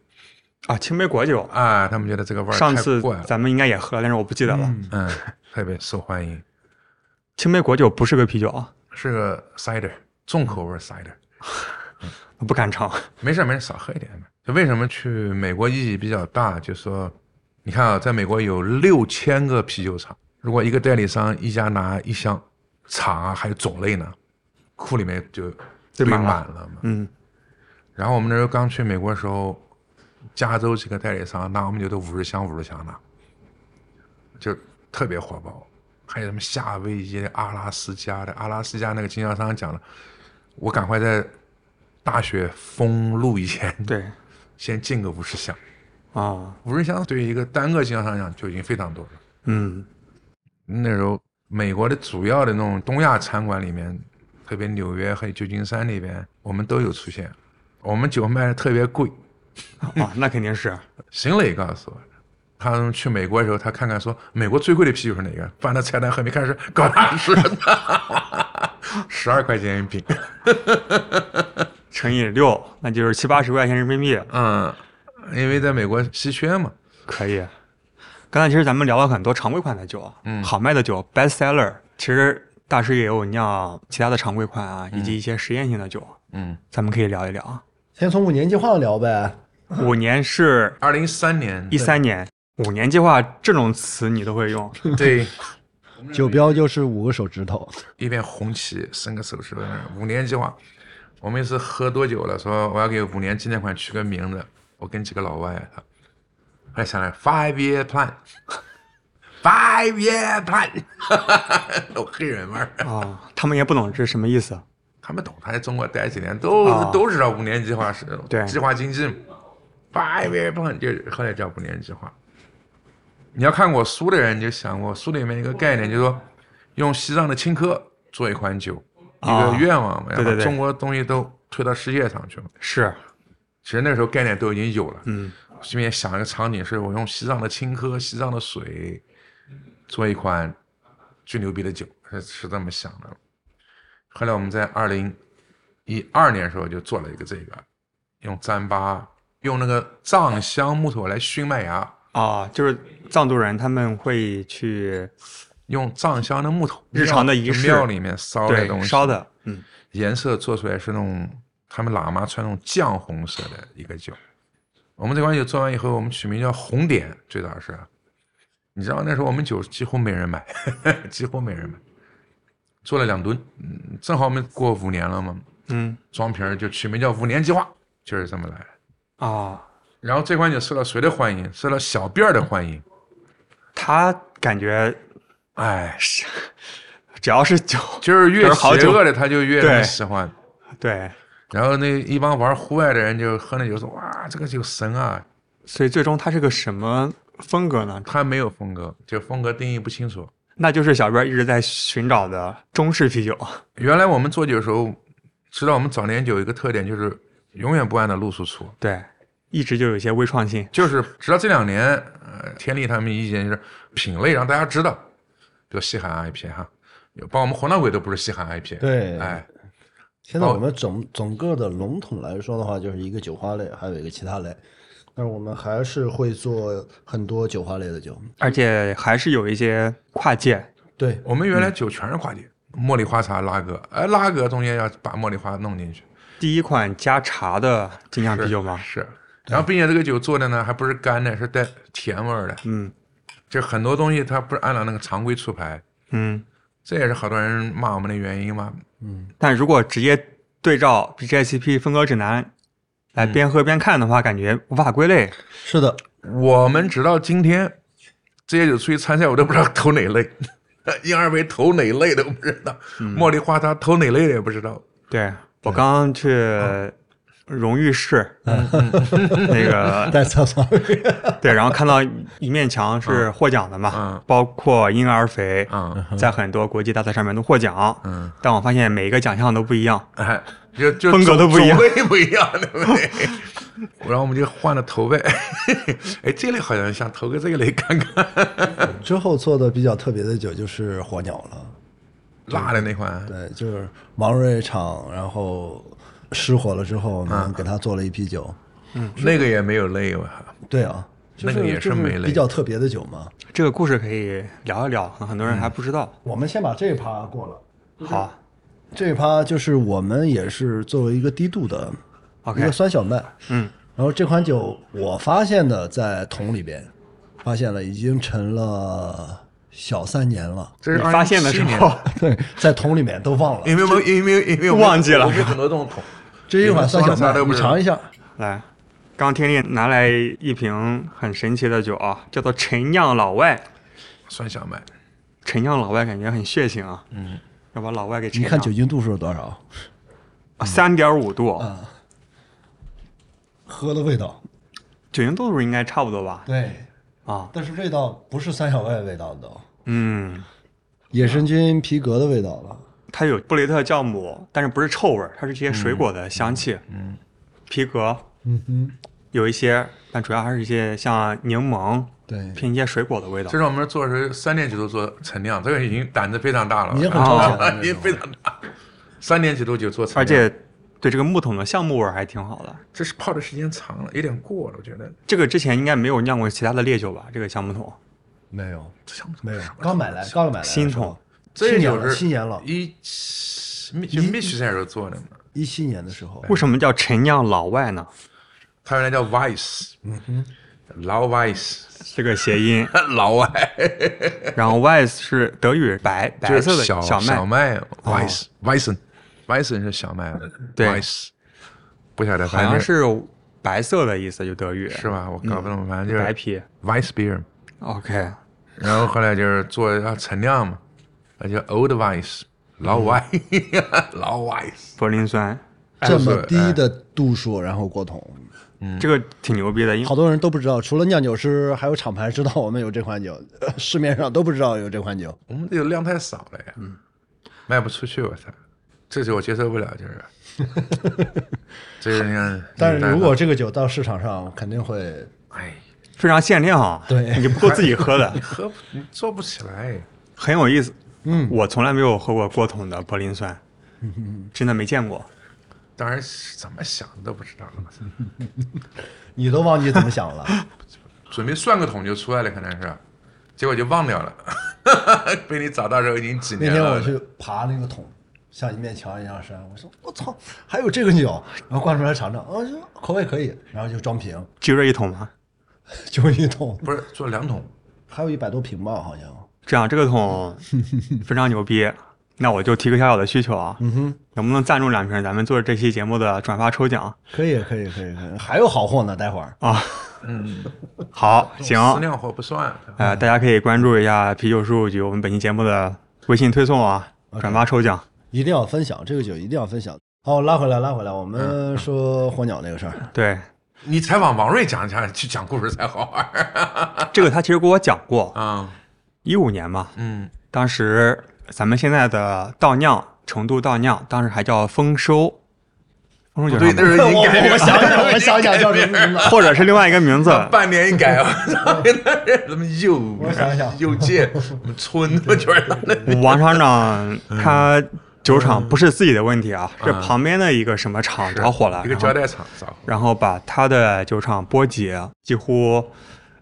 Speaker 2: 啊，青梅果酒，
Speaker 3: 啊，他们觉得这个味儿
Speaker 2: 上
Speaker 3: 太
Speaker 2: 次
Speaker 3: 怪了，
Speaker 2: 咱们应该也喝，但是我不记得了。
Speaker 3: 嗯，特别受欢迎，
Speaker 2: 青梅果酒不是个啤酒啊，
Speaker 3: 是个 cider 重口味 cider，
Speaker 2: 不敢尝。
Speaker 3: 没事儿没事儿，少喝一点嘛。就为什么去美国意义比较大，就说你看啊，在美国有六千个啤酒厂，如果一个代理商一家拿一箱厂啊，还有种类呢，库里面就堆
Speaker 2: 满
Speaker 3: 满
Speaker 2: 了
Speaker 3: 了嘛。
Speaker 2: 嗯，
Speaker 3: 然后我们那时候刚去美国的时候，加州几个代理商拿我们酒都五十箱五十箱拿，就特别火爆。还有什么夏威夷的、阿拉斯加的，阿拉斯加那个经销商讲了，我赶快在大雪封路以前，
Speaker 2: 对
Speaker 3: 先进个五十箱。
Speaker 2: 啊，
Speaker 3: 五十箱对于一个单个经销商来讲就已经非常多了。
Speaker 2: 嗯，
Speaker 3: 那时候美国的主要的那种东亚餐馆里面，特别纽约还有旧金山那边，我们都有出现。我们酒卖的特别贵，
Speaker 2: 啊，那肯定是
Speaker 3: 邢磊告诉我的，他们去美国的时候，他看看说美国最贵的啤酒是哪个，翻到菜单还没看是高大师，十二块钱一瓶。
Speaker 2: 乘以六，那就是七八十块钱人民币，
Speaker 3: 嗯，因为在美国稀缺嘛，
Speaker 2: 可以。刚才其实咱们聊了很多常规款的酒，嗯，好卖的酒，best seller。其实大师也有酿其他的常规款啊，以及一些实验性的酒，
Speaker 3: 嗯，
Speaker 2: 咱们可以聊一聊啊。
Speaker 4: 先从五年计划聊呗。
Speaker 2: 五年是
Speaker 3: 二零一三年
Speaker 2: 一三年，五年计划这种词你都会用，
Speaker 3: 对
Speaker 4: 酒标就是五个手指头，
Speaker 3: 一边红旗伸个手指头，五年计划。我们也是喝多酒了，说我要给五年纪念款取个名字。我跟几个老外，他还想来 five year plan，five year plan，有黑人味儿。
Speaker 2: 啊，他们也不懂这是什么意思。
Speaker 3: 他们懂，他在中国待几年都、
Speaker 2: 啊
Speaker 3: 都知道五年计划是
Speaker 2: 对
Speaker 3: 计划经济嘛，八月碰就是后来叫五年计划。你要看过书的人就想过书里面一个概念，就是说用西藏的青稞做一款酒，
Speaker 2: 啊
Speaker 3: 一个愿望嘛，
Speaker 2: 对对
Speaker 3: 然后
Speaker 2: 对
Speaker 3: 中国东西都推到世界上去了。
Speaker 2: 是，
Speaker 3: 其实那时候概念都已经有了，嗯，这边想一个场景是我用西藏的青稞、西藏的水做一款最牛逼的酒，是是这么想的。后来我们在二零一二年的时候就做了一个这个，用糌粑，用那个藏香木头来熏麦芽，
Speaker 2: 啊，就是藏族人他们会去
Speaker 3: 用藏香的木头，
Speaker 2: 日常的仪式
Speaker 3: 庙里面烧的东
Speaker 2: 对
Speaker 3: 西，
Speaker 2: 烧的，嗯，
Speaker 3: 颜色做出来是那种他们喇嘛穿那种绛红色的一个酒。我们这款酒做完以后，我们取名叫红点，最早是，你知道那时候我们酒几乎没人买， 几乎没人买，做了两吨，嗯，正好我们过五年了嘛，
Speaker 2: 嗯
Speaker 3: 装瓶儿就取名叫五年计划，就是这么来的。
Speaker 2: 啊，
Speaker 3: 然后这款酒受到谁的欢迎？受到小辫儿的欢迎。
Speaker 2: 他感觉
Speaker 3: 哎，
Speaker 2: 只要是酒，
Speaker 3: 就是越
Speaker 2: 就是好
Speaker 3: 邪
Speaker 2: 酒
Speaker 3: 恶的他就越
Speaker 2: 对
Speaker 3: 喜欢。
Speaker 2: 对，
Speaker 3: 然后那一帮玩户外的人就喝那酒说：“哇，这个酒神啊！”
Speaker 2: 所以最终它是个什么风格呢？
Speaker 3: 他没有风格，就风格定义不清楚。
Speaker 2: 那就是小边一直在寻找的中式啤酒，
Speaker 3: 原来我们做酒的时候，知道我们早年酒有一个特点就是永远不按照路数出，
Speaker 2: 对，一直就有一些微创新，
Speaker 3: 就是直到这两年，呃，天利他们意见就是品类让大家知道，比如西海岸 IPA 哈，有包括我们黄大鬼都不是西海岸 IPA，
Speaker 4: 对
Speaker 3: 哎，
Speaker 4: 现在我们整整个的笼统来说的话，就是一个酒花类，还有一个其他类。但是我们还是会做很多酒花类的酒。
Speaker 2: 而且还是有一些跨界，
Speaker 4: 对，
Speaker 3: 我们原来酒全是跨界，茉莉花茶、拉格，哎，拉格中间要把茉莉花弄进去，
Speaker 2: 第一款加茶的精酿
Speaker 3: 是
Speaker 2: 啤酒吗？
Speaker 3: 是，然后并且这个酒做的呢还不是干的，是带甜味儿的，
Speaker 2: 嗯
Speaker 3: 就很多东西它不是按照那个常规出牌，
Speaker 2: 嗯，
Speaker 3: 这也是好多人骂我们的原因嘛。
Speaker 2: 但如果直接对
Speaker 3: 嗯
Speaker 2: 照 BJCP 风格指南来边喝边看的话，感觉无法归类，
Speaker 4: 是的，
Speaker 3: 我们直到今天，这些酒出去参赛，我都不知道投哪类， 婴儿肥投哪类都不知道，
Speaker 2: 嗯
Speaker 3: 茉莉花他投哪类的也不知道。
Speaker 2: 对我刚刚去荣誉室， 那 个
Speaker 4: 在厕所里。
Speaker 2: 对，然后看到一面墙是获奖的嘛，
Speaker 3: 嗯
Speaker 2: 包括婴儿肥，
Speaker 3: 嗯
Speaker 2: 在很多国际大赛上面都获奖，
Speaker 3: 嗯
Speaker 2: 但我发现每一个奖项都不一样，
Speaker 3: 哎，就就
Speaker 2: 风格都不一样
Speaker 3: 种类不一样，对不对？ 然后我们就换了投喂， 哎，这类好像想投个这个类看看，
Speaker 4: 之后做的比较特别的酒就是火鸟了，
Speaker 3: 辣的那款，
Speaker 4: 对，就是王瑞厂，然后失火了之后，我
Speaker 3: 啊
Speaker 4: 们给他做了一批酒。
Speaker 2: 嗯
Speaker 3: 那个也没有类我靠。
Speaker 4: 对啊，就是
Speaker 3: 那个也是
Speaker 4: 就是
Speaker 3: 梅类
Speaker 4: 比较特别的酒嘛。
Speaker 2: 这个故事可以聊一聊，可能很多人还不知道。
Speaker 4: 我们先把这一趴过了，
Speaker 2: 好
Speaker 4: 这一趴就是我们也是作为一个低度的一
Speaker 2: OK
Speaker 4: 个酸小麦，
Speaker 2: 嗯，
Speaker 4: 然后这款酒我发现的在桶里边，发现了已经陈了小三年了，
Speaker 3: 这是
Speaker 2: 你发现的时
Speaker 3: 27
Speaker 2: 候
Speaker 3: 年，
Speaker 4: 对，在桶里面都忘了。
Speaker 3: 因为我因为因为我们
Speaker 2: 忘记了
Speaker 3: 我们很多这种桶，
Speaker 4: 这一款酸
Speaker 3: 你
Speaker 4: 小
Speaker 3: 们仨
Speaker 4: 麦
Speaker 3: 都，不
Speaker 4: 你
Speaker 3: 知道
Speaker 4: 尝一下，
Speaker 2: 来，刚听力拿来一瓶很神奇的酒啊，叫做陈酿老外。
Speaker 3: 酸小麦，
Speaker 2: 陈酿老外感觉很血腥啊，嗯，要把老外给陈
Speaker 4: 你看酒
Speaker 2: 酿啊
Speaker 4: 精度数是多少？
Speaker 2: 三点五度，
Speaker 4: 喝的味道，
Speaker 2: 酒精度数应该差不多吧？
Speaker 4: 对，
Speaker 2: 啊，
Speaker 4: 但是味道不是酸小麦的味哦道都，
Speaker 2: 嗯，
Speaker 4: 野生菌皮革的味道了。
Speaker 2: 它有布雷特酵母，但是不是臭味儿，它是这些水果的香气，嗯，皮革
Speaker 4: 嗯哼，
Speaker 2: 有一些，但主要还是一些像柠檬，
Speaker 4: 对，
Speaker 2: 偏一些水果的味道
Speaker 3: 这。是我们做的时候三年级都做陈酿，这个已经胆子非常大了，啊
Speaker 4: 已经很超前了
Speaker 3: 已经非常大。三年级都就做陈酿，
Speaker 2: 而且对这个木桶的橡木味儿还挺好的。
Speaker 3: 这是泡的时间长了，有点过了，我觉得。
Speaker 2: 这个之前应该没有酿过其他的烈酒吧？这个橡木桶
Speaker 4: 没有，
Speaker 3: 这像
Speaker 4: 没有，刚买来，刚买来的时候，
Speaker 2: 新桶
Speaker 3: 这
Speaker 4: 七年
Speaker 3: 就
Speaker 4: 了，
Speaker 3: 是
Speaker 4: 七年了，
Speaker 3: 一七密就密西塞尔做的嘛，
Speaker 4: 一七年的时候，
Speaker 2: 为什么叫陈酿老外呢？
Speaker 3: 他原来叫 Vice，老 Vice，
Speaker 2: 这个谐音，
Speaker 3: 老外，
Speaker 2: 然后 Weiss 是德语白白色
Speaker 3: 就
Speaker 2: 的
Speaker 3: 是小
Speaker 2: 麦，
Speaker 3: 麦 Vice，Vice，Vice 是小麦
Speaker 2: 对
Speaker 3: ，Vice 不晓得，
Speaker 2: 好
Speaker 3: 反
Speaker 2: 像
Speaker 3: 正
Speaker 2: 是白色的意思，就德语
Speaker 3: 是吧？我搞不懂，反正就是
Speaker 2: 白啤。
Speaker 3: Vice Beer，
Speaker 2: OK，
Speaker 3: 然后后来就是做啊陈酿嘛，那叫 Old Vice，老
Speaker 4: 嗯
Speaker 3: 外， 老 Vice，
Speaker 2: 柏林酸，
Speaker 4: 这么低的度数，然后过桶，
Speaker 3: 嗯
Speaker 2: 这个挺牛逼的，因
Speaker 4: 好多人都不知道，除了酿酒师，还有厂牌知道我们有这款酒，呃市面上都不知道有这款酒。
Speaker 3: 我们这个量太少了呀，
Speaker 4: 嗯
Speaker 3: 卖不出去，我操，这是我接受不了，就是，啊 这个你看，
Speaker 4: 但是如果这个酒到市场上，肯定会
Speaker 3: 哎，
Speaker 2: 非常限量啊，
Speaker 4: 对
Speaker 2: 你不够自己喝 的，
Speaker 3: 喝不你做不起来，
Speaker 2: 很有意思。
Speaker 4: 嗯，
Speaker 2: 我从来没有喝过过桶的柏林酸，真的没见过。
Speaker 3: 当然是怎么想的都不知道了，我
Speaker 4: 嗯
Speaker 3: 操
Speaker 4: 你都忘记怎么想了。
Speaker 3: 准备算个桶就出来了，可能是，结果就忘掉了， 被你找到时候已经几
Speaker 4: 那
Speaker 3: 年
Speaker 4: 天
Speaker 3: 了，
Speaker 4: 我去爬那个桶，像一面墙一样深，我说我操，还有这个酒，然后灌出来尝尝，啊，我说口味可以，然后就装瓶，
Speaker 2: 就这一桶吗？
Speaker 4: 就一桶，
Speaker 3: 不是做两桶，
Speaker 4: 还有一百多瓶吧，好像。
Speaker 2: 这样这个桶非常牛逼，那我就提个小小的需求啊，
Speaker 4: 嗯哼
Speaker 2: 能不能赞助两瓶咱们做这期节目的转发抽奖
Speaker 4: 可以，可以，可以，可以，还有好货呢，待会儿。
Speaker 2: 啊？嗯，
Speaker 4: 哦
Speaker 2: 好，行，
Speaker 3: 私酿货不算，
Speaker 2: 呃，大家可以关注一下啤酒事务局我们本期节目的微信推送啊，转发抽奖。
Speaker 4: 一定要分享这个酒，一定要分享。好，拉回来，拉回来，我们说火鸟那个 事儿。
Speaker 2: 对，
Speaker 3: 你采访王瑞讲讲去讲故事才好玩儿
Speaker 2: 这个他其实给我讲过，
Speaker 4: 嗯
Speaker 3: 啊，
Speaker 2: 一五年嘛，
Speaker 3: 嗯
Speaker 2: 当时咱们现在的倒酿，成都倒酿，当时还叫丰收，丰收酒厂吧，
Speaker 3: 对，那时候已经改名了，
Speaker 4: 我我我想想，我想想叫什么名字？
Speaker 2: 或者是另外一个名 字。
Speaker 3: 半年一改， 我操，什么右，我
Speaker 4: 想 想
Speaker 3: 右界，什么村，我觉得
Speaker 2: 王厂长
Speaker 3: 嗯
Speaker 2: 他酒厂不是自己的问题啊，是旁边的一个什么厂着火了，
Speaker 3: 一个
Speaker 2: 然后
Speaker 3: 胶带厂着火，
Speaker 2: 然后把他的酒厂波及，几乎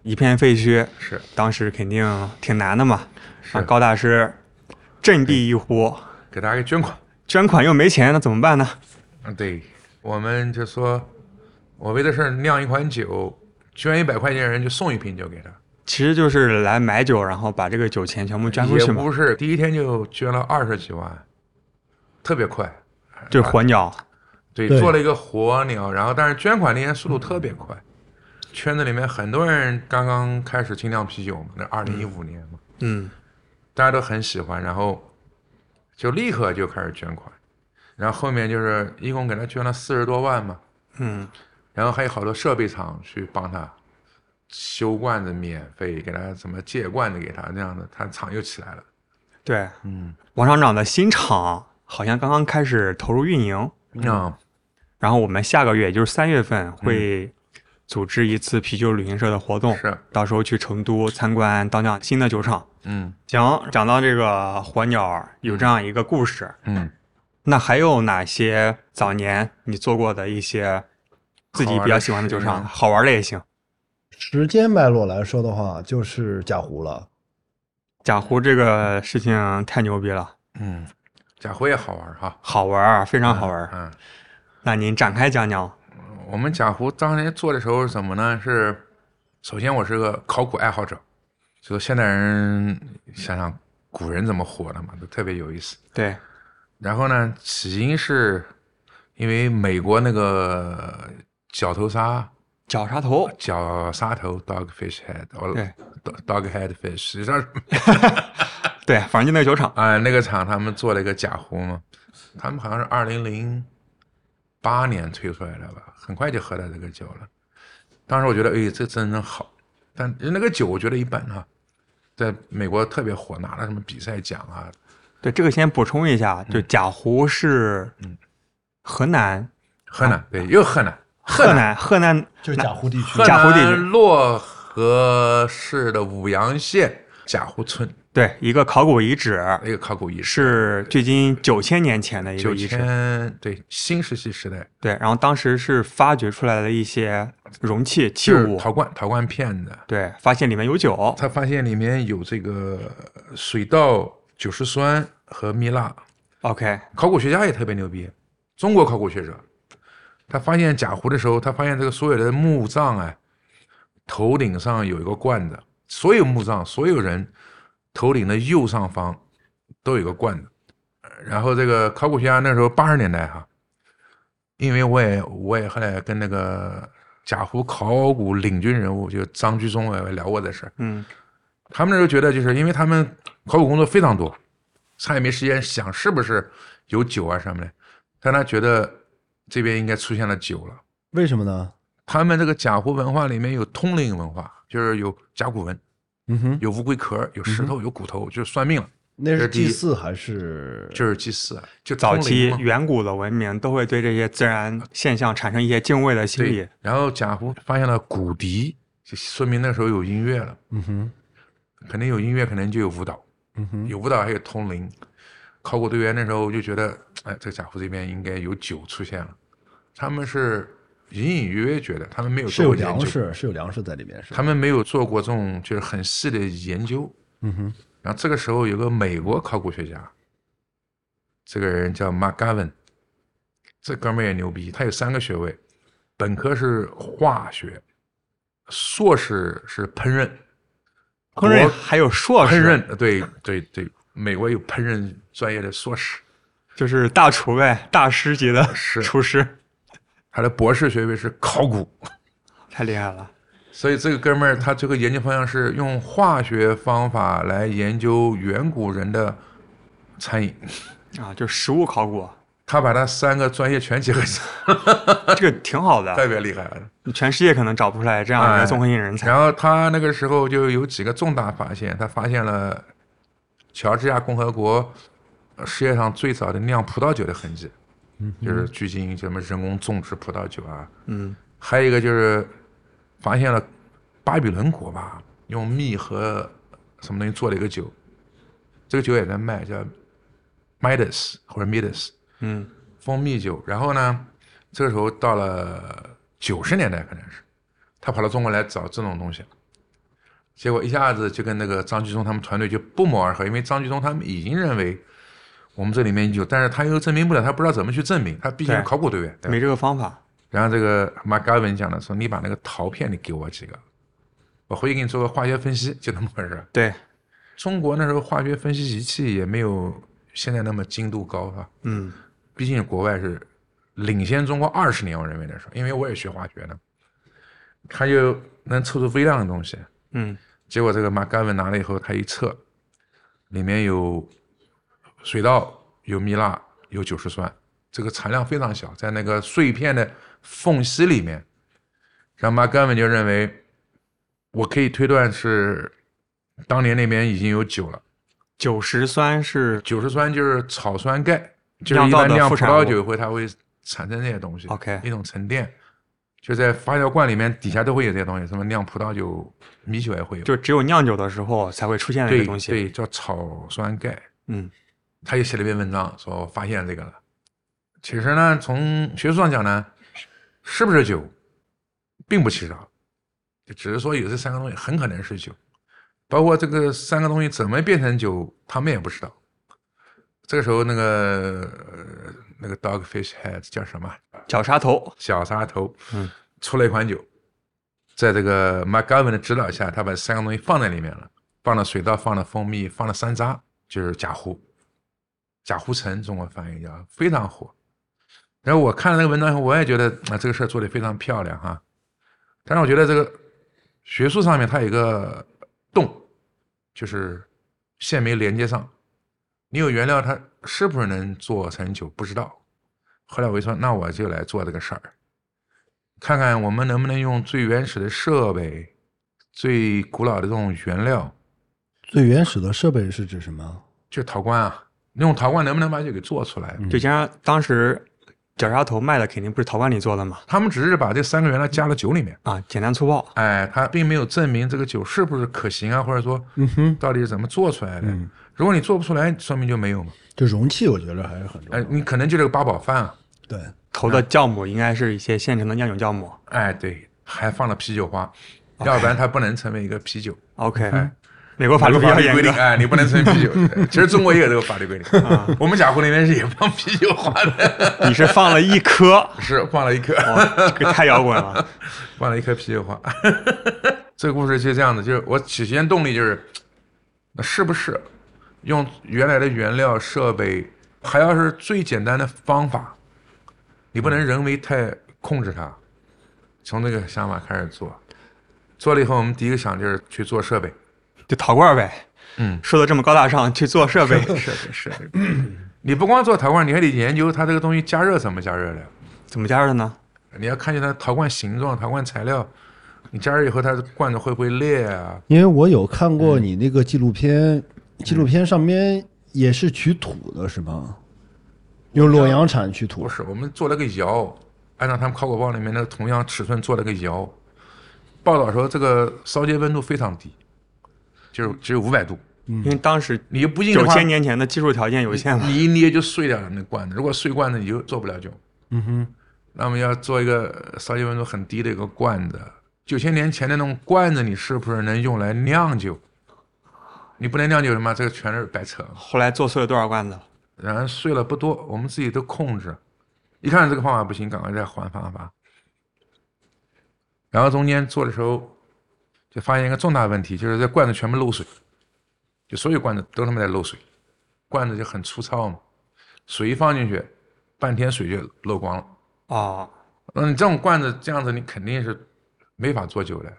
Speaker 2: 一片废墟。
Speaker 3: 是，
Speaker 2: 当时肯定挺难的嘛。让高大师振臂一呼，
Speaker 3: 给大家捐款。
Speaker 2: 捐款又没钱，那怎么办呢？
Speaker 3: 嗯，对，我们就说，我为这事儿酿一款酒，捐一百块钱人就送一瓶酒给他，
Speaker 2: 其实就是来买酒，然后把这个酒钱全部捐出
Speaker 3: 也
Speaker 2: 去嘛
Speaker 3: 不，是第一天就捐了二十几万，特别快。
Speaker 2: 就是火鸟。
Speaker 3: 对，
Speaker 4: 对
Speaker 3: 做了一个火鸟，然后但是捐款那天速度特别快，圈子里面很多人刚刚开始精酿啤酒嘛，那二零一五年嘛，
Speaker 1: 嗯，
Speaker 3: 大家都很喜欢，然后就立刻就开始捐款，然后后面就是一共给他捐了四十多万嘛，
Speaker 1: 嗯，
Speaker 3: 然后还有好多设备厂去帮他修罐子免费，给他什么借罐子给他那样的，他厂又起来了，
Speaker 2: 对，
Speaker 3: 嗯，
Speaker 2: 王厂长的新厂好像刚刚开始投入运营，
Speaker 3: 啊、
Speaker 2: 然后我们下个月，也就是三月
Speaker 3: 嗯
Speaker 2: 份会组织一次啤酒旅行社的活动，
Speaker 3: 是，
Speaker 2: 到时候去成都参观当酿新的酒厂。
Speaker 3: 嗯
Speaker 2: 行，讲到这个火鸟有这样一个故事，
Speaker 3: 嗯，
Speaker 2: 那还有哪些早年你做过的一些自己比较喜欢的酒
Speaker 3: 好玩
Speaker 2: 厂，
Speaker 3: 的事
Speaker 2: 好玩的也行？
Speaker 4: 时间脉络来说的话，就是贾湖了。
Speaker 2: 贾湖这个事情太牛逼了，
Speaker 3: 嗯，贾辉也好玩儿哈，
Speaker 2: 好玩儿，非常好玩儿。
Speaker 3: 嗯，
Speaker 2: 那您展开讲讲。
Speaker 3: 我们贾湖当年做的时候是怎么呢？是首先我是个考古爱好者，就现代人想想古人怎么活的嘛，都特别有意思。
Speaker 2: 对，
Speaker 3: 然后呢，起因是因为美国那个角头鲨，
Speaker 2: 绞杀头，
Speaker 3: 角鲨头 （dogfish head） or
Speaker 2: 对
Speaker 3: dog- dog head fish，实际上是，
Speaker 2: 对，反正就那个酒厂
Speaker 3: 啊、那个厂他们做了一个假壶嘛，他们好像是二零零八年推出来的吧，很快就喝到这个酒了。当时我觉得，哎，这真的好，但那个酒我觉得一般哈、在美国特别火，拿了什么比赛奖啊，
Speaker 2: 对这个先补充一下，就贾湖是河南，
Speaker 3: 河南对，又河南，
Speaker 2: 河南，河南
Speaker 4: 就是贾湖地区
Speaker 3: 河
Speaker 2: 贾湖地区
Speaker 3: 南漯河市的舞阳县贾湖村
Speaker 2: 对一个考古遗址，
Speaker 3: 一个考古遗址，
Speaker 2: 是距今九千年前的一个
Speaker 3: 九
Speaker 2: 遗址。
Speaker 3: 千对新石器时代
Speaker 2: 对，然后当时是发掘出来的一些容器器
Speaker 3: 就是
Speaker 2: 物，
Speaker 3: 陶罐陶罐片子，
Speaker 2: 对，发现里面有酒，
Speaker 3: 他发现里面有这个水稻、酒石酸和蜜蜡。
Speaker 2: OK，
Speaker 3: 考古学家也特别牛逼，中国考古学者，他发现贾湖的时候，他发现这个所有的墓葬啊，头顶上有一个罐子，所有墓葬所有人头顶的右上方都有一个罐子。然后这个考古学家那时候八十年代哈、因为我也我也后来跟那个贾湖考古领军人物就张居中我也聊过这事儿，
Speaker 2: 嗯，
Speaker 3: 他们那时候觉得，就是因为他们考古工作非常多，他也没时间想是不是有酒啊什么的，但他觉得这边应该出现了酒了。
Speaker 4: 为什么呢？
Speaker 3: 他们这个贾湖文化里面有通灵文化，就是有甲骨文、
Speaker 4: 嗯哼，
Speaker 3: 有乌龟壳、有石头、有骨头，就是算命了，
Speaker 4: 那
Speaker 3: 这
Speaker 4: 是
Speaker 3: 是第一
Speaker 4: 祭祀还是
Speaker 3: 就是祭祀，啊就
Speaker 2: 早
Speaker 3: 通
Speaker 2: 期
Speaker 3: 灵嘛
Speaker 2: 远古的文明都会对这些自然现象产生一些敬畏的心理
Speaker 3: 对。。然后贾湖发现了骨笛，就说明那时候有音乐了，
Speaker 4: 嗯哼
Speaker 3: 肯定有音乐，肯定就有舞蹈。
Speaker 4: 嗯哼，
Speaker 3: 有舞蹈还有通灵。考古队员那时候就觉得，哎，这个贾湖这边应该有酒出现了。他们是隐隐约约觉得，他们没有
Speaker 4: 是
Speaker 3: 做
Speaker 4: 有
Speaker 3: 过研
Speaker 4: 粮
Speaker 3: 究，
Speaker 4: 食，是有粮食在里面是吧。
Speaker 3: 他们没有做过这种就是很细的研究。
Speaker 4: 嗯哼，
Speaker 3: 然后这个时候有个美国考古学家，这个人叫 McGavin，这哥们儿也牛逼，他有三个学位，本科是化学，硕士是烹饪，
Speaker 2: 烹饪还有硕
Speaker 3: 烹
Speaker 2: 士，
Speaker 3: 饪对对对，美国有烹饪专业的硕士。
Speaker 2: 就是大厨呗，大师级的
Speaker 3: 是
Speaker 2: 厨师，
Speaker 3: 他的博士学位是考古，
Speaker 2: 太厉害了。
Speaker 3: 所以这个哥们儿他这个研究方向是用化学方法来研究远古人的餐饮，
Speaker 2: 啊，就实物考古，
Speaker 3: 他把他三个专业全结合起来，
Speaker 2: 这个挺好
Speaker 3: 特
Speaker 2: 的，
Speaker 3: 别厉害了。
Speaker 2: 全世界可能找不出来这样一个
Speaker 3: 哎
Speaker 2: 综合性人才。
Speaker 3: 然后他那个时候就有几个重大发现，他发现了乔治亚共和国呃世界上最早的酿葡萄酒的痕迹，就是距今什么人工种植葡萄酒啊，
Speaker 2: 嗯，
Speaker 3: 还有一个就是发现了巴比伦国吧，用蜜和什么东西做了一个酒，这个酒也在卖，叫 Midas 或者 Midas，
Speaker 2: 嗯，
Speaker 3: 蜂蜜酒。然后呢，这个时候到了九十年代，可能是他跑到中国来找这种东西，结果一下子就跟那个张居中他们团队就不谋而合，因为张居中他们已经认为。我们这里面有，但是他又证明不了，他不知道怎么去证明，他毕竟是
Speaker 2: 对
Speaker 3: 考古队员，对吧
Speaker 2: 没这个方法。
Speaker 3: 然后这个马嘎文讲的说：“你把那个陶片你给我几个，我回去给你做个化学分析，就那么回事儿。
Speaker 2: 对，
Speaker 3: 中国那时候化学分析仪器也没有现在那么精度高啊，
Speaker 2: 嗯，
Speaker 3: 毕竟国外是领先中国二十年，我认为那时候，因为我也学化学呢。它又能测出微量的东西。
Speaker 2: 嗯
Speaker 3: 结果这个马嘎文拿了以后，他一测，里面有水稻、有蜜蜡、有酒石酸，这个产量非常小，在那个碎片的缝隙里面。然后马嘎文就认为，我可以推断是当年那边已经有酒了。
Speaker 2: 酒石酸是
Speaker 3: 酒石酸就是草酸钙，就是
Speaker 2: 酿
Speaker 3: 一
Speaker 2: 造
Speaker 3: 般
Speaker 2: 的
Speaker 3: 酿
Speaker 2: 副
Speaker 3: 葡
Speaker 2: 产
Speaker 3: 萄
Speaker 2: 物
Speaker 3: 酒会它会产生这些东西
Speaker 2: OK
Speaker 3: 一种沉淀，就在发酵罐里面底下都会有这些东西，什么酿葡萄酒、米酒也会有。
Speaker 2: 就只有酿酒的时候才会出现的一
Speaker 3: 对
Speaker 2: 个东西。
Speaker 3: 对，叫草酸钙。
Speaker 2: 嗯
Speaker 3: 他也写了一篇文章，说发现这个了。其实呢，从学术上讲呢，是不是酒，并不奇妙，就只是说有这三个东西很可能是酒，包括这个三个东西怎么变成酒，他们也不知道。这个时候，那个、呃那个 Dogfish Head 叫什么？
Speaker 2: 绞杀头，
Speaker 3: 小沙头，
Speaker 2: 嗯，
Speaker 3: 出了一款酒，在这个 McGovern 的指导下，他把三个东西放在里面了，放了水稻，放了蜂蜜，放了山楂，就是贾湖，贾湖橙，中国翻译叫非常火。然后我看了那个文章以后，我也觉得啊、这个事儿做得非常漂亮哈。但是我觉得这个学术上面它有一个洞，就是线没连接上。你有原料，它是不是能做成酒不知道。后来我就说，那我就来做这个事儿，看看我们能不能用最原始的设备、最古老的这种原料，
Speaker 4: 最原始的设备是指什么？
Speaker 3: 就陶罐啊，用陶罐能不能把酒给做出来？
Speaker 2: 就加上当时绞杀头卖的肯定不是陶罐里做的嘛，
Speaker 3: 他们只是把这三个原料加到酒里面，
Speaker 2: 啊，简单粗暴。
Speaker 3: 哎，他并没有证明这个酒是不是可行啊，或者说
Speaker 4: 嗯哼，
Speaker 3: 到底是怎么做出来的。
Speaker 4: 嗯
Speaker 3: 如果你做不出来，说明就没有嘛。
Speaker 4: 就容器，我觉得还是很重要
Speaker 3: 哎
Speaker 4: 的。，
Speaker 3: 你可能就是个八宝饭啊，
Speaker 4: 对，
Speaker 2: 投
Speaker 3: 嗯
Speaker 2: 的酵母应该是一些现成的酿酒酵母。
Speaker 3: 哎，对，还放了啤酒花，要不然它不能成为一个啤酒。
Speaker 2: OK，美国法律啊
Speaker 3: 有
Speaker 2: 比较
Speaker 3: 规
Speaker 2: 严
Speaker 3: 定，
Speaker 2: 格。
Speaker 3: 哎，你嗯不能存啤酒。对其实中国也有这个法律规定，我们贾湖那边是也放啤酒花的，
Speaker 2: 你是放了一 颗，
Speaker 3: 是放了一颗，
Speaker 2: 哇，这个太摇滚了。
Speaker 3: 放了一颗啤酒花。 这个故事就这样子，就是我起先动力就是，那是不是用原来的原料设备，还要是最简单的方法，你不能人为太控制它。从这个想法开始做，做了以后，我们第一个想就是去做设备，
Speaker 2: 就陶罐儿呗。
Speaker 3: 嗯
Speaker 2: 说的这么高大上，去做设 备，
Speaker 3: 设备设备。你不光做陶罐，你还得研究它这个东西加热怎么加热的。
Speaker 2: 怎么加热呢？
Speaker 3: 你要看见它陶罐形状、陶罐材料，你加热以后它的罐子会不会裂啊？
Speaker 4: 因为我有看过你那个纪录片，纪录片上面也是取土的，是吗？用洛阳铲取
Speaker 3: 不
Speaker 4: 土，
Speaker 3: 是，我们做了个窑，按照他们考古报里面那个同样尺寸做了个窑。报道说这个烧结温度非常低，就是只有五百度。
Speaker 2: 因为当时
Speaker 3: 嗯你又不硬的
Speaker 2: 九
Speaker 3: 话，
Speaker 2: 千年前的技术条件有限嘛。
Speaker 3: 你一捏就碎掉了那罐子。如果碎罐子，你就做不了酒。
Speaker 4: 嗯哼，
Speaker 3: 那么要做一个烧结温度很低的一个罐子。九千年前的那种罐子，你是不是能用来酿酒？你不能酿酒什么？这个全是白扯。
Speaker 2: 后来做碎了多少罐子？
Speaker 3: 然后碎了不多，我们自己都控制。一看这个方法不行，赶快再换方法。然后中间做的时候，就发现一个重大问题，就是这罐子全部漏水，就所有罐子都他妈在漏水，罐子就很粗糙嘛，水一放进去，半天水就漏光了。
Speaker 2: 哦，
Speaker 3: 那你这种罐子这样子，你肯定是没法做酒的。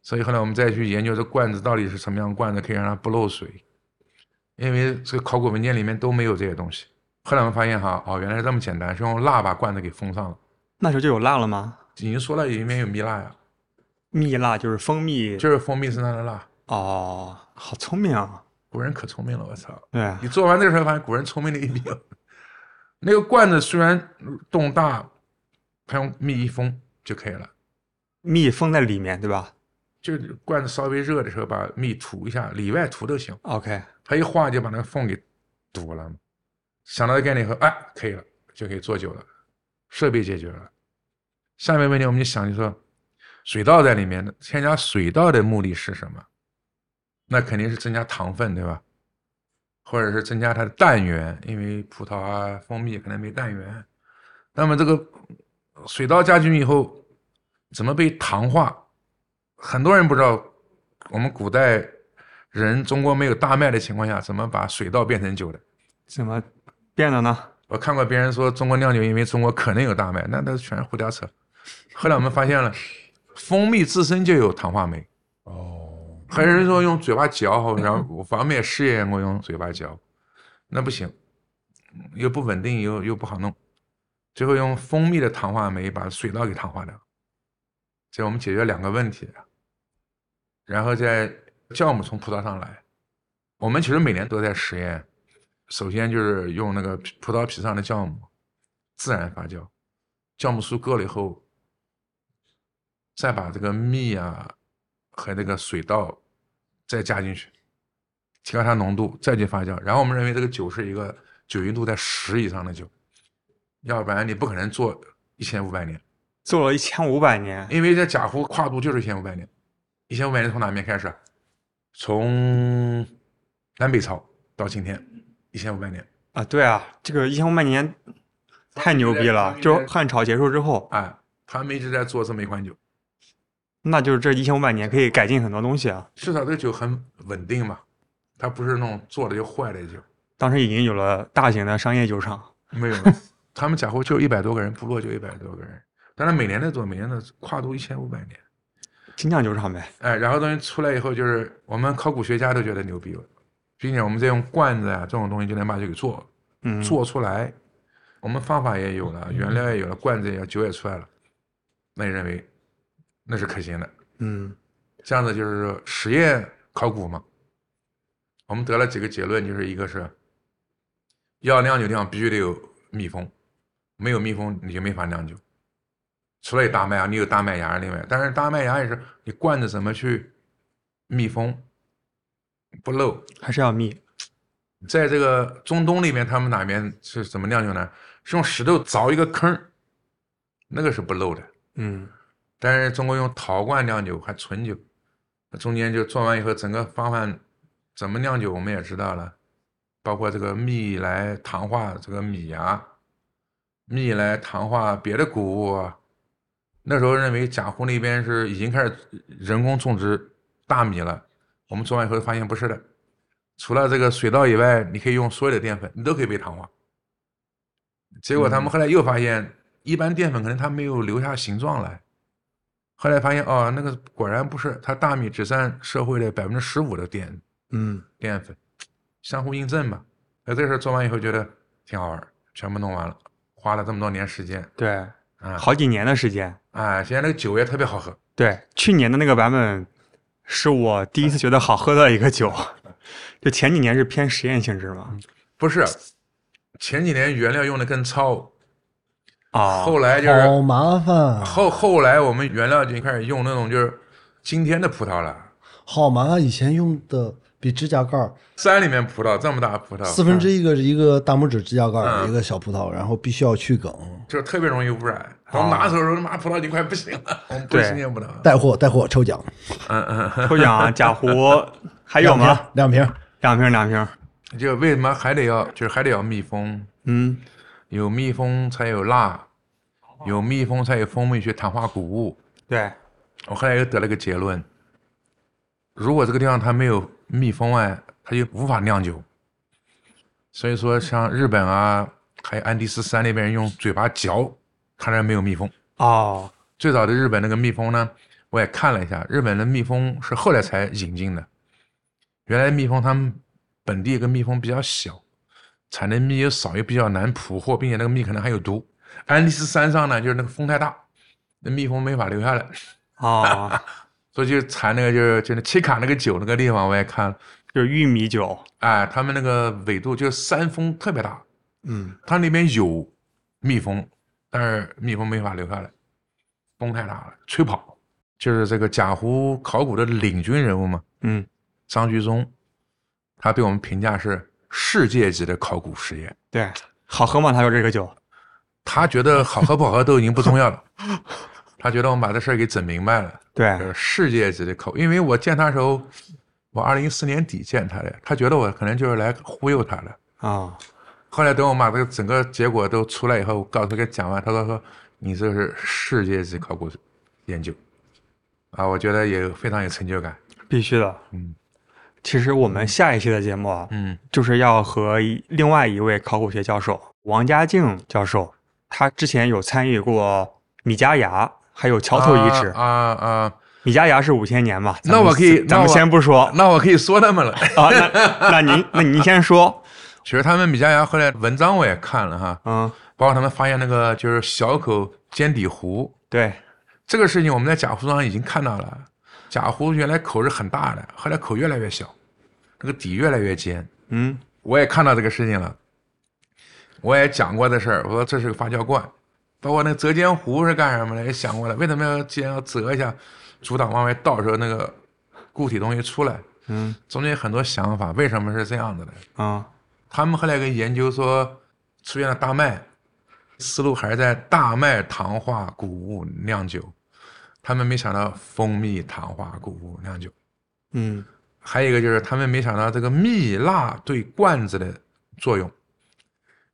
Speaker 3: 所以后来我们再去研究这罐子到底是什么样的罐子可以让它不漏水，因为这个考古文件里面都没有这些东西。后来我们发现哈，哦，原来是这么简单，是用蜡把罐子给封上了。
Speaker 2: 那时候就有蜡了吗？
Speaker 3: 已经说了，里面有蜜蜡呀，
Speaker 2: 蜜蜡就是蜂蜜。
Speaker 3: 就是蜂蜜身上的蜡。
Speaker 2: 哦，好聪明啊！
Speaker 3: 古人可聪明了，我操！
Speaker 2: 对啊
Speaker 3: 你，做完这个事儿，发现古人聪明了一笔。那个罐子虽然洞大，它用蜜一封就可以了。
Speaker 2: 蜜封在里面，对吧
Speaker 3: 就是罐子稍微热的时候，把蜜涂一下，里外涂都行。
Speaker 2: ？OK，
Speaker 3: 它一化就把那个缝给堵了。想到这个概念以后，哎，可以了，就可以做酒了，设备解决了。下面问题我们就想就说，水稻在里面的添加水稻的目的是什么？那肯定是增加糖分，对吧？或者是增加它的氮源，因为葡萄啊、蜂蜜可能没氮源。那么这个水稻加进去以后，怎么被糖化？很多人不知道，我们古代人中国没有大麦的情况下，怎么把水稻变成酒的？
Speaker 2: 怎么变的呢？
Speaker 3: 我看过别人说中国酿酒，因为中国可能有大麦，那都是全是胡瞎扯。后来我们发现了，蜂蜜自身就有糖化酶，
Speaker 4: 哦，
Speaker 3: 还有人说用嘴巴嚼好，然后我反正也试验过用嘴巴嚼，那不行，又不稳定又又不好弄，最后用蜂蜜的糖化酶把水稻给糖化掉，这我们解决两个问题，然后再酵母从葡萄上来，我们其实每年都在实验，首先就是用那个葡萄皮上的酵母自然发酵，酵母素过了以后，再把这个蜜啊和那个水稻再加进去，提高它浓度，再去发酵。然后我们认为这个酒是一个酒精度在十以上的酒，要不然你不可能做一千五百年，
Speaker 2: 做了一千五百年，
Speaker 3: 因为这贾湖跨度就是一千五百年。一千五百年从哪边开始啊？从南北朝到今天，一千五百年。
Speaker 2: 啊，对啊，这个一千五百年太牛逼了！就是汉朝结束之后，
Speaker 3: 哎，他们一直在做这么一款酒，
Speaker 2: 那就是这一千五百年可以改进很多东西啊。
Speaker 3: 至少这个酒很稳定嘛，它不是那种做了就坏了的酒。
Speaker 2: 当时已经有了大型的商业酒厂，
Speaker 3: 没有，他们假货就一百多个人，部落就一百多个人，但是每年在做，每年的跨度一千五百年。
Speaker 2: 精酿酒厂呗。
Speaker 3: 哎，然后东西出来以后，就是我们考古学家都觉得牛逼了，并且我们再用罐子呀、啊这种东西就能把酒给做
Speaker 2: 嗯，
Speaker 3: 做出来，我们方法也有了，原料也有了，罐子也有酒也出来了，那你认为那是可行的？
Speaker 2: 嗯
Speaker 3: 这样子就是说实验考古嘛。我们得了几个结论，就是一个是要酿酒地方必须得有蜜蜂，没有蜜蜂你就没法酿酒。除了有大麦啊芽，你有大麦芽另外，但是大麦芽也是你罐子怎么去密封不漏。
Speaker 2: 还是要密。
Speaker 3: 在这个中东那边，他们哪边是怎么酿酒呢？是用石头凿一个坑儿，那个是不漏的。
Speaker 2: 嗯，
Speaker 3: 但是中国用陶罐酿酒还纯酒，那中间就做完以后，整个方案怎么酿酒我们也知道了，包括这个蜜来糖化这个米芽，蜜来糖化别的谷物啊。那时候认为贾湖那边是已经开始人工种植大米了，我们做完以后发现不是的，除了这个水稻以外，你可以用所有的淀粉，你都可以被糖化。结果他们后来又发现，一般淀粉可能它没有留下形状来。后来发现哦，那个果然不是，它大米只占社会的百分之十五的淀
Speaker 2: 嗯，
Speaker 3: 淀粉，相互印证吧。那这事儿做完以后觉得挺好玩儿，全部弄完了，花了这么多年时间
Speaker 2: 对，
Speaker 3: 啊
Speaker 2: 好几年的时间。
Speaker 3: 啊！现在那个酒也特别好喝，
Speaker 2: 对，去年的那个版本是我第一次觉得好喝的一个酒，就前几年是偏实验性质嘛。
Speaker 3: 不是前几年原料用的更糙，
Speaker 2: 啊，
Speaker 3: 后来就是
Speaker 4: 好麻烦，
Speaker 3: 后后来我们原料已经开始用那种就是今天的葡萄了，
Speaker 4: 好麻烦。以前用的比指甲盖儿
Speaker 3: 山里面葡萄这么大葡萄，
Speaker 4: 四分之一个一个大拇指指甲盖儿
Speaker 3: 嗯
Speaker 4: 一个小葡萄，然后必须要去梗。
Speaker 3: 就是特别容易污染。
Speaker 4: 哦
Speaker 3: 我们拿的时候，他妈葡萄已经快不行了，我们不
Speaker 2: 对
Speaker 3: 新鲜葡萄。
Speaker 4: 带货带货抽奖，
Speaker 2: 抽奖啊，贾湖还有
Speaker 4: 两
Speaker 2: 吗？
Speaker 4: 瓶？两瓶。
Speaker 2: 两瓶，两瓶。
Speaker 3: 就为什么还得要，就是还得要密封，
Speaker 2: 嗯，
Speaker 3: 有密封才有蜡，有密封才有蜂蜜去糖化谷物。
Speaker 2: 对，
Speaker 3: 我后来又得了个结论：如果这个地方它没有密封哎，它就无法酿酒。所以说，像日本啊，还有安第斯山那边用嘴巴嚼，它那没有密封。
Speaker 2: 哦，
Speaker 3: 最早的日本那个蜜蜂呢，我也看了一下，日本的蜜蜂是后来才引进的。原来蜜蜂他们本地跟蜜蜂比较小，产的蜜又少，又比较难捕获，并且那个蜜可能还有毒。安第斯山上呢，就是那个风太大，那蜜蜂没法留下来，
Speaker 2: 哦，
Speaker 3: 所以就产那个就是就是切卡那个酒那个地方我也看了，
Speaker 2: 就是玉米酒。
Speaker 3: 哎，他们那个纬度就是山风特别大，
Speaker 2: 嗯，
Speaker 3: 它那边有蜜蜂，但是蜜蜂没法留下来，风太大了，吹跑。就是这个贾湖考古的领军人物嘛，
Speaker 2: 嗯，
Speaker 3: 张居中，他被我们评价是世界级的考古实验。
Speaker 2: 对，好喝吗？他说这个酒。
Speaker 3: 他觉得好喝不好喝都已经不重要了， 他觉得我们把这事儿给整明白了，就
Speaker 2: 对
Speaker 3: 是，世界级的考古。因为我见他的时候，我二零一四年底见他的，他觉得我可能就是来忽悠他的。
Speaker 2: 啊，
Speaker 3: 后来等我把这个整个结果都出来以后，我告诉他给讲完，他说说你这是世界级考古研究，啊，我觉得也非常有成就感。
Speaker 2: 必须的。
Speaker 3: 嗯，
Speaker 2: 其实我们下一期的节目啊，
Speaker 3: 嗯
Speaker 2: 就是要和一另外一位考古学教授王家静教授，他之前有参与过米加牙还有桥头遗址。
Speaker 3: 啊啊啊！
Speaker 2: 米家崖是五千年嘛？咱
Speaker 3: 那
Speaker 2: 们
Speaker 3: 我可以，
Speaker 2: 咱
Speaker 3: 那我
Speaker 2: 们先不说
Speaker 3: 那我可以说他们了。
Speaker 2: 啊。那那您那您先说，
Speaker 3: 其实他们米家崖后来文章我也看了哈，
Speaker 2: 嗯，
Speaker 3: 包括他们发现那个就是小口尖底湖
Speaker 2: 对，
Speaker 3: 这个事情，我们在贾湖上已经看到了。贾湖原来口是很大的，后来口越来越小，那个底越来越尖。
Speaker 2: 嗯
Speaker 3: 我也看到这个事情了，我也讲过这事儿。我说这是个发酵罐，包括那个折尖湖是干什么的，也想过了。为什么要既然要折一下，阻挡往外倒的时候那个固体东西出来？
Speaker 2: 嗯
Speaker 3: 中间有很多想法，为什么是这样子的？
Speaker 2: 啊
Speaker 3: 他们后来有个研究说，出现了大麦，思路还是在大麦、糖化、谷物酿酒，他们没想到蜂蜜、糖化、谷物酿酒。
Speaker 2: 嗯
Speaker 3: 还有一个就是他们没想到这个蜜蜡对罐子的作用，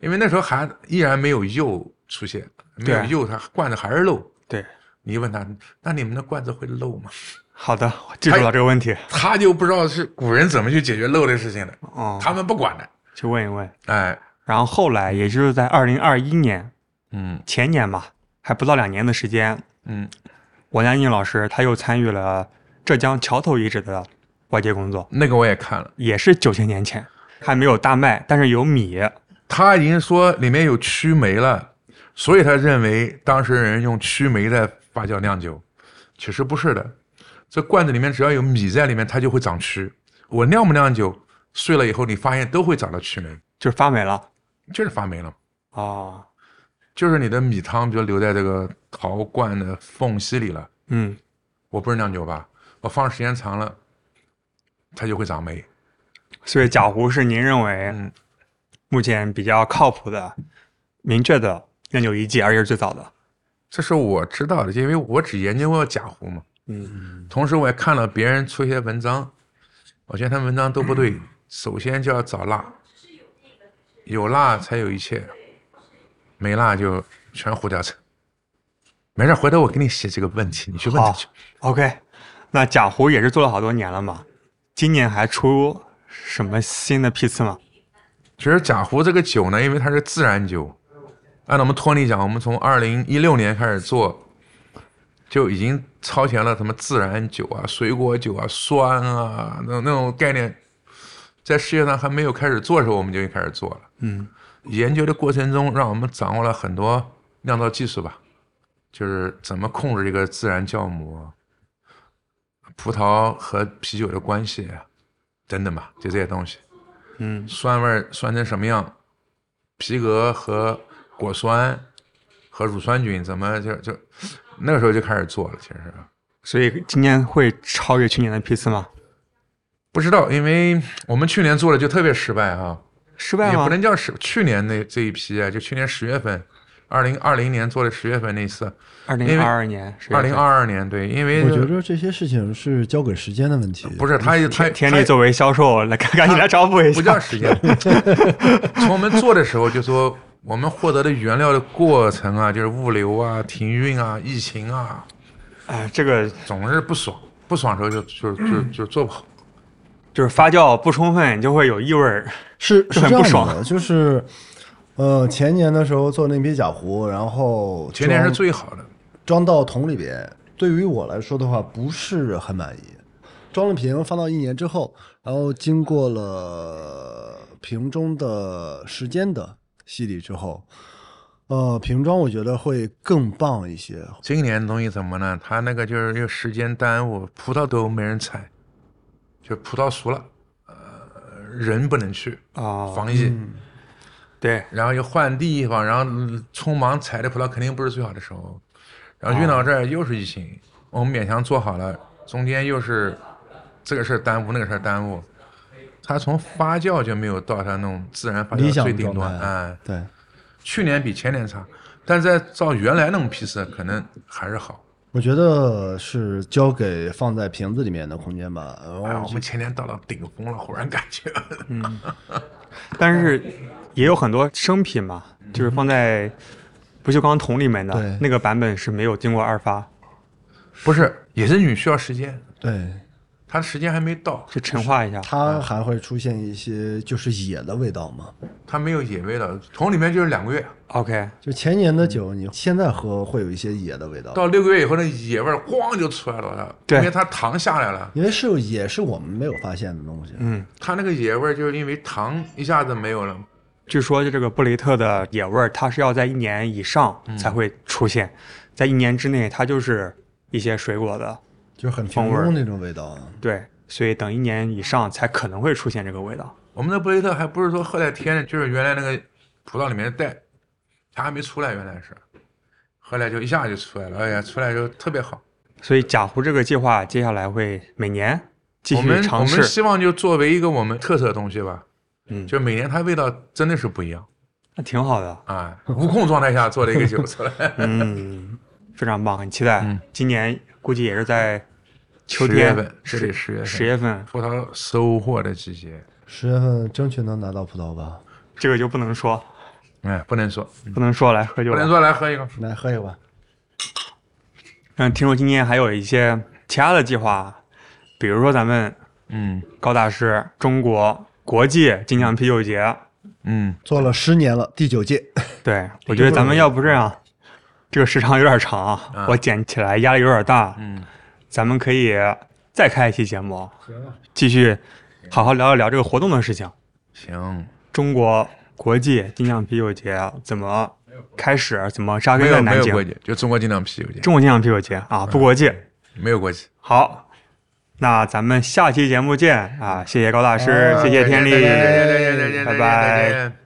Speaker 3: 因为那时候还依然没有釉出现，没有
Speaker 2: 对
Speaker 3: 釉，它罐子还是漏。
Speaker 2: 对，
Speaker 3: 你问他，那你们的罐子会漏吗？
Speaker 2: 好的，我记住了这个问题。
Speaker 3: 他就不知道是古人怎么去解决漏的事情的，
Speaker 2: 哦，
Speaker 3: 他们不管的。
Speaker 2: 去问一问。
Speaker 3: 哎，
Speaker 2: 然后后来，也就是在二零二一年
Speaker 3: 嗯
Speaker 2: 前年吧，还不到两年的时间，
Speaker 3: 嗯
Speaker 2: 王家印老师他又参与了浙江桥头遗址的挖掘工作，
Speaker 3: 那个我也看了，
Speaker 2: 也是九千年前，还没有大麦，但是有米。
Speaker 3: 他已经说里面有曲霉了，所以他认为当事人用曲霉在发酵酿酒，其实不是的。这罐子里面只要有米在里面，它就会长蛆。我酿不酿酒，碎了以后你发现都会长到曲霉，
Speaker 2: 就是发霉了
Speaker 3: 就是发霉了，
Speaker 2: 哦，
Speaker 3: 就是你的米汤比如留在这个陶罐的缝隙里了。
Speaker 2: 嗯，
Speaker 3: 我不是酿酒吧，我放时间长了，它就会长霉。
Speaker 2: 所以贾湖是您认为
Speaker 3: 嗯
Speaker 2: 目前比较靠谱的、明确的酿酒遗迹，而且是最早的。
Speaker 3: 这是我知道的，因为我只研究过贾湖嘛。
Speaker 2: 嗯，
Speaker 3: 同时我也看了别人出一些文章，我觉得他们文章都
Speaker 2: 嗯
Speaker 3: 不对。 首先就要找蜡，有蜡才有一切，没蜡就全糊掉这。没事，回头我给你写几个问题，你去问他
Speaker 2: 好
Speaker 3: 去。
Speaker 2: ，OK。那贾湖也是做了好多年了嘛，今年还出什么新的批次吗？
Speaker 3: 其实贾湖这个酒呢，因为它是自然酒，按照我们托尼讲，我们从二零一六年开始做，就已经超前了什么自然酒啊、水果酒啊、酸啊那那种概念，在世界上还没有开始做的时候，我们就已经开始做了。
Speaker 2: 嗯，
Speaker 3: 研究的过程中，让我们掌握了很多酿造技术吧，就是怎么控制一个自然酵母、啊葡萄和啤酒的关系啊等等吧，就这些东西。
Speaker 2: 嗯，
Speaker 3: 酸味儿酸成什么样，皮革和果酸和乳酸菌怎么就就那个时候就开始做了，其实
Speaker 2: 所以今年会超越去年的批次吗？
Speaker 3: 不知道，因为我们去年做的就特别失败啊。
Speaker 2: 失败
Speaker 3: 也
Speaker 2: 吗
Speaker 3: 不？能叫是去年那这一批啊，就去年十月份，二零二零年做的十月份那一次，
Speaker 2: 二
Speaker 3: 因
Speaker 2: 零
Speaker 3: 为
Speaker 2: 二二年10月份，
Speaker 3: 二零二二年对，因为
Speaker 4: 我觉得这些事情是交给时间的问题，
Speaker 3: 不是他他
Speaker 2: 天
Speaker 3: 他
Speaker 2: 力作为销售来赶赶紧来找补一
Speaker 3: 不叫
Speaker 2: 下。
Speaker 3: 时间，从我们做的时候就说我们获得的原料的过程啊，就是物流啊、停运啊、疫情啊，
Speaker 2: 哎，这个
Speaker 3: 总是不爽，不爽的时候就就
Speaker 4: 嗯
Speaker 3: 就就做不好。
Speaker 2: 就是发酵不充分，你就会有异味儿。
Speaker 4: 是是
Speaker 2: 很
Speaker 4: 这
Speaker 2: 不
Speaker 4: 样的，
Speaker 2: 爽
Speaker 4: 就是，呃，前年的时候做那批假壶，然后
Speaker 3: 前年是
Speaker 4: 装
Speaker 3: 最好的，
Speaker 4: 装到桶里边，对于我来说的话不是很满意。装了瓶放到一年之后，然后经过了瓶中的时间的洗礼之后，呃，瓶装我觉得会更棒一些。
Speaker 3: 今年的东西怎么呢？它那个就是又时间耽误，葡萄都没人采，就葡萄熟了，呃，人不能去，
Speaker 2: 哦，
Speaker 3: 防疫，
Speaker 4: 嗯
Speaker 2: 对，
Speaker 3: 然后又换地方，然后嗯匆忙采的葡萄肯定不是最好的时候，然后运到这儿又是疫情，我们勉强做好了，中间又是这个事儿耽误，那个事儿耽误，它从发酵就没有到它那种自然发
Speaker 4: 理
Speaker 3: 酵
Speaker 4: 想
Speaker 3: 最顶
Speaker 4: 状
Speaker 3: 端，
Speaker 4: 态
Speaker 3: 哎，
Speaker 4: 对，
Speaker 3: 去年比前年差，但在照原来那种批次可能还是好。
Speaker 4: 我觉得是交给放在瓶子里面的空间吧。然后
Speaker 3: 哎，我们前年到了顶峰了，忽然感觉，
Speaker 2: 但是也有很多生品嘛，就是放在不锈钢桶里面的
Speaker 4: 对
Speaker 2: 那个版本是没有经过二发，
Speaker 3: 不是野生菌需要时间，
Speaker 4: 对，
Speaker 3: 它时间还没到，
Speaker 2: 就陈化一下。
Speaker 4: 它还会出现一些就是野的味道嘛。
Speaker 3: 它没有野味道，从里面就是两个月，
Speaker 2: OK，
Speaker 4: 就前年的酒，你现在喝会有一些野的味道，
Speaker 3: 到六个月以后，那野味儿咣就出来了，我操
Speaker 2: 对
Speaker 3: 因为它糖下来了，
Speaker 4: 因为是有也是我们没有发现的东西。
Speaker 2: 嗯，
Speaker 3: 它那个野味儿就是因为糖一下子没有了，
Speaker 2: 据说这个布雷特的野味儿，它是要在一年以上
Speaker 3: 嗯
Speaker 2: 才会出现，在一年之内，它就是一些水果的，
Speaker 4: 就是很
Speaker 2: 风
Speaker 4: 平
Speaker 2: 味儿
Speaker 4: 庸那种味道啊。
Speaker 2: 对，所以等一年以上才可能会出现这个味道。
Speaker 3: 我们的布雷特还不是说喝在天的，就是原来那个葡萄里面的带，它还没出来，原来是，后来就一下就出来了，哎呀，出来就特别好。
Speaker 2: 所以贾湖这个计划接下来会每年继
Speaker 3: 我们
Speaker 2: 续
Speaker 3: 我
Speaker 2: 尝
Speaker 3: 们
Speaker 2: 试。
Speaker 3: 希望就作为一个我们特色的东西吧，
Speaker 2: 嗯
Speaker 3: 就每年它味道真的是不一样
Speaker 2: 那挺好的，
Speaker 3: 啊。无控状态下做了一个酒出来，
Speaker 2: 嗯，非常棒，很期待。
Speaker 3: 嗯
Speaker 2: 今年估计也是在 秋
Speaker 3: 10月
Speaker 2: 天
Speaker 3: 份，这里10月份
Speaker 2: 十月份，
Speaker 3: 葡萄收获的季节，
Speaker 4: 十月份争取能拿到葡萄吧，
Speaker 2: 这个就不能说，
Speaker 3: 哎，不能说，
Speaker 2: 不能说来喝酒
Speaker 3: 不能
Speaker 2: 了。
Speaker 3: 说，来喝一个。
Speaker 4: 来喝一碗。
Speaker 2: 嗯，听说今年还有一些其他的计划，比如说咱们
Speaker 3: 嗯
Speaker 2: 高大师中国国际金匠啤酒节。
Speaker 3: 嗯，
Speaker 4: 做了十年了，第九届。
Speaker 2: 对，我觉得咱们要不这样，这个时长有点长啊
Speaker 3: 啊，
Speaker 2: 我剪起来压力有点大。
Speaker 3: 嗯，
Speaker 2: 咱们可以再开一期节目，继续好好聊一聊这个活动的事情。
Speaker 3: 行，
Speaker 2: 中国国际金匠啤酒节怎么开始？怎么扎
Speaker 3: 没
Speaker 2: 根在
Speaker 3: 有没
Speaker 2: 南
Speaker 3: 有
Speaker 2: 京
Speaker 3: 国？际，嗯就中国精酿啤酒节，
Speaker 2: 中国金匠啤酒节啊，不国际。
Speaker 3: 没有国际。
Speaker 2: 好，那咱们下期节目见啊！谢谢高大师，谢谢天
Speaker 3: 嗯再
Speaker 2: 力，
Speaker 3: 见再见再见再见再见
Speaker 2: 拜拜
Speaker 3: 再见。